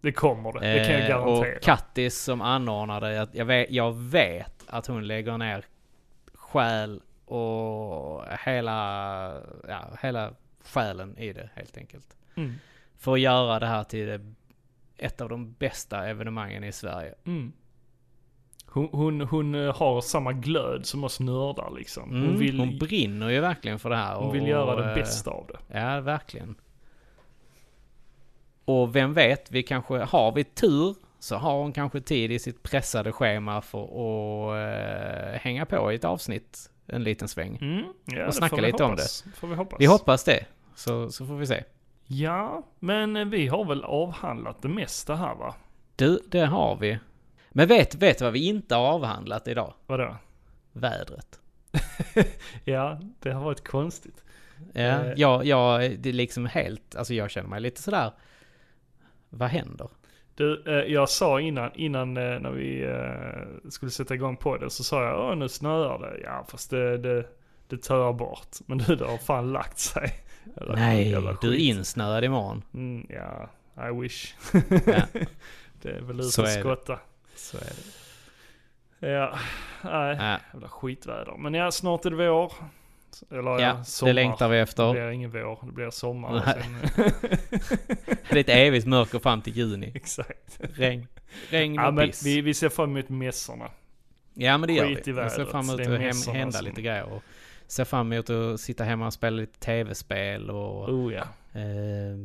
S2: Det kommer det. Det kan jag
S1: Eh,
S2: garantera.
S1: Och Kattis som anordnade, jag, jag, vet, jag vet att hon lägger ner själ och hela, ja, hela själen i det helt enkelt.
S2: Mm.
S1: För att göra det här till det, ett av de bästa evenemangen i Sverige.
S2: Mm. Hon, hon, hon eh, har samma glöd som oss nördar liksom. Hon
S1: Mm,
S2: vill,
S1: hon
S2: hon
S1: brinner ju verkligen för det här.
S2: vill
S1: och,
S2: göra det
S1: eh,
S2: bästa av det.
S1: Ja, verkligen. Och vem vet, vi kanske, har vi tur så har hon kanske tid i sitt pressade schema för att eh, hänga på i ett avsnitt en liten sväng.
S2: Mm. Ja, det
S1: snacka
S2: får vi
S1: lite om
S2: hoppas. Får vi hoppas.
S1: Vi hoppas det, så, så får vi se.
S2: Ja, men eh, vi har väl avhandlat det mesta här va?
S1: Du, det har vi. Men vet, vet du vad vi inte har avhandlat idag?
S2: Vadå?
S1: Vädret.
S2: Ja, det har varit konstigt.
S1: Ja,
S2: Eh.
S1: jag, jag, det är liksom helt, alltså jag känner mig lite sådär, vad händer?
S2: Du, eh, jag sa innan, innan eh, när vi eh, skulle sätta igång podden så sa jag åh nu snöar det. Ja fast det, det, det tör bort. Men du det har fan lagt sig. Jävla-
S1: Nej,
S2: jävla
S1: du är
S2: skit.
S1: insnöad imorgon.
S2: Mm, ja, I wish.
S1: Ja.
S2: det är väl
S1: Så
S2: ut
S1: är
S2: och
S1: det.
S2: skotta.
S1: Så är det.
S2: Ja, nej.
S1: Ja,
S2: Jävla skitväder. Men ja, snart är det vår. Eller ja,
S1: ja
S2: sommar.
S1: det längtar vi efter.
S2: Det blir ingen vår, det blir sommar. och
S1: Nej.
S2: Sen,
S1: Det är ett evigt mörker fram till juni.
S2: exakt.
S1: Regn, regn och
S2: Ja, men
S1: piss.
S2: vi, vi ser fram emot mässorna.
S1: ja men det gör
S2: skit i
S1: vi. Jag ser
S2: vädret.
S1: fram emot
S2: Det
S1: att
S2: är
S1: hem,
S2: midsommar
S1: hända
S2: som-
S1: lite grejer. Och ser fram emot att sitta hemma och spela lite tv-spel och
S2: Oh ja.
S1: eh,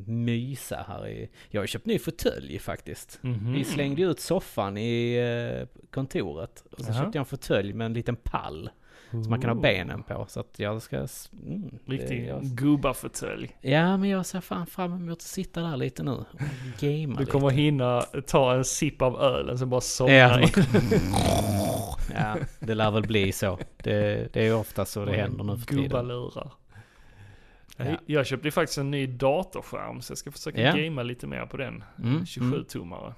S1: mysa här i... Jag har ju köpt ny fåtölj faktiskt.
S2: Mhm.
S1: Vi slängde ut soffan i eh, kontoret. Och så
S2: Jaha.
S1: köpte jag en fåtölj med en liten pall. Som man kan ha
S2: Ooh.
S1: benen på. Så att jag ska... s- Mm, det-
S2: Mm-hmm. Riktig
S1: jag,
S2: gubbafåtölj.
S1: Ja men jag ser fan fram emot att sitta där lite nu. Och gamea
S2: Du
S1: lite.
S2: kommer hinna ta en sipp av ölen sen bara somna
S1: Ja.
S2: ja. Mm.
S1: Ja, det lär väl bli så. Det, det är ju ofta så det händer nu för tiden.
S2: Gubbalurar.
S1: Ja.
S2: Jag köpte ju faktiskt en ny datorskärm så jag ska försöka
S1: Ja.
S2: gamea lite mer på den.
S1: Mm,
S2: 27-tummare.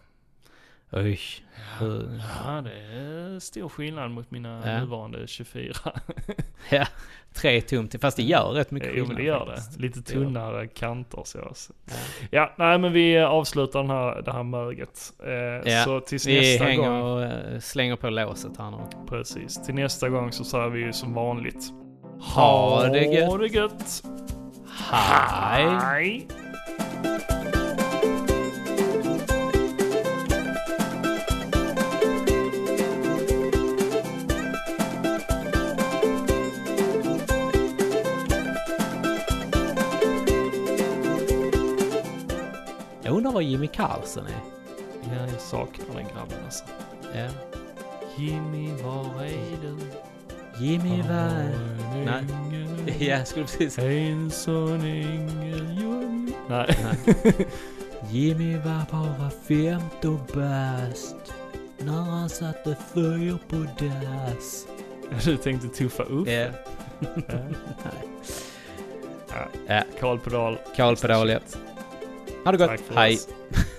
S1: Usch. Uh,
S2: Ja, det är stor skillnad mot mina
S1: Ja.
S2: nuvarande 24.
S1: Ja, tre tum till. Fast det gör rätt mycket
S2: jo, men
S1: skillnad.
S2: det gör
S1: faktiskt.
S2: det. Lite
S1: Det gör det.
S2: tunnare kanter så. så. Ja, nej men vi avslutar den här, det här möget. Eh,
S1: Ja,
S2: Så tills
S1: Vi
S2: nästa
S1: hänger
S2: gång.
S1: och eh, slänger på låset här nu.
S2: Precis. Till nästa gång så säger vi ju som vanligt.
S1: Ha det gött.
S2: Ha det gött.
S1: Hej.
S2: Hej.
S1: Jag undrar var Jimmy Carlsen är.
S2: Ja, jag saknar den grabben alltså.
S1: Ja.
S2: Jimmy, var är du?
S1: Jimmy var... Nej.
S2: Nej.
S1: Ja, jag skulle precis
S2: En sån ängel jag... Nej.
S1: Jimmy var bara 15 bast när han satte fyr på dass.
S2: Du tänkte tuffa upp. Ja.
S1: Ja.
S2: Karl Pedal.
S1: Karl Pedal, ja. Ha det gott.
S2: Tack för
S1: Hej.
S2: oss.